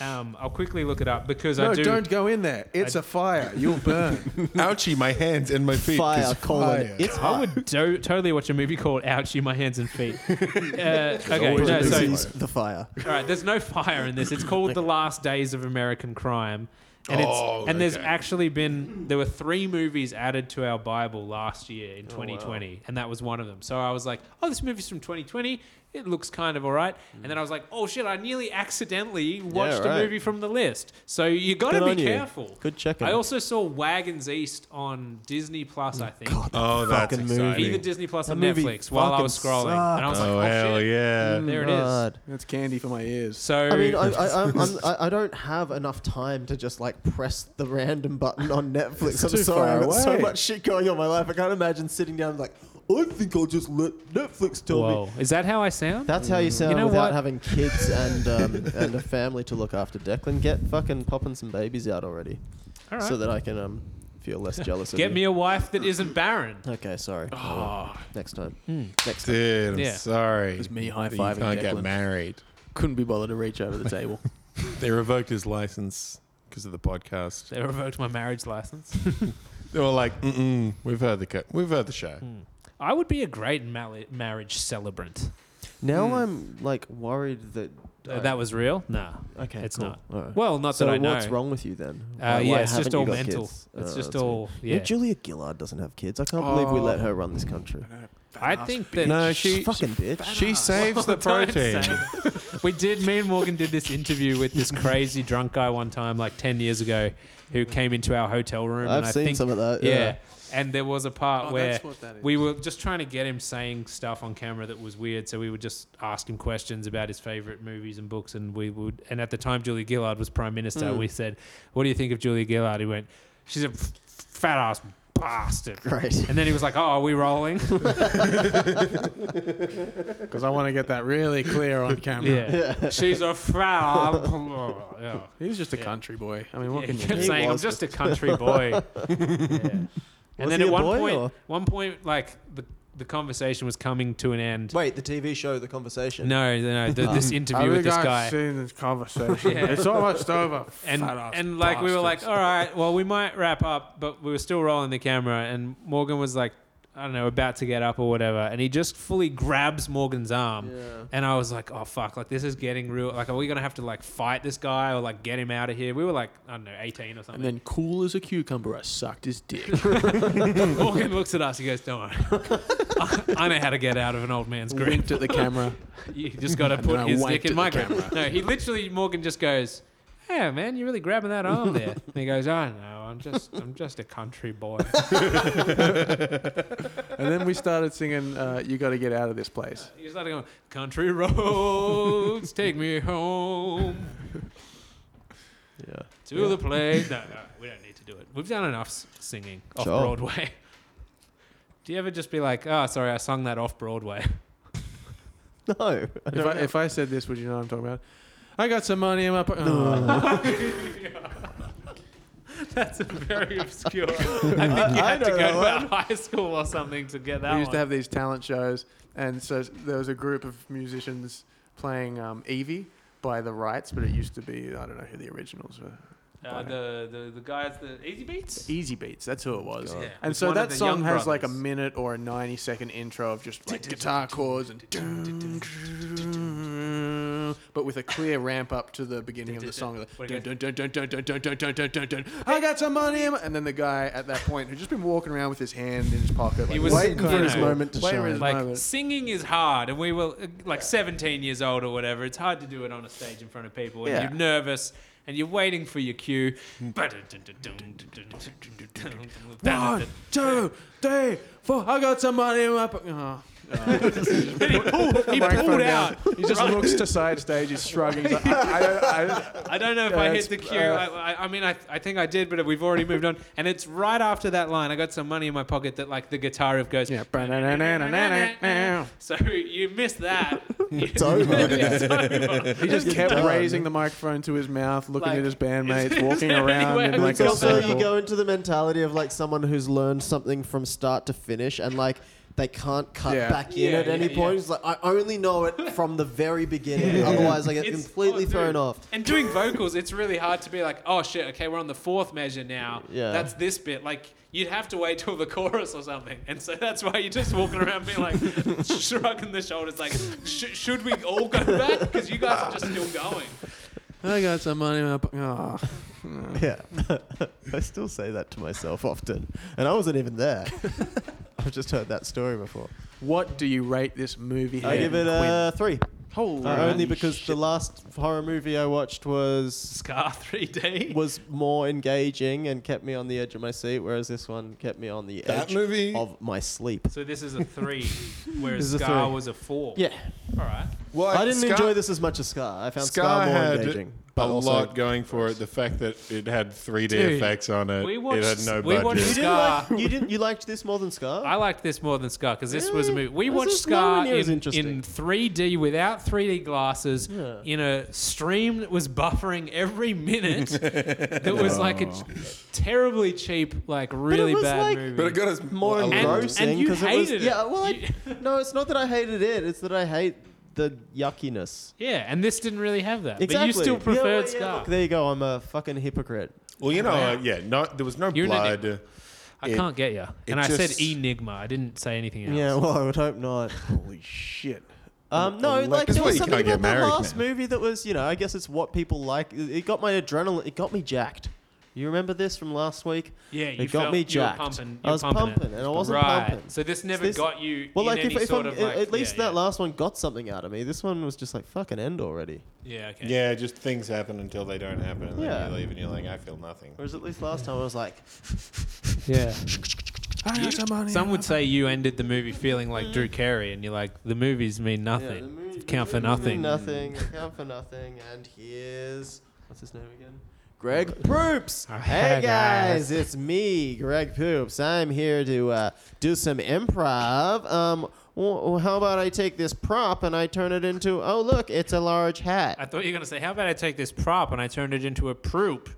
Speaker 1: um, I'll quickly look it up because
Speaker 4: no,
Speaker 1: I do.
Speaker 4: not go in there. It's a fire. You'll burn.
Speaker 6: Ouchie, my hands and my feet. 'cause
Speaker 3: Fire, colon.
Speaker 6: fire.
Speaker 3: It's
Speaker 1: I would do- totally watch a movie called "Ouchie, My Hands and Feet." Uh, okay,
Speaker 6: always
Speaker 1: no,
Speaker 6: a
Speaker 1: so,
Speaker 6: movie.
Speaker 3: Lucy's the fire.
Speaker 1: All right, there's no fire in this. It's called The Last Days of American Crime. And, it's,
Speaker 6: Oh,
Speaker 1: and there's
Speaker 6: okay.
Speaker 1: actually been there were three movies added to our Bible last year
Speaker 3: Oh,
Speaker 1: in 2020, and that was one of them. So I was like, "Oh, this movie's from 2020. It looks kind of all right." And then I was like, "Oh shit! I nearly accidentally watched
Speaker 3: right.
Speaker 1: a movie from the list." So you got
Speaker 3: Good
Speaker 1: to
Speaker 3: on
Speaker 1: be
Speaker 3: you.
Speaker 1: careful.
Speaker 3: Good checking.
Speaker 1: I also saw Wagons East on Disney Plus. I think
Speaker 6: Oh, that's
Speaker 3: Fucking
Speaker 6: exciting.
Speaker 1: either Disney Plus
Speaker 3: That
Speaker 1: or
Speaker 3: movie
Speaker 1: Netflix. While I
Speaker 3: fucking
Speaker 1: was scrolling, and I was
Speaker 6: Oh, Mm.
Speaker 1: like, "Oh
Speaker 6: hell
Speaker 1: shit!"
Speaker 6: yeah.
Speaker 1: There it is.
Speaker 3: God.
Speaker 4: That's candy for my ears.
Speaker 1: So
Speaker 3: I mean, I, I, I'm, I'm, I I don't have enough time to just like press the random button on Netflix. I'm
Speaker 4: too
Speaker 3: sorry,
Speaker 4: far
Speaker 3: I've got so
Speaker 4: away.
Speaker 3: much shit going on in my life. I can't imagine sitting down and like, I think I'll just let Netflix tell me.
Speaker 1: Whoa. Is that how I sound?
Speaker 3: That's how you sound
Speaker 1: know
Speaker 3: without
Speaker 1: what?
Speaker 3: having kids and um, and a family to look after. Declan, get fucking popping some babies out already,
Speaker 1: All
Speaker 3: so that I can um, feel less jealous.
Speaker 1: Get
Speaker 3: of
Speaker 1: me Oh.
Speaker 3: you.
Speaker 1: a wife that isn't barren.
Speaker 3: Okay, sorry. Next time. Next time.
Speaker 6: Dude, I'm
Speaker 1: Yeah.
Speaker 6: sorry.
Speaker 4: It's me high
Speaker 6: that you
Speaker 4: fiving
Speaker 6: can't get
Speaker 4: Declan.
Speaker 6: married.
Speaker 4: Couldn't be bothered to reach over the table.
Speaker 6: They revoked his license because of the podcast.
Speaker 1: They revoked my marriage license.
Speaker 6: They were like, "Mm-mm, we've heard the co- we've heard the show."
Speaker 1: I would be a great mal- marriage celebrant.
Speaker 3: Now I'm like worried that
Speaker 1: Uh, Hmm. that was real? Nah.
Speaker 3: okay.
Speaker 1: it's
Speaker 3: cool.
Speaker 1: not.
Speaker 3: Alright.
Speaker 1: Well, not
Speaker 3: so
Speaker 1: that I know.
Speaker 3: what's wrong with you then?
Speaker 1: Uh,
Speaker 3: Why-
Speaker 1: yeah,
Speaker 3: why
Speaker 1: it's
Speaker 3: haven't
Speaker 1: just
Speaker 3: you
Speaker 1: all
Speaker 3: got
Speaker 1: mental.
Speaker 3: kids?
Speaker 1: It's
Speaker 3: Oh,
Speaker 1: just
Speaker 3: that's
Speaker 1: all.
Speaker 3: weird.
Speaker 1: Yeah. Oh.
Speaker 3: Yeah, Julia Gillard doesn't have kids. I can't believe we let her run this country.
Speaker 1: I think that.
Speaker 6: No,
Speaker 3: She
Speaker 6: she
Speaker 3: fucking bitch.
Speaker 6: she saves the
Speaker 1: Don't say
Speaker 6: protein.
Speaker 1: that. we did. Me and Morgan did this interview with this crazy drunk guy one time, like ten years ago, who came into our hotel room.
Speaker 3: I've
Speaker 1: and I
Speaker 3: seen
Speaker 1: think,
Speaker 3: some of that,
Speaker 1: Yeah.
Speaker 3: yeah.
Speaker 1: And there was a part
Speaker 4: Oh,
Speaker 1: where
Speaker 4: that's what that is.
Speaker 1: we were just trying to get him saying stuff on camera that was weird, so we would just ask him questions about his favorite movies and books, and we would. And at the time, Julia Gillard was prime minister. We said, "What do you think of Julia Gillard?" He went, "She's a f- fat ass." Bastard.
Speaker 3: Great.
Speaker 1: And then he was like, Oh, are we rolling?
Speaker 4: Because I want to get that really clear on camera.
Speaker 1: Yeah. She's a fat. yeah.
Speaker 4: He was just a country boy. I mean, what
Speaker 1: Yeah,
Speaker 4: can
Speaker 1: he
Speaker 4: you
Speaker 1: kept
Speaker 4: do?
Speaker 1: saying, "I'm just a country boy." Yeah. And
Speaker 3: Was
Speaker 1: then
Speaker 3: he
Speaker 1: at
Speaker 3: a
Speaker 1: one
Speaker 3: boy
Speaker 1: point,
Speaker 3: or-
Speaker 1: one point, like the the conversation was coming to an end.
Speaker 3: Wait, the TV show, The Conversation.
Speaker 1: No, no, no, the, this interview with this guy.
Speaker 4: seen this conversation.
Speaker 1: Yeah.
Speaker 4: It's almost over.
Speaker 1: And, and like we were like, all right, well we might wrap up, but we were still rolling the camera. And Morgan was like, I don't know, about to get up or whatever, and he just fully grabs Morgan's arm. And I was like, oh fuck, like this is getting real. Like, are we gonna have to like fight this guy or like get him out of here? We were like, I don't know, eighteen or something.
Speaker 4: and then cool as a cucumber, I sucked his dick.
Speaker 1: Morgan looks at us. He goes, "Don't worry." I know how to get out of an old man's grip.
Speaker 2: winked at the camera.
Speaker 1: You just got to
Speaker 2: I
Speaker 1: put his dick
Speaker 2: winked at
Speaker 1: in my
Speaker 2: the
Speaker 1: grip. No, he literally Morgan just goes, "Yeah, man, you're really grabbing that arm there." And he goes, "I know, I'm just, I'm just a country boy."
Speaker 2: And then we started singing, uh, "You Got to Get Out of This Place."
Speaker 1: He's like, going, "Country roads take me home
Speaker 3: Yeah.
Speaker 1: to the place." No, no, we don't need to do it. We've done enough s- singing off
Speaker 3: Sure.
Speaker 1: Broadway. Do you ever just be like, "Oh, sorry, I sung that off Broadway"?
Speaker 3: No.
Speaker 2: If I, if I said this, would you know what I'm talking about? I got some money in my pocket. Oh.
Speaker 1: That's a very obscure. I think you
Speaker 3: I
Speaker 1: had to
Speaker 3: know
Speaker 1: go
Speaker 3: that
Speaker 1: to a high school or something to get that
Speaker 2: we used
Speaker 1: one.
Speaker 2: to have these talent shows, and so there was a group of musicians playing um, Evie by the Rights, but it used to be I don't know who the originals were.
Speaker 1: Uh, the, the the guys, the Easy Beats.
Speaker 2: Easy Beats, that's who it was.
Speaker 1: Yeah.
Speaker 2: And
Speaker 1: With
Speaker 2: so
Speaker 1: one of
Speaker 2: that
Speaker 1: the
Speaker 2: song
Speaker 1: Young
Speaker 2: has like a
Speaker 1: Brothers.
Speaker 2: minute or a 90 second intro of just like guitar chords and but with a clear ramp up to the beginning of the song.
Speaker 1: What it
Speaker 2: I got some money, in my-" and then the guy at that point had just been walking around with his hand in his pocket.
Speaker 1: He
Speaker 2: like,
Speaker 1: was
Speaker 3: Waiting
Speaker 1: you
Speaker 3: for his
Speaker 1: know,
Speaker 3: moment to
Speaker 2: Waiting for
Speaker 3: shine.
Speaker 2: his-
Speaker 1: Like
Speaker 2: moment.
Speaker 1: singing is hard, and we were uh, like 17 years old or whatever. It's hard to do it on a stage in front of people, and
Speaker 2: Yeah.
Speaker 1: you're nervous. And you're waiting for your cue.
Speaker 2: One, two, three, four. I got some money in my pocket. Oh.
Speaker 1: he pulled, he pulled out.
Speaker 2: He just looks to side stage. He's shrugging. He's like, I, I, I, I,
Speaker 1: I don't know if
Speaker 2: Yeah,
Speaker 1: I
Speaker 2: it's-
Speaker 1: hit the cue. I, I, I mean, I, I think I did, but we've already moved on. And it's right after that line. I got some money in my pocket that, like, the guitar riff goes.
Speaker 2: Yeah.
Speaker 1: So you missed that.
Speaker 3: It's over.
Speaker 2: He just kept
Speaker 3: done.
Speaker 2: raising the microphone to his mouth, looking
Speaker 1: Like,
Speaker 2: at his
Speaker 1: is
Speaker 2: bandmates,
Speaker 1: there- is
Speaker 2: walking
Speaker 1: there any
Speaker 2: around
Speaker 1: way
Speaker 2: in
Speaker 1: we
Speaker 2: like
Speaker 3: It's
Speaker 1: can
Speaker 2: a
Speaker 3: also
Speaker 2: circle.
Speaker 3: you go into the mentality of like someone who's learned something from start to finish and like they can't cut
Speaker 2: Yeah.
Speaker 3: back in
Speaker 1: Yeah,
Speaker 3: at any
Speaker 1: yeah,
Speaker 3: point. It's like I only know it from the very beginning. Otherwise I get
Speaker 1: It's-
Speaker 3: completely
Speaker 1: oh, dude.
Speaker 3: thrown off.
Speaker 1: And doing vocals, it's really hard to be like, oh shit, okay, we're on the fourth measure now.
Speaker 3: Yeah.
Speaker 1: That's this bit. Like, you'd have to wait till the chorus or something. And so that's why you're just walking around being like, shrugging the shoulders, like, sh- should we all go back? Because you guys are just still going.
Speaker 2: I got some money. in my po- Oh.
Speaker 3: Yeah. I still say that to myself often. And I wasn't even there. I've just heard that story before.
Speaker 2: What do you rate this movie?
Speaker 3: I give it a three.
Speaker 2: Holy
Speaker 3: Uh, only because the last horror movie I watched was
Speaker 1: Scar 3D.
Speaker 3: was more engaging and kept me on the edge of my seat, whereas this one kept me on the
Speaker 6: That
Speaker 3: edge
Speaker 6: movie?
Speaker 3: of my sleep.
Speaker 1: So this is a three, whereas
Speaker 3: This is a
Speaker 1: Scar
Speaker 3: three.
Speaker 1: was a four.
Speaker 3: Yeah,
Speaker 1: All right.
Speaker 6: Well,
Speaker 3: I didn't
Speaker 6: Scar-
Speaker 3: enjoy this as much as Scar. I found Scar,
Speaker 6: Scar
Speaker 3: more
Speaker 6: had
Speaker 3: engaging,
Speaker 6: a
Speaker 3: but also
Speaker 6: lot going for it. The fact that it had 3D effects on it,
Speaker 1: we watched-
Speaker 6: it had no
Speaker 1: we
Speaker 6: budget.
Speaker 1: watched-
Speaker 3: You didn't
Speaker 1: Scar.
Speaker 3: like you didn't you liked this more than Scar?
Speaker 1: I liked this more than Scar because this was a
Speaker 3: Really?
Speaker 1: movie. We
Speaker 3: Eh, This
Speaker 1: watched
Speaker 3: is nowhere
Speaker 1: Scar
Speaker 3: near as
Speaker 1: in,
Speaker 3: interesting.
Speaker 1: in 3D without 3D glasses
Speaker 3: Yeah.
Speaker 1: in a stream that was buffering every minute. that was like a
Speaker 6: Oh.
Speaker 1: ch- terribly cheap, like really
Speaker 3: was
Speaker 1: bad
Speaker 3: like-
Speaker 1: movie.
Speaker 6: but it got us
Speaker 3: more
Speaker 6: a lot-
Speaker 3: engrossing
Speaker 1: and you
Speaker 3: it was
Speaker 1: hated it.
Speaker 3: yeah. Well, I,
Speaker 1: You-
Speaker 3: no, it's not that I hated it. It's that I hate the yuckiness.
Speaker 1: yeah, and this didn't really have that.
Speaker 3: Exactly.
Speaker 1: But you still
Speaker 3: Yeah,
Speaker 1: preferred
Speaker 3: well, yeah,
Speaker 1: Scar.
Speaker 3: look, there you go. I'm a fucking hypocrite.
Speaker 6: Well, you know, uh, yeah, no, there was no
Speaker 1: You're an
Speaker 6: blood.
Speaker 1: I
Speaker 6: it-
Speaker 1: can't get you. And I
Speaker 6: just-
Speaker 1: said Enigma. I didn't say anything else.
Speaker 3: Yeah. Well, I would hope not.
Speaker 2: Holy shit!
Speaker 3: Um, no, like
Speaker 6: That's
Speaker 3: there
Speaker 6: why
Speaker 3: was
Speaker 6: you
Speaker 3: something
Speaker 6: can't get
Speaker 3: about that
Speaker 6: married,
Speaker 3: last
Speaker 6: man.
Speaker 3: movie that was, you know, I guess it's what people like. It it got my adrenaline. It got me jacked. You remember this from last week?
Speaker 1: Yeah, you
Speaker 3: it got
Speaker 1: felt
Speaker 3: me
Speaker 1: you were
Speaker 3: jacked.
Speaker 1: pumping- you
Speaker 3: I was
Speaker 1: were pumping it.
Speaker 3: and I wasn't
Speaker 1: right.
Speaker 3: pumping.
Speaker 1: So this never
Speaker 3: This-
Speaker 1: got you.
Speaker 3: well,
Speaker 1: in
Speaker 3: like if,
Speaker 1: any
Speaker 3: if
Speaker 1: sort
Speaker 3: I'm,
Speaker 1: of like,
Speaker 3: at least
Speaker 1: yeah,
Speaker 3: that
Speaker 1: yeah.
Speaker 3: last one got something out of me. This one was just like fucking end already.
Speaker 1: Yeah. Okay.
Speaker 6: Yeah, just things happen until they don't happen, and
Speaker 3: Yeah.
Speaker 6: then you leave, and you're like, I feel nothing.
Speaker 3: Whereas at least last time I was like,
Speaker 1: Yeah.
Speaker 2: I got some money.
Speaker 1: Some would say you ended the movie feeling like Drew Carey, and you're like, the movies mean
Speaker 3: yeah, the
Speaker 1: nothing,
Speaker 3: movie-
Speaker 1: count for
Speaker 3: the movie
Speaker 1: nothing.
Speaker 3: meant Nothing. they Count for nothing. And here's what's his name again? Greg Proops. Hey
Speaker 1: Oh, Hey, guys.
Speaker 3: guys, it's me, Greg Poops. I'm here to uh, do some improv. Um, wh- how about I take this prop and I turn it into? Oh, look, it's a large
Speaker 1: I
Speaker 3: hat.
Speaker 1: thought you were gonna say, how about I take this prop and I turned it into a proop?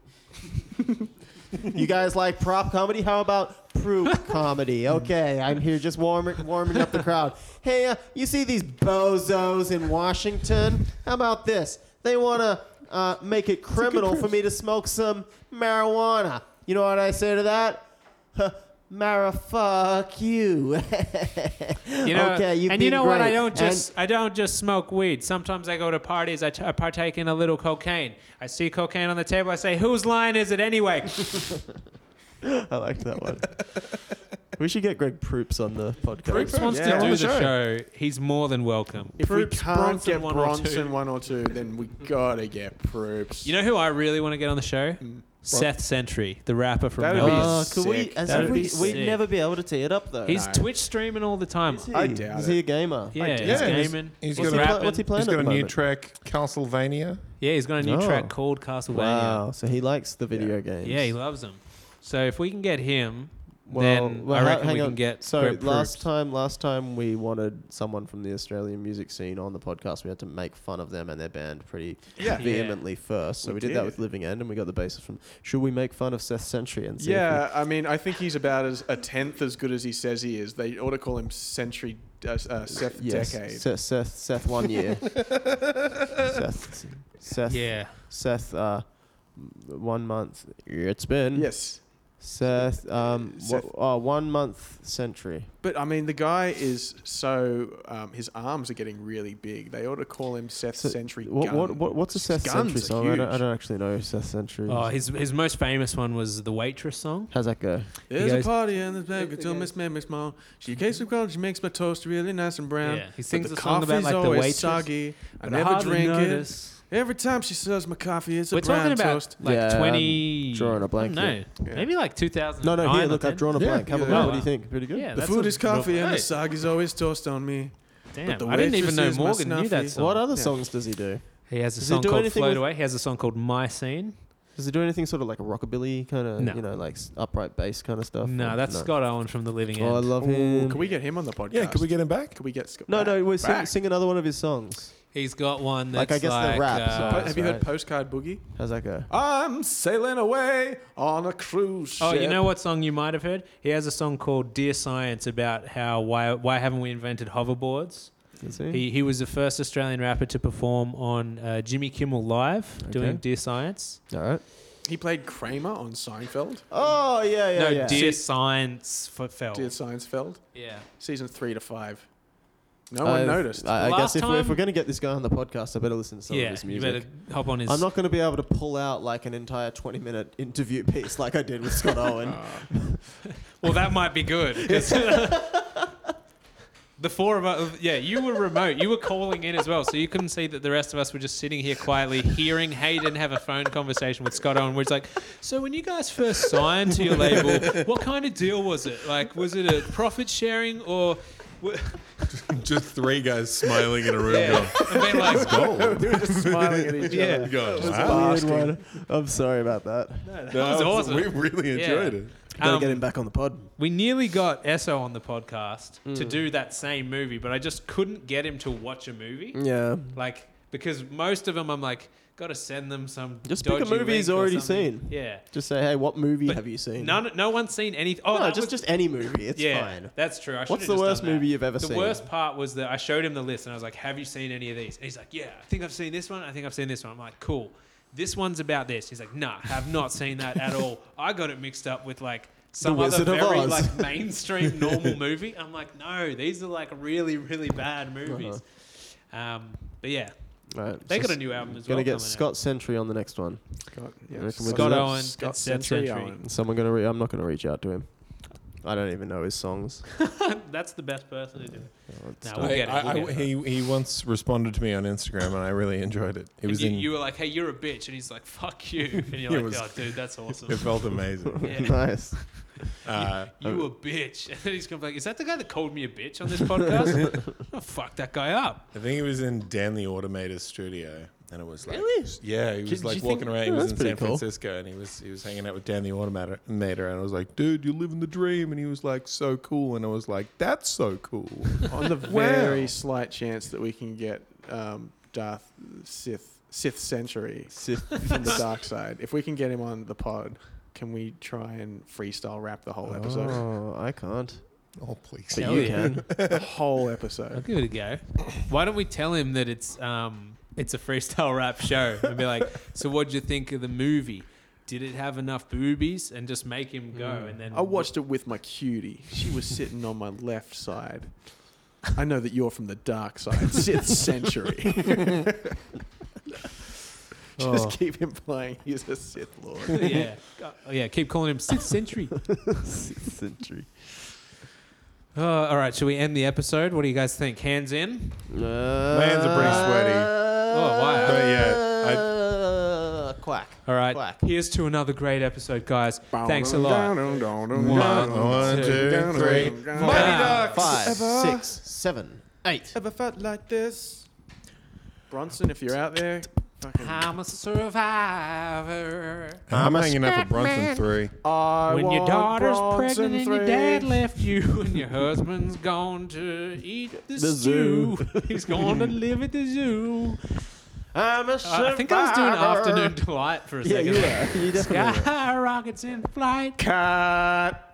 Speaker 3: You guys like prop comedy? How about proop comedy? Okay, I'm here just warming warming up the crowd. Hey, uh, you see these bozos in Washington? How about this? They want to uh, make it criminal for me to smoke some marijuana. You know what I say to that? Huh, Mara, fuck you.
Speaker 1: You know,
Speaker 3: okay, you've
Speaker 1: and you
Speaker 3: been
Speaker 1: know what? I
Speaker 3: great.
Speaker 1: don't
Speaker 3: And-
Speaker 1: just I don't just smoke weed. Sometimes I go to parties. I, t- I partake in a little cocaine. I see cocaine on the table. I say, whose line is it anyway?
Speaker 3: I liked that one. We should get Greg Proops on the podcast.
Speaker 1: Brooks wants
Speaker 2: Yeah.
Speaker 1: to do
Speaker 2: On
Speaker 1: the
Speaker 2: the
Speaker 1: show.
Speaker 6: show.
Speaker 1: He's more than welcome.
Speaker 2: If we
Speaker 1: Proops,
Speaker 2: can't
Speaker 1: Bronson,
Speaker 2: get
Speaker 1: one or two.
Speaker 2: Bronson one or two, then we gotta get Proops.
Speaker 1: You know who I really want to get on the show? Seth Sentry, the rapper from
Speaker 2: That'd be
Speaker 1: Melbourne.
Speaker 3: Oh, could we?
Speaker 2: sick.
Speaker 3: As
Speaker 1: That'd
Speaker 3: if
Speaker 1: be
Speaker 3: we
Speaker 1: sick.
Speaker 3: we'd never be able to tee it up though.
Speaker 1: He's
Speaker 2: No.
Speaker 1: Twitch streaming all the time.
Speaker 3: Is he?
Speaker 2: I doubt
Speaker 3: Is he
Speaker 2: it.
Speaker 3: a gamer?
Speaker 1: Yeah, he's
Speaker 6: Yeah, he's-
Speaker 1: gaming.
Speaker 6: he's
Speaker 1: he's
Speaker 6: got a-
Speaker 1: rapping.
Speaker 3: What's he playing
Speaker 6: He's
Speaker 3: at
Speaker 6: got a
Speaker 3: the
Speaker 6: new
Speaker 3: moment?
Speaker 6: track, Castlevania.
Speaker 1: yeah, he's got a new
Speaker 3: Oh.
Speaker 1: track called Castlevania.
Speaker 3: Wow, so he likes the video games.
Speaker 1: Yeah, he loves them. So if we can get him,
Speaker 3: Well,
Speaker 1: then
Speaker 3: well,
Speaker 1: I
Speaker 3: ha-
Speaker 1: reckon
Speaker 3: hang
Speaker 1: we
Speaker 3: on.
Speaker 1: can get.
Speaker 3: So
Speaker 1: Greg
Speaker 3: last
Speaker 1: Proops.
Speaker 3: time, last time we wanted someone from the Australian music scene on the podcast. We had to make fun of them and their band pretty
Speaker 2: Yeah.
Speaker 3: vehemently first. So we,
Speaker 2: We
Speaker 3: did, that
Speaker 2: did.
Speaker 3: with Living End, and we got the basis from. Should we make fun of Seth Sentry and see? if we-
Speaker 2: Yeah, I mean, I think he's about as a tenth as good as he says he is. They ought to call him Century uh, uh, Seth
Speaker 3: yes,
Speaker 2: Decade.
Speaker 3: Seth, Seth, Seth, one year. Seth, Seth,
Speaker 1: yeah,
Speaker 3: Seth, uh, one month. It's been
Speaker 2: Yes,
Speaker 3: Seth, um,
Speaker 2: Seth.
Speaker 3: wha- oh, one month Sentry.
Speaker 2: but I mean, the guy is so um, his arms are getting really big. They ought to call him Seth
Speaker 3: So,
Speaker 2: Century.
Speaker 3: What,
Speaker 2: Gunn.
Speaker 3: what, what, what's a
Speaker 2: His
Speaker 3: Seth
Speaker 2: guns
Speaker 3: Sentry
Speaker 2: are
Speaker 3: song? I don't, I
Speaker 2: huge.
Speaker 3: don't actually know Seth Sentry.
Speaker 1: Oh, his his most famous one was the waitress song.
Speaker 3: How's that go?
Speaker 2: There's
Speaker 1: goes-
Speaker 2: a party in this bag until Miss Mammy Small. She cakes of gold, she makes my toast really nice and brown.
Speaker 1: Yeah, he
Speaker 2: But
Speaker 1: sings
Speaker 2: the
Speaker 1: a song about,
Speaker 2: coffee's
Speaker 1: like, the
Speaker 2: always
Speaker 1: waitress,
Speaker 2: soggy. I
Speaker 1: But
Speaker 2: never
Speaker 1: hardly
Speaker 2: drink it.
Speaker 1: notice.
Speaker 2: Every time she serves my coffee, it's a
Speaker 1: We're
Speaker 2: brown
Speaker 1: talking about
Speaker 2: toast.
Speaker 1: like
Speaker 3: Yeah, I'm
Speaker 1: twenty.
Speaker 3: drawing a blank
Speaker 1: No,
Speaker 2: Yeah.
Speaker 1: maybe like two thousand.
Speaker 3: No, no, here, look, I've drawn a
Speaker 6: Yeah,
Speaker 3: blank. Have a
Speaker 2: yeah.
Speaker 3: look.
Speaker 1: Oh,
Speaker 3: What do
Speaker 1: wow.
Speaker 3: you think? Pretty good?
Speaker 1: Yeah,
Speaker 2: The
Speaker 1: that's
Speaker 2: food
Speaker 1: a
Speaker 2: is coffee
Speaker 1: real-
Speaker 2: and the
Speaker 1: Hey,
Speaker 2: soggy's always toast on me.
Speaker 1: Damn,
Speaker 2: the
Speaker 1: I didn't even
Speaker 2: waitress
Speaker 1: know
Speaker 2: is my
Speaker 1: Morgan knew that
Speaker 2: snuffy.
Speaker 1: song.
Speaker 3: What other
Speaker 2: Yeah.
Speaker 3: songs does he do?
Speaker 1: He has a
Speaker 3: Does he
Speaker 1: song
Speaker 3: do
Speaker 1: called
Speaker 3: anything
Speaker 1: Float
Speaker 3: with-
Speaker 1: Away. He has a song called My Scene.
Speaker 3: Does he do anything sort of like a rockabilly kind of,
Speaker 1: No.
Speaker 3: you know, like s- upright bass kind of stuff?
Speaker 1: No,
Speaker 3: Or-
Speaker 1: that's Scott Owen from The Living
Speaker 3: Oh, I
Speaker 1: End.
Speaker 3: love
Speaker 2: Ooh,
Speaker 3: him.
Speaker 2: can we get him on the podcast?
Speaker 6: Yeah, could we get him back?
Speaker 2: Could we get Scott?
Speaker 3: no, no, we sing,
Speaker 2: Back.
Speaker 3: sing another one of his songs.
Speaker 1: He's got one
Speaker 3: Like,
Speaker 1: that's
Speaker 3: I guess they're rap, so-
Speaker 1: uh,
Speaker 2: Po- have you heard
Speaker 3: Alright.
Speaker 2: Postcard Boogie?
Speaker 3: How's that go?
Speaker 2: I'm sailing away on a cruise ship.
Speaker 1: Oh, you know what song you might have heard? He has a song called "Dear Science" about how why why haven't we invented hoverboards?
Speaker 3: Is he?
Speaker 1: He he was the first Australian rapper to perform on uh, Jimmy Kimmel Live doing
Speaker 3: Okay.
Speaker 1: "Dear Science."
Speaker 3: All right.
Speaker 2: He played Kramer on Seinfeld.
Speaker 3: Oh, yeah, yeah,
Speaker 1: no,
Speaker 3: yeah.
Speaker 1: "Dear Science" for fell.
Speaker 2: Dear Seinfeld,
Speaker 1: Yeah,
Speaker 2: season three to five. No one
Speaker 3: I've-
Speaker 2: noticed.
Speaker 3: I, I
Speaker 1: Last
Speaker 3: guess if, we, if
Speaker 1: time-
Speaker 3: we're going to get this guy on the podcast, I better listen to some of
Speaker 1: yeah.
Speaker 3: his
Speaker 1: You
Speaker 3: music.
Speaker 1: better hop on his.
Speaker 3: I'm not going to be able to pull out like an entire 20 minute interview piece like I did with Scott Owen.
Speaker 1: Well, that might be good. 'cause- the four of us, yeah, you were remote. You were calling in as well, so you couldn't see that the rest of us were just sitting here quietly hearing Hayden have a phone conversation with Scott Owen, where he's like, "So when you guys first signed to your label, what kind of deal was it? Like, was it a profit sharing or?" w-
Speaker 6: Just three guys smiling in a room.
Speaker 1: Yeah. And then like,
Speaker 6: Gold.
Speaker 2: they were just smiling at each
Speaker 1: Yeah.
Speaker 2: other.
Speaker 3: Weird
Speaker 6: Gold.
Speaker 3: one. I'm sorry about that.
Speaker 1: that was awesome.
Speaker 6: We really enjoyed it.
Speaker 3: Gotta
Speaker 1: Um,
Speaker 3: get him back on the pod.
Speaker 1: We nearly got Esso on the podcast to do that same movie, but I just couldn't get him to watch a movie.
Speaker 3: Yeah.
Speaker 1: Like because most of them, I'm like, gotta send them some.
Speaker 3: Just pick a
Speaker 1: dodgy
Speaker 3: movie he's
Speaker 1: link or
Speaker 3: already
Speaker 1: something.
Speaker 3: seen.
Speaker 1: Yeah.
Speaker 3: Just say, hey, what movie
Speaker 1: But
Speaker 3: have you seen?
Speaker 1: None, no one's seen anything. Oh,
Speaker 3: No,
Speaker 1: that
Speaker 3: just
Speaker 1: was,
Speaker 3: just any movie. It's
Speaker 1: yeah,
Speaker 3: fine.
Speaker 1: That's true. I
Speaker 3: What's
Speaker 1: should've
Speaker 3: the
Speaker 1: just
Speaker 3: worst
Speaker 1: done that.
Speaker 3: movie you've ever
Speaker 1: The
Speaker 3: seen?
Speaker 1: worst part was that I showed him the list and I was like, "Have you seen any of these?" And he's like, "Yeah, I think I've seen this one. I think I've seen this one." I'm like, "Cool. This one's about this." He's like, "Nah, have not seen that at all. I got it mixed up with like some other
Speaker 3: Wizard of
Speaker 1: very
Speaker 3: Oz.
Speaker 1: like mainstream normal movie." I'm like, "No, these are like really really bad movies."
Speaker 3: Uh-huh.
Speaker 1: Um, but yeah,
Speaker 3: Right.
Speaker 1: they
Speaker 3: so
Speaker 1: got a new album as well.
Speaker 3: Gonna get
Speaker 1: coming out.
Speaker 3: Scott Sentry on the next one.
Speaker 2: God, yeah.
Speaker 3: I reckon we'll
Speaker 1: Scott
Speaker 3: do that.
Speaker 1: Owen,
Speaker 2: Scott
Speaker 1: and Seth
Speaker 2: Century
Speaker 1: Century.
Speaker 2: Owen.
Speaker 3: Someone gonna. Re- I'm not gonna reach out to him. I don't even know his songs.
Speaker 1: That's the best person to do it.
Speaker 3: Oh, it's
Speaker 1: Nah,
Speaker 3: dumb.
Speaker 1: We'll
Speaker 6: I,
Speaker 1: get it,
Speaker 6: I,
Speaker 1: we'll
Speaker 6: I,
Speaker 1: get it.
Speaker 6: he, he once responded to me on Instagram and I really enjoyed it. It
Speaker 1: And
Speaker 6: was
Speaker 1: you,
Speaker 6: in,
Speaker 1: you were like, "Hey, you're a bitch," and he's like, "Fuck you," and you're
Speaker 6: It
Speaker 1: like,
Speaker 6: was-
Speaker 1: "Oh, dude, that's awesome."
Speaker 6: it felt amazing.
Speaker 1: Yeah.
Speaker 3: nice.
Speaker 6: uh,
Speaker 1: You a bitch. And then he's going to be like, Is that the guy that called me a bitch on this podcast? oh, fuck that guy up.
Speaker 6: I think it was in Dan the Automator's studio, and it was like, yeah, he was
Speaker 1: Did
Speaker 6: like
Speaker 1: you
Speaker 6: walking
Speaker 1: think- oh,
Speaker 6: around. He
Speaker 3: Yeah,
Speaker 6: was
Speaker 3: that's
Speaker 6: in
Speaker 3: pretty
Speaker 6: San
Speaker 3: cool.
Speaker 6: Francisco, and he was he was hanging out with Dan the Automator, Mater, and I was like, dude, you're living the dream, and he was like, so cool, and I was like, that's so cool.
Speaker 2: On the
Speaker 6: Wow.
Speaker 2: very slight chance that we can get um, Darth Sith Sith Century from the dark side, if we can get him on the pod, can we try and freestyle rap the whole episode?
Speaker 3: Oh, I can't.
Speaker 6: oh please,
Speaker 3: But
Speaker 1: Hell
Speaker 3: you
Speaker 1: yeah.
Speaker 3: can.
Speaker 2: The whole
Speaker 1: I'll
Speaker 2: episode.
Speaker 1: give it a go. Why don't we tell him that it's um, it's a freestyle rap show and be like, So what'd you think of the movie? Did it have enough boobies? And just make him go. And then
Speaker 2: I watched it with my cutie. She was sitting on my left side. I know that you're from the dark side, Sith Century.
Speaker 1: Oh.
Speaker 2: Just keep him playing. He's a Sith Lord.
Speaker 1: yeah. Oh, yeah. Keep calling him Sixth Century.
Speaker 3: Sentry.
Speaker 1: Uh, all right, should we end the episode? What do you guys think? Hands in.
Speaker 6: My hands are pretty sweaty.
Speaker 1: Oh, wow.
Speaker 6: But yeah, I,
Speaker 3: Uh, quack.
Speaker 1: All right,
Speaker 3: Quack.
Speaker 1: here's to another great episode, guys. Thanks a lot.
Speaker 6: one, one, two, three.
Speaker 1: Mighty
Speaker 3: Five, six, seven, eight.
Speaker 2: Ever felt like this? Bronson, if you're out there, fucking.
Speaker 1: I'm a survivor.
Speaker 6: I'm hanging out for Bronson three.
Speaker 2: I
Speaker 1: when your
Speaker 2: want
Speaker 1: daughter's
Speaker 2: Bronson
Speaker 1: pregnant and your
Speaker 2: three.
Speaker 1: dad left you and your husband's gone to eat the,
Speaker 3: The
Speaker 1: stew. He's going to live at the zoo.
Speaker 3: I'm a
Speaker 1: Uh, I think I was doing afternoon delight for a
Speaker 3: Yeah,
Speaker 1: second.
Speaker 3: you were. You definitely were.
Speaker 1: Skyrockets in flight.
Speaker 2: Cut.